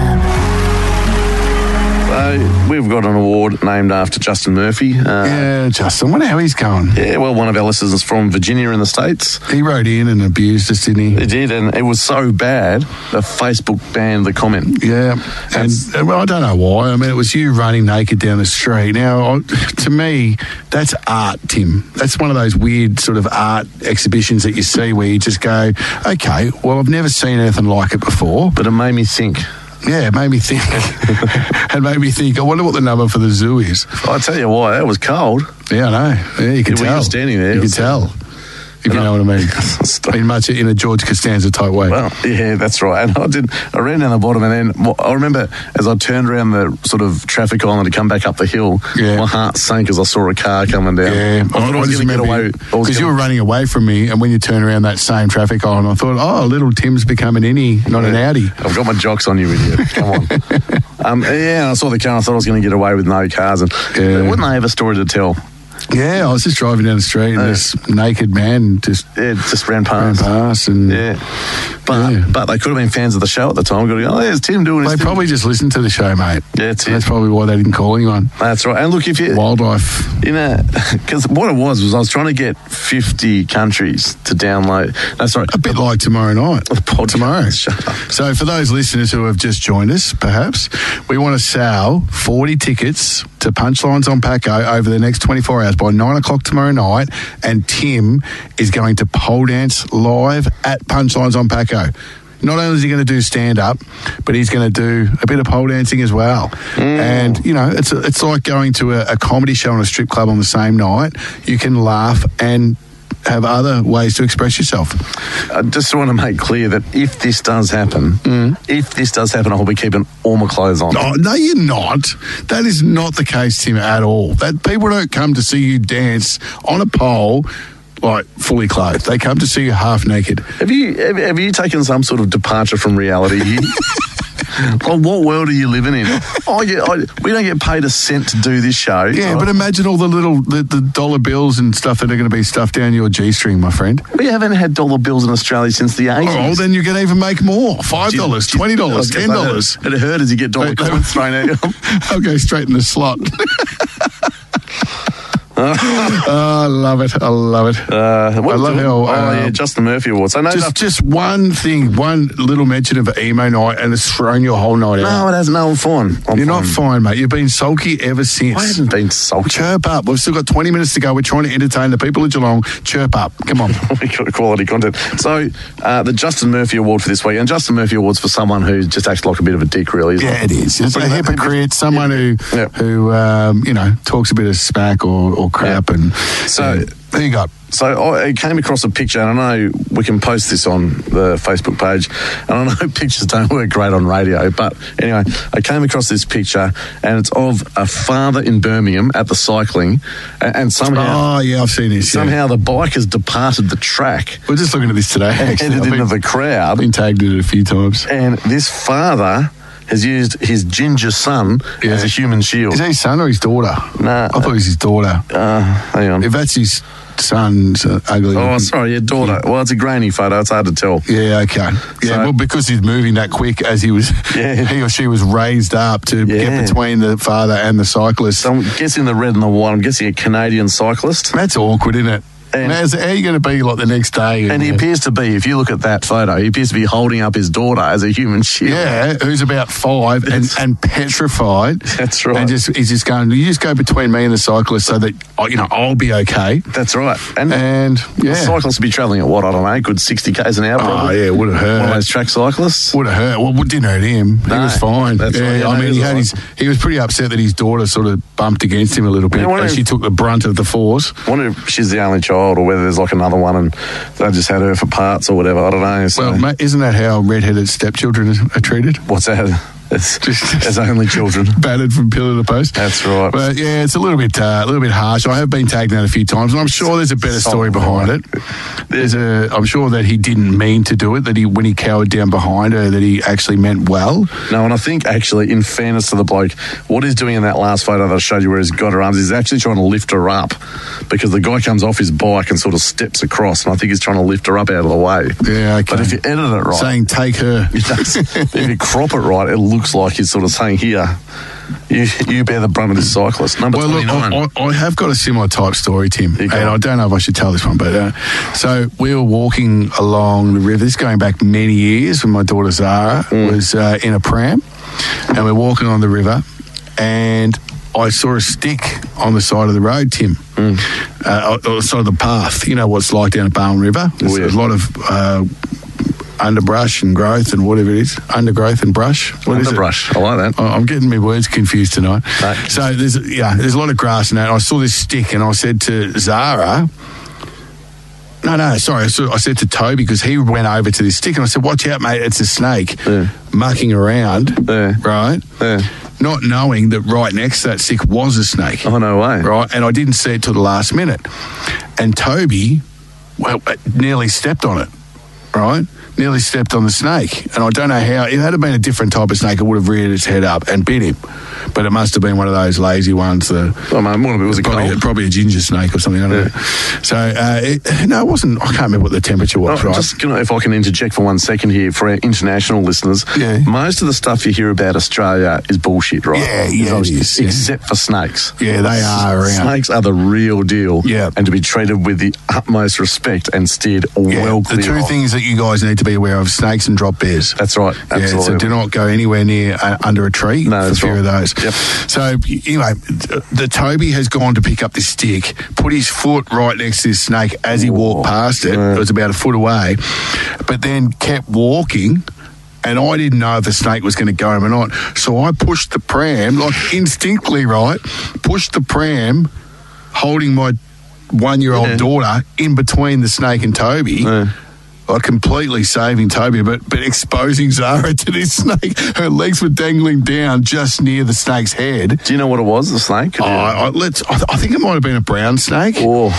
Speaker 3: So, we've got an award named after Justin Murphy. Uh,
Speaker 4: Yeah, Justin. Wonder how he's going.
Speaker 3: yeah, well, one of our listeners is from Virginia in the States.
Speaker 4: He rode in and abused us, didn't he?
Speaker 3: It did, and it was so bad that Facebook banned the comment.
Speaker 4: Yeah, and
Speaker 3: That's-
Speaker 4: uh, well, I don't know why. I mean, it was you running naked down the street. Now, I, to me, that's art, Tim. That's one of those weird sort of art exhibitions that you see where you just go, okay, well, I've never seen anything like it before.
Speaker 3: But it made me think.
Speaker 4: Yeah, it made me think. it made me think. I wonder what the number for the zoo is.
Speaker 3: I tell you why, that was cold.
Speaker 4: Yeah, I know. Yeah, you can
Speaker 3: Yeah, well,
Speaker 4: tell.
Speaker 3: you were standing there. It
Speaker 4: You can
Speaker 3: was-
Speaker 4: tell. If you
Speaker 3: And I-
Speaker 4: know what I mean. in much in a George Costanza type way.
Speaker 3: Well, yeah, that's right. And I did. I ran down the bottom, and then well, I remember as I turned around the sort of traffic island to come back up the hill,
Speaker 4: Yeah.
Speaker 3: my heart sank as I saw a car coming down.
Speaker 4: Yeah,
Speaker 3: I thought I was going to get away. I was
Speaker 4: because you
Speaker 3: gonna-
Speaker 4: were running away from me, and when you turn around that same traffic island, I thought, oh, little Tim's become an innie, not an outie.
Speaker 3: I've got my jocks on you, idiot. Come on. um, yeah, and I saw the car. and I thought I was going to get away with no cars, and
Speaker 4: Yeah.
Speaker 3: wouldn't I have a story to tell?
Speaker 4: Yeah, I was just driving down the street, and this naked man just
Speaker 3: Yeah, it just ran
Speaker 4: ran
Speaker 3: past.
Speaker 4: past, and
Speaker 3: Yeah, but
Speaker 4: Yeah.
Speaker 3: but they could have been fans of the show at the time. Got to go. Oh, there's Tim doing his
Speaker 4: they
Speaker 3: thing."
Speaker 4: probably just listened to the show, mate.
Speaker 3: Yeah, that's it.
Speaker 4: That's probably why they didn't call anyone.
Speaker 3: That's right. And look, if you
Speaker 4: Wildlife.
Speaker 3: You know, because what it was was I was trying to get 50 countries to download. No, sorry.
Speaker 4: A bit like tomorrow night.
Speaker 3: podcast.
Speaker 4: Tomorrow.
Speaker 3: Shut up.
Speaker 4: So, for those listeners who have just joined us, perhaps, we want to sell 40 tickets to Punchlines on Paco over the next 24 hours by 9 o'clock tomorrow night. And Tim is going to pole dance live at Punchlines on Paco. Not only is he going to do stand up, but he's going to do a bit of pole dancing as well.
Speaker 3: Mm.
Speaker 4: And you know, it's it's like going to a, a comedy show and a strip club on the same night. You can laugh and have other ways to express yourself.
Speaker 3: I just want to make clear that if this does happen, if this does happen, I'll be keeping all my clothes on.
Speaker 4: Mm. Oh, no, you're not. That is not the case, Tim, at all. That people don't come to see you dance on a pole like fully clothed. They come to see you half naked.
Speaker 3: Have you have, have you taken some sort of departure from reality? here? Well, what world are you living in? I get, I, we don't get paid a cent to do this show.
Speaker 4: Yeah, but imagine all the little the, the dollar bills and stuff that are going to be stuffed down your g string, my friend.
Speaker 3: we haven't had dollar bills in Australia since the 80s.
Speaker 4: Oh, then you're going to even make more five dollars, twenty dollars, ten dollars.
Speaker 3: It hurt as you get dollar
Speaker 4: They- they-
Speaker 3: coins thrown at you.
Speaker 4: I'll go straight in the slot. Oh, I love it. I love it.
Speaker 3: Uh, what
Speaker 4: I love
Speaker 3: do-
Speaker 4: how,
Speaker 3: Oh, yeah,
Speaker 4: um,
Speaker 3: Justin Murphy Award. So no,
Speaker 4: just, just one thing, one little mention of emo night, and it's thrown your whole night out.
Speaker 3: no, it hasn't. No, I'm fine. I'm
Speaker 4: You're not fine, mate. You've been sulky ever
Speaker 3: I
Speaker 4: since.
Speaker 3: haven't been sulky.
Speaker 4: Chirp up. We've still got 20 minutes to go. We're trying to entertain the people of Geelong. Chirp up. Come on.
Speaker 3: quality content. So, uh, the Justin Murphy Award for this week, and Justin Murphy Award's for someone who just acts like a bit of a dick, really. He's
Speaker 4: Yeah,
Speaker 3: like-
Speaker 4: it is. It's a
Speaker 3: Like,
Speaker 4: hypocrite, someone who,
Speaker 3: Yeah.
Speaker 4: who um, you know, talks a bit of smack or, or crap. And
Speaker 3: So-
Speaker 4: and there you go.
Speaker 3: So I I came across a picture, and I know we can post this on the Facebook page. And I know pictures don't work great on radio, but anyway, I came across this picture, and it's of a father in Birmingham at the cycling, and, and somehow
Speaker 4: Oh, yeah, I've seen this. yeah.
Speaker 3: somehow the bike has departed the track,
Speaker 4: We're just looking at this today.
Speaker 3: and
Speaker 4: Actually.
Speaker 3: headed
Speaker 4: I've
Speaker 3: into
Speaker 4: been,
Speaker 3: the crowd.
Speaker 4: I've been tagged in it a few times.
Speaker 3: and this father has used his ginger son
Speaker 4: Yeah.
Speaker 3: as a human shield.
Speaker 4: Is that his son or his daughter?
Speaker 3: Nah.
Speaker 4: I thought it was his daughter.
Speaker 3: uh, hang on.
Speaker 4: If that's his son, it's an ugly.
Speaker 3: Oh,
Speaker 4: looking-
Speaker 3: sorry, your daughter. Well, it's a grainy photo. It's hard to tell.
Speaker 4: Yeah, okay. Yeah,
Speaker 3: So-
Speaker 4: well, because he's moving that quick, as he was,
Speaker 3: Yeah.
Speaker 4: he or she was raised up to
Speaker 3: Yeah.
Speaker 4: get between the father and the cyclist.
Speaker 3: So I'm guessing the red and the white. I'm guessing a Canadian cyclist.
Speaker 4: That's awkward, isn't it?
Speaker 3: And-
Speaker 4: And how's, how are you going to be like the next day?
Speaker 3: And he appears to be, if you look at that photo, he appears to be holding up his daughter as a human shield.
Speaker 4: yeah, who's about five and,
Speaker 3: That's-
Speaker 4: and petrified.
Speaker 3: That's right.
Speaker 4: And just he's just going. You just go between me and the cyclist, so that oh, you know I'll be okay.
Speaker 3: That's right. And,
Speaker 4: And Uh, yeah,
Speaker 3: the cyclists would be travelling at what, I don't know, a good 60 k's an hour
Speaker 4: oh
Speaker 3: probably.
Speaker 4: yeah, would have
Speaker 3: One of
Speaker 4: hurt.
Speaker 3: those track cyclists.
Speaker 4: Would have hurt. Well, it didn't hurt him. He
Speaker 3: No,
Speaker 4: was fine.
Speaker 3: that's
Speaker 4: yeah,
Speaker 3: right. Yeah,
Speaker 4: I
Speaker 3: no,
Speaker 4: mean,
Speaker 3: he was
Speaker 4: he had
Speaker 3: all
Speaker 4: his. He was pretty upset that his daughter sort of bumped against him a little bit,
Speaker 3: Yeah, one
Speaker 4: and
Speaker 3: of-
Speaker 4: she took the brunt of the force.
Speaker 3: wonder if she's the only child or whether there's like another one and they just had her for parts or whatever. I don't know. So.
Speaker 4: Well, mate, isn't that how redheaded stepchildren are treated?
Speaker 3: What's that? It's
Speaker 4: Just-
Speaker 3: as only children.
Speaker 4: Battered from pillar to post.
Speaker 3: That's right.
Speaker 4: But yeah, it's a little bit, uh, a little bit harsh. I have been tagged out a few times, and I'm sure there's a better story behind it. There's a. I'm sure that he didn't mean to do it. That he, when he cowered down behind her, that he actually meant well.
Speaker 3: No, and I think actually, in fairness to the bloke, what he's doing in that last photo that I showed you where he's got her arms, he's actually trying to lift her up because the guy comes off his bike and sort of steps across, and I think he's trying to lift her up out of the way.
Speaker 4: Yeah, okay.
Speaker 3: But if you edit it right,
Speaker 4: Saying take her.
Speaker 3: it does- if you crop it right, it looks like he's sort of saying, "Here, you you bear the brunt of this cyclist." Number
Speaker 4: Well, look,
Speaker 3: twenty-nine.
Speaker 4: I, I, I have got a similar type story, Tim,
Speaker 3: You
Speaker 4: and
Speaker 3: go.
Speaker 4: I don't know if I should tell this one, but uh, so we were walking along the river. This is going back many years when my daughter Zara
Speaker 3: Mm.
Speaker 4: was uh, in a pram, and we're walking on the river, and I saw a stick on the side of the road, Tim,
Speaker 3: Mm.
Speaker 4: uh, on the side of the path. You know what it's like down at Barwon River. There's
Speaker 3: Oh, yeah.
Speaker 4: a lot of. Uh, Underbrush and growth and whatever it is, undergrowth and brush. What is it?
Speaker 3: Underbrush. I like that.
Speaker 4: I- I'm getting my words confused tonight.
Speaker 3: Right.
Speaker 4: So there's yeah, there's a lot of grass in that. I saw this stick and I said to Zara, no, no, sorry. I saw- I said to Toby because he went over to this stick and I said, watch out, mate, it's a snake
Speaker 3: Yeah.
Speaker 4: mucking around,
Speaker 3: Yeah.
Speaker 4: right?
Speaker 3: Yeah.
Speaker 4: Not knowing that right next to that stick was a snake
Speaker 3: Oh no way!
Speaker 4: right? And I didn't see it till the last minute. And Toby, well, uh, nearly stepped on it, right? Nearly stepped on the snake. And I don't know how, if it had been a different type of snake, it would have reared its head up and bit him. But it must have been one of those lazy ones that.
Speaker 3: Oh man, one of it was a
Speaker 4: Probably,
Speaker 3: cold.
Speaker 4: probably a ginger snake or something. I don't know. So, uh, it, no, it wasn't. I can't remember what the temperature was,
Speaker 3: Oh,
Speaker 4: right?
Speaker 3: Just can I, if I can interject for one second here for our international listeners,
Speaker 4: Yeah.
Speaker 3: most of the stuff you hear about Australia is bullshit, right?
Speaker 4: Yeah, yeah, it
Speaker 3: Obviously,
Speaker 4: is, yeah.
Speaker 3: Except for snakes.
Speaker 4: yeah, they are around.
Speaker 3: Snakes are the real deal,
Speaker 4: Yeah.
Speaker 3: and to be treated with the utmost respect and steered
Speaker 4: Yeah,
Speaker 3: well clear.
Speaker 4: the two
Speaker 3: of.
Speaker 4: things that you guys need to be aware of snakes and drop bears.
Speaker 3: That's right,
Speaker 4: Yeah, so
Speaker 3: absolutely.
Speaker 4: do not go anywhere near uh, under a tree
Speaker 3: No,
Speaker 4: for
Speaker 3: that's
Speaker 4: fear
Speaker 3: right.
Speaker 4: of those.
Speaker 3: Yep.
Speaker 4: So anyway, th- the Toby has gone to pick up this stick, put his foot right next to this snake as he walked past it. It was about a foot away, but then kept walking and I didn't know if the snake was going to go him or not. So I pushed the pram, like instinctively, right? Pushed the pram, holding my one year old
Speaker 3: Yeah.
Speaker 4: daughter in between the snake and Toby. Like completely saving Toby, but but exposing Zara to this snake. Her legs were dangling down just near the snake's head.
Speaker 3: Do you know what it was? The snake?
Speaker 4: Oh, I, I- let's. I, I think it might have been a brown snake.
Speaker 3: Oh,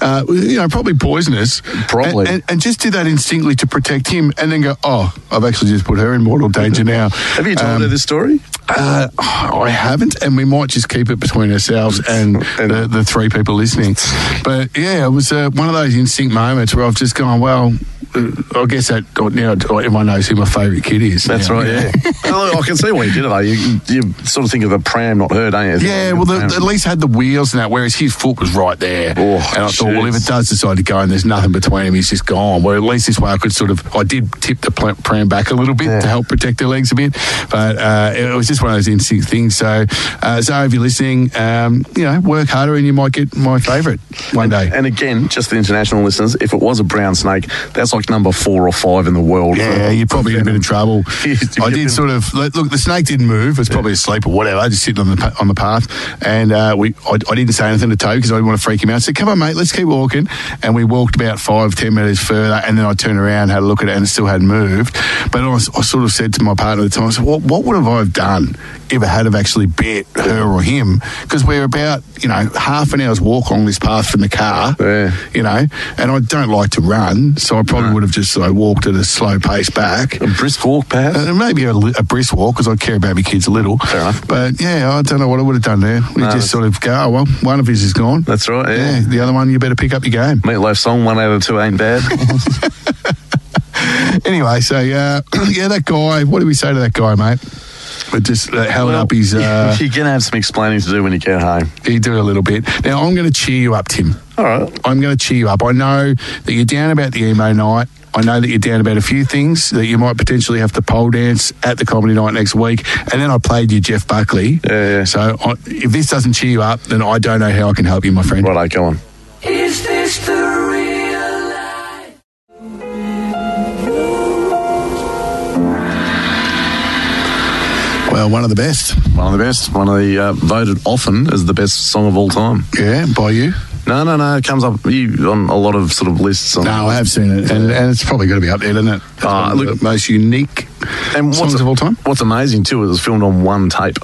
Speaker 4: Uh, you know, probably poisonous.
Speaker 3: Probably.
Speaker 4: And, and, and just do that instinctively to protect him, and then go, "Oh, I've actually just put her in mortal danger now."
Speaker 3: have you told
Speaker 4: Um,
Speaker 3: her this story?
Speaker 4: Uh, I haven't, and we might just keep it between ourselves and
Speaker 3: And-
Speaker 4: the, the three people listening. But yeah, it was uh, one of those instinct moments where I've just gone, well, uh, I guess that now everyone knows who my favourite kid is.
Speaker 3: That's
Speaker 4: now.
Speaker 3: right. Yeah. Well, look, I can see why you did it. Though. You, you sort of think of the pram, not her, don't you?
Speaker 4: Yeah, well, the,
Speaker 3: Pram.
Speaker 4: the- at least had the wheels and that, whereas his foot was right there.
Speaker 3: Oh,
Speaker 4: and I thought, well, if
Speaker 3: jeez.
Speaker 4: it does decide to go and there's nothing between him, he's just gone. Well, at least this way I could sort of, I did tip the pl- pram back a little bit
Speaker 3: Yeah.
Speaker 4: to help protect their legs a bit, but uh, it was just one of those instinct things. So, uh, Zara, if you're listening, um, you know, work harder and you might get my favourite one day.
Speaker 3: And again, just the international listeners, if it was a brown snake, that's like number four or five in the world.
Speaker 4: Yeah, you're probably in a bit of trouble.
Speaker 3: You'd
Speaker 4: I
Speaker 3: get
Speaker 4: did
Speaker 3: them.
Speaker 4: sort of look. look, The snake didn't move. It's probably asleep or whatever. Just sitting on the pa- on the path, and uh, we I, I didn't say anything to Toby because I didn't want to freak him out. I said, "Come on, mate, let's keep walking." And we walked about five ten meters further, and then I turned around, had a look at it, and it still hadn't moved. But I, was- I sort of said to my partner at the time, "I said, what, what would have I have done if it had have actually bit her or him?" Because we're about you know half an hour's walk along this path from the car
Speaker 3: Yeah.
Speaker 4: you know, and I don't like to run, so I probably would have just sort of walked at a slow pace back.
Speaker 3: A brisk walk, perhaps.
Speaker 4: And maybe a, li- a brisk walk because I care about my kids a little.
Speaker 3: Fair enough.
Speaker 4: But yeah, I don't know what I would have done there. We
Speaker 3: that's-
Speaker 4: just sort of go, oh, well, one of his is gone.
Speaker 3: That's right. Yeah.
Speaker 4: yeah, the other one, you better pick up your game.
Speaker 3: Meatloaf song, one out of two ain't bad.
Speaker 4: Anyway, so uh, yeah, that guy, what do we say to that guy, mate? But just uh, held up his, uh,
Speaker 3: You're going to have some explaining to do when you get home.
Speaker 4: he did a little bit. Now, I'm going to cheer you up, Tim.
Speaker 3: All right.
Speaker 4: I'm going to cheer you up. I know that you're down about the emo night. I know that you're down about a few things that you might potentially have to pole dance at the comedy night next week. And then I played you Jeff Buckley.
Speaker 3: Yeah, yeah.
Speaker 4: So I, if this doesn't cheer you up, then I don't know how I can help you, my friend.
Speaker 3: Right, go on.
Speaker 4: Well, one of the best.
Speaker 3: One of the best. One of the uh, voted often as the best song of all time.
Speaker 4: Yeah, by you.
Speaker 3: No, no, no. It comes up you, on a lot of sort of lists. On,
Speaker 4: No, I have seen it, and, and it's probably got to be up there, isn't it? It's
Speaker 3: Ah,
Speaker 4: one of
Speaker 3: look-
Speaker 4: the most unique.
Speaker 3: And
Speaker 4: Songs of all time?
Speaker 3: What's amazing too is it was filmed on one tape.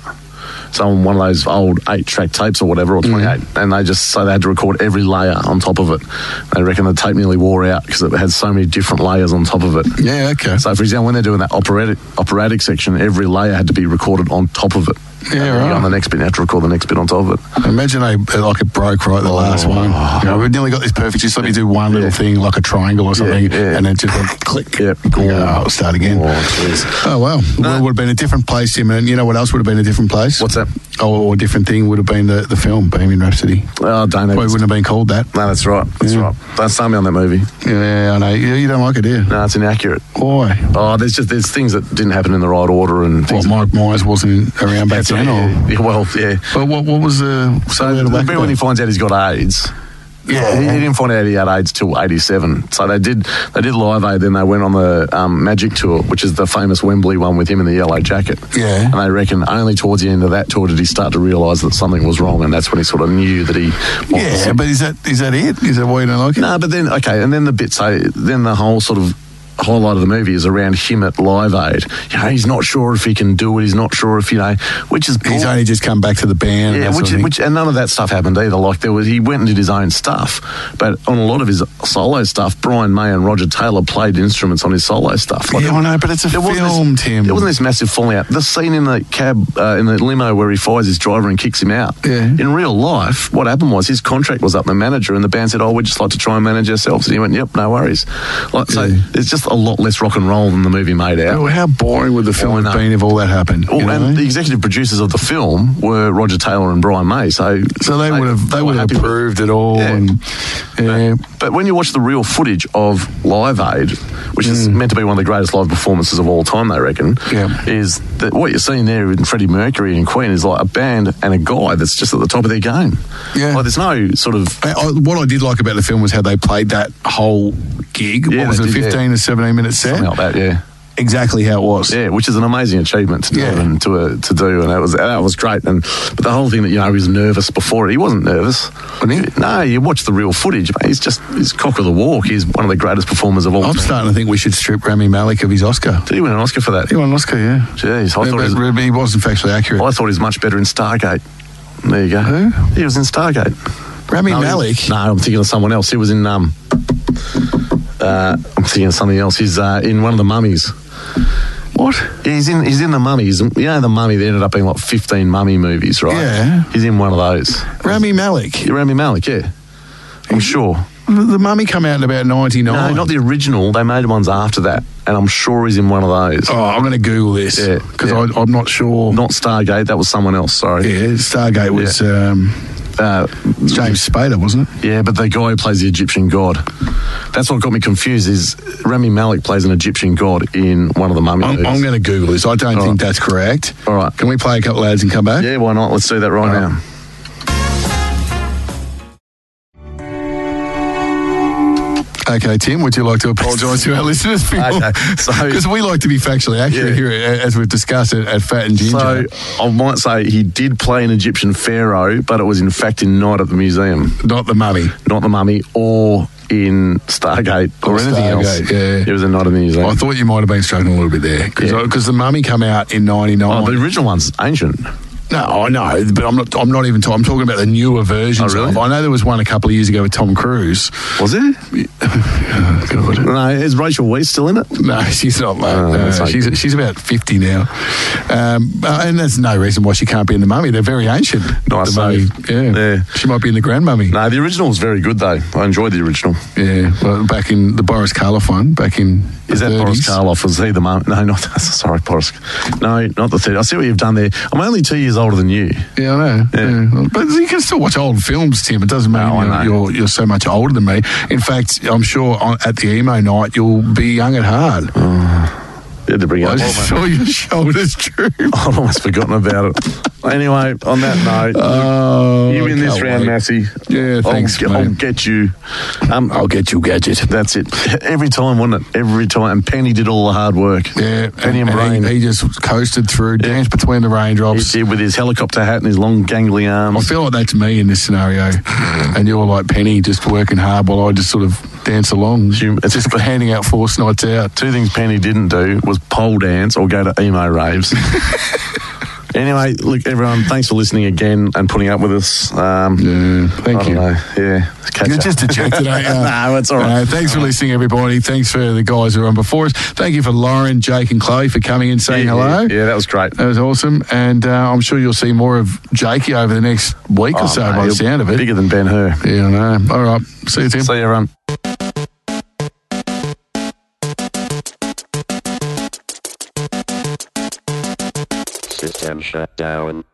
Speaker 3: So on one of those old eight track tapes or whatever,
Speaker 4: Mm-hmm.
Speaker 3: or 28. And they just, so they had to record every layer on top of it. They reckon the tape nearly wore out because it had so many different layers on top of it.
Speaker 4: Yeah, okay.
Speaker 3: So, for example, when they're doing that operatic, operatic section, every layer had to be recorded on top of it.
Speaker 4: Yeah,
Speaker 3: And then you go
Speaker 4: right.
Speaker 3: On the next bit, you have to record the next bit on top of it.
Speaker 4: Imagine I like it broke right the last
Speaker 3: Oh.
Speaker 4: one. You know, we've nearly got this perfect. Just let me do one little thing, like a triangle or something,
Speaker 3: yeah.
Speaker 4: and then just went click.
Speaker 3: Yep.
Speaker 4: You go, "Oh, I'll start again.
Speaker 3: Oh, jeez.
Speaker 4: Oh well, well, it would have been a different place, Tim. And you know what else would have been a different place?
Speaker 3: What's that?
Speaker 4: Oh, or a different thing would have been the, the film Bohemian Rhapsody.
Speaker 3: Oh, don't
Speaker 4: Probably
Speaker 3: know.
Speaker 4: wouldn't have been called that.
Speaker 3: No, that's right. That's
Speaker 4: Yeah.
Speaker 3: right. Don't start me on that movie.
Speaker 4: Yeah, I know. You, you don't like it, do you?
Speaker 3: No, it's inaccurate.
Speaker 4: Why?
Speaker 3: Oh, there's just there's things that didn't happen in the right order and
Speaker 4: What,
Speaker 3: things.
Speaker 4: Mike Myers wasn't around back
Speaker 3: That's right,
Speaker 4: then, or?
Speaker 3: yeah. Yeah, well, yeah.
Speaker 4: But what, what was the so
Speaker 3: So the bit when he finds out he's got AIDS.
Speaker 4: Yeah.
Speaker 3: he, he didn't find out he had AIDS till '87. So they did they did Live Aid, then they went on the um, Magic tour, which is the famous Wembley one with him in the yellow jacket.
Speaker 4: Yeah.
Speaker 3: and they reckon only towards the end of that tour did he start to realise that something was wrong, and that's when he sort of knew that he. was
Speaker 4: Yeah,
Speaker 3: sick.
Speaker 4: but is that is that it? Is that why you don't like it?
Speaker 3: No, but then okay, and then the bit so then the whole sort of highlight of the movie is around him at Live Aid. You know, he's not sure if he can do it. He's not sure if you know, which is
Speaker 4: He's
Speaker 3: bull-
Speaker 4: only just come back to the band. and
Speaker 3: yeah,
Speaker 4: that sort
Speaker 3: which
Speaker 4: of thing.
Speaker 3: which and none of that stuff happened either. Like there was he went and did his own stuff, but on a lot of his solo stuff, Brian May and Roger Taylor played instruments on his solo stuff. Like,
Speaker 4: yeah, I know, but it's a
Speaker 3: there wasn't
Speaker 4: film,
Speaker 3: this,
Speaker 4: Tim.
Speaker 3: There wasn't this massive fallout. The scene in the cab, uh, in the limo where he fires his driver and kicks him out.
Speaker 4: Yeah.
Speaker 3: In real life, what happened was his contract was up. The manager and the band said, "Oh, we'd just like to try and manage ourselves." And he went, "Yep, no worries." Like, so
Speaker 4: Yeah.
Speaker 3: it's just a lot less rock and roll than the movie made out.
Speaker 4: Oh, how boring would the
Speaker 3: Oh, I
Speaker 4: film have
Speaker 3: know.
Speaker 4: been if all that happened?
Speaker 3: Oh,
Speaker 4: you know?
Speaker 3: and the executive producers of the film were Roger Taylor and Brian May, so
Speaker 4: so they would have they
Speaker 3: were
Speaker 4: would have
Speaker 3: happy with it.
Speaker 4: approved it all.
Speaker 3: Yeah.
Speaker 4: And, yeah.
Speaker 3: But when you watch the real footage of Live Aid, which is meant to be one of the greatest live performances of all time, they reckon,
Speaker 4: Mm. Yeah.
Speaker 3: is that what you're seeing there in Freddie Mercury and Queen is like a band and a guy that's just at the top of their game.
Speaker 4: Yeah.
Speaker 3: Like there's no sort of.
Speaker 4: I, I, what I did like about the film was how they played that whole gig.
Speaker 3: Yeah,
Speaker 4: what was
Speaker 3: they
Speaker 4: it,
Speaker 3: did, yeah.
Speaker 4: fifteen or seventeen minute set?
Speaker 3: Something like that, yeah.
Speaker 4: exactly how it was.
Speaker 3: Yeah, which is an amazing achievement to do
Speaker 4: Yeah.
Speaker 3: and to, uh, to do, and that was that was great. And but the whole thing that you know he was nervous before it. He wasn't nervous. No, you watch the real footage. mate, He's just he's cock of the walk. He's one of the greatest performers of all.
Speaker 4: I'm
Speaker 3: time.
Speaker 4: starting to think we should strip Rami Malik of his Oscar.
Speaker 3: Did he win an Oscar for that?
Speaker 4: He won an Oscar, yeah.
Speaker 3: Jeez, I
Speaker 4: Yeah,
Speaker 3: thought
Speaker 4: but
Speaker 3: he was, I
Speaker 4: Ruby wasn't factually accurate.
Speaker 3: thought he was much better in Stargate. There you go.
Speaker 4: Who?
Speaker 3: He was in Stargate.
Speaker 4: Rami
Speaker 3: No, he-
Speaker 4: Malik.
Speaker 3: No, I'm thinking of someone else. He was in um. Uh, I'm thinking of something else. He's uh, in one of the mummies.
Speaker 4: What?
Speaker 3: Yeah, he's in. He's in the mummy. He's, in- you know, the mummy. There ended up being like fifteen mummy movies, right?
Speaker 4: Yeah.
Speaker 3: He's in one of those.
Speaker 4: Rami Malik.
Speaker 3: Yeah, Rami Malik. Yeah, I'm sure.
Speaker 4: The, the Mummy come out in about
Speaker 3: No,
Speaker 4: 99.
Speaker 3: not the original. They made ones after that, and I'm sure he's in one of those.
Speaker 4: Oh, I'm going to Google this
Speaker 3: Yeah,
Speaker 4: because
Speaker 3: yeah.
Speaker 4: I'm not sure.
Speaker 3: Not Stargate. That was someone else. Sorry.
Speaker 4: yeah, Stargate was um,
Speaker 3: Uh,
Speaker 4: James Spader, wasn't it?
Speaker 3: yeah, but the guy who plays the Egyptian god. That's what got me confused. Is Rami Malik plays an Egyptian god in one of the mummy
Speaker 4: I'm,
Speaker 3: movies?
Speaker 4: I'm going to Google this. I don't
Speaker 3: All right.
Speaker 4: think that's correct.
Speaker 3: All right.
Speaker 4: Can we play a couple ads and come back?
Speaker 3: Yeah, why not? Let's do that
Speaker 4: Oh.
Speaker 3: right now.
Speaker 4: Okay, Tim, would you like to apologise to our listeners?
Speaker 3: Okay, so-
Speaker 4: Because we like to be factually accurate
Speaker 3: Yeah.
Speaker 4: here, a- as we've discussed at, at Fat and Ginger.
Speaker 3: So I might say he did play an Egyptian pharaoh, but it was in fact in Night at the Museum,
Speaker 4: not the mummy.
Speaker 3: not the Mummy, or in Stargate or,
Speaker 4: Or
Speaker 3: anything else.
Speaker 4: Stargate, yeah.
Speaker 3: It was in Night at the Museum.
Speaker 4: I thought you might have been struggling a little bit there because
Speaker 3: Yeah.
Speaker 4: the mummy come out in '99.
Speaker 3: Oh, the original one's ancient.
Speaker 4: No, I know, but I'm not. I'm not even. Talking, I'm talking about the newer versions.
Speaker 3: Oh, really?
Speaker 4: of- I know there was one a couple of years ago with Tom Cruise.
Speaker 3: Was it?
Speaker 4: Oh, God.
Speaker 3: No, is Rachel Weisz still in it?
Speaker 4: No, she's not. Mate.
Speaker 3: Oh,
Speaker 4: No,
Speaker 3: that's okay.
Speaker 4: she's she's about fifty now, um, uh, and there's no reason why she can't be in the mummy. They're very ancient.
Speaker 3: Nice
Speaker 4: the mummy.
Speaker 3: save.
Speaker 4: Yeah.
Speaker 3: Yeah.
Speaker 4: she might be in the grand mummy.
Speaker 3: No, the original was very good though. I enjoyed the original.
Speaker 4: Yeah, well, back in the Boris Karloff one, back in
Speaker 3: Is
Speaker 4: the
Speaker 3: that Boris
Speaker 4: 30s.
Speaker 3: Karloff? Was he the mum? No, not sorry, Boris. No, not the third. I see what you've done there. I'm only two years older than you.
Speaker 4: Yeah, I know. Yeah. But you can still watch old films, Tim. It doesn't mean
Speaker 3: No, I
Speaker 4: you're,
Speaker 3: know.
Speaker 4: you're you're so much older than me. In fact, I'm sure on, at the emo night you'll be young at heart.
Speaker 3: Oh, You had to bring it
Speaker 4: I
Speaker 3: up.
Speaker 4: just saw your shoulders droop.
Speaker 3: I'd almost forgotten about it. Anyway, on that note,
Speaker 4: Oh,
Speaker 3: you win
Speaker 4: I
Speaker 3: this
Speaker 4: can't
Speaker 3: round,
Speaker 4: wait.
Speaker 3: Massey.
Speaker 4: Yeah, thanks,
Speaker 3: I'll, I'll
Speaker 4: mate.
Speaker 3: get you. Um,
Speaker 4: I'll get you gadget.
Speaker 3: that's it. Every time, wasn't it? Every time. And Penny did all the hard work.
Speaker 4: Yeah,
Speaker 3: Penny and, Brain.
Speaker 4: he, he just coasted through, danced between the
Speaker 3: He
Speaker 4: raindrops.
Speaker 3: did with his helicopter hat and his long gangly
Speaker 4: I
Speaker 3: arms.
Speaker 4: feel like that's me in this scenario,
Speaker 3: Hmm.
Speaker 4: and you're like Penny, just working hard while I just sort of dance along.
Speaker 3: Hum-
Speaker 4: It's just handing out force nights out.
Speaker 3: Two things Penny didn't do was pole dance or go to emo raves. anyway, look, everyone, thanks for listening again and putting up with us. Um,
Speaker 4: Yeah,
Speaker 3: I
Speaker 4: thank
Speaker 3: don't
Speaker 4: you.
Speaker 3: know. Yeah. Catch
Speaker 4: You're
Speaker 3: ya.
Speaker 4: just dejected, aren't you?
Speaker 3: No, it's all right.
Speaker 4: Uh, thanks for listening, everybody. Thanks for the guys who are on before us. Thank you for Lauren, Jake, and Chloe for coming in saying
Speaker 3: yeah,
Speaker 4: hello.
Speaker 3: Yeah, that was great.
Speaker 4: That was awesome. And uh, I'm sure you'll see more of Jakey over the next week or
Speaker 3: Oh,
Speaker 4: so
Speaker 3: mate,
Speaker 4: by the
Speaker 3: you're
Speaker 4: sound of it.
Speaker 3: Bigger than Ben Hur.
Speaker 4: Yeah, I know. All right. See you, Tim.
Speaker 3: See you, everyone.
Speaker 1: System shut down.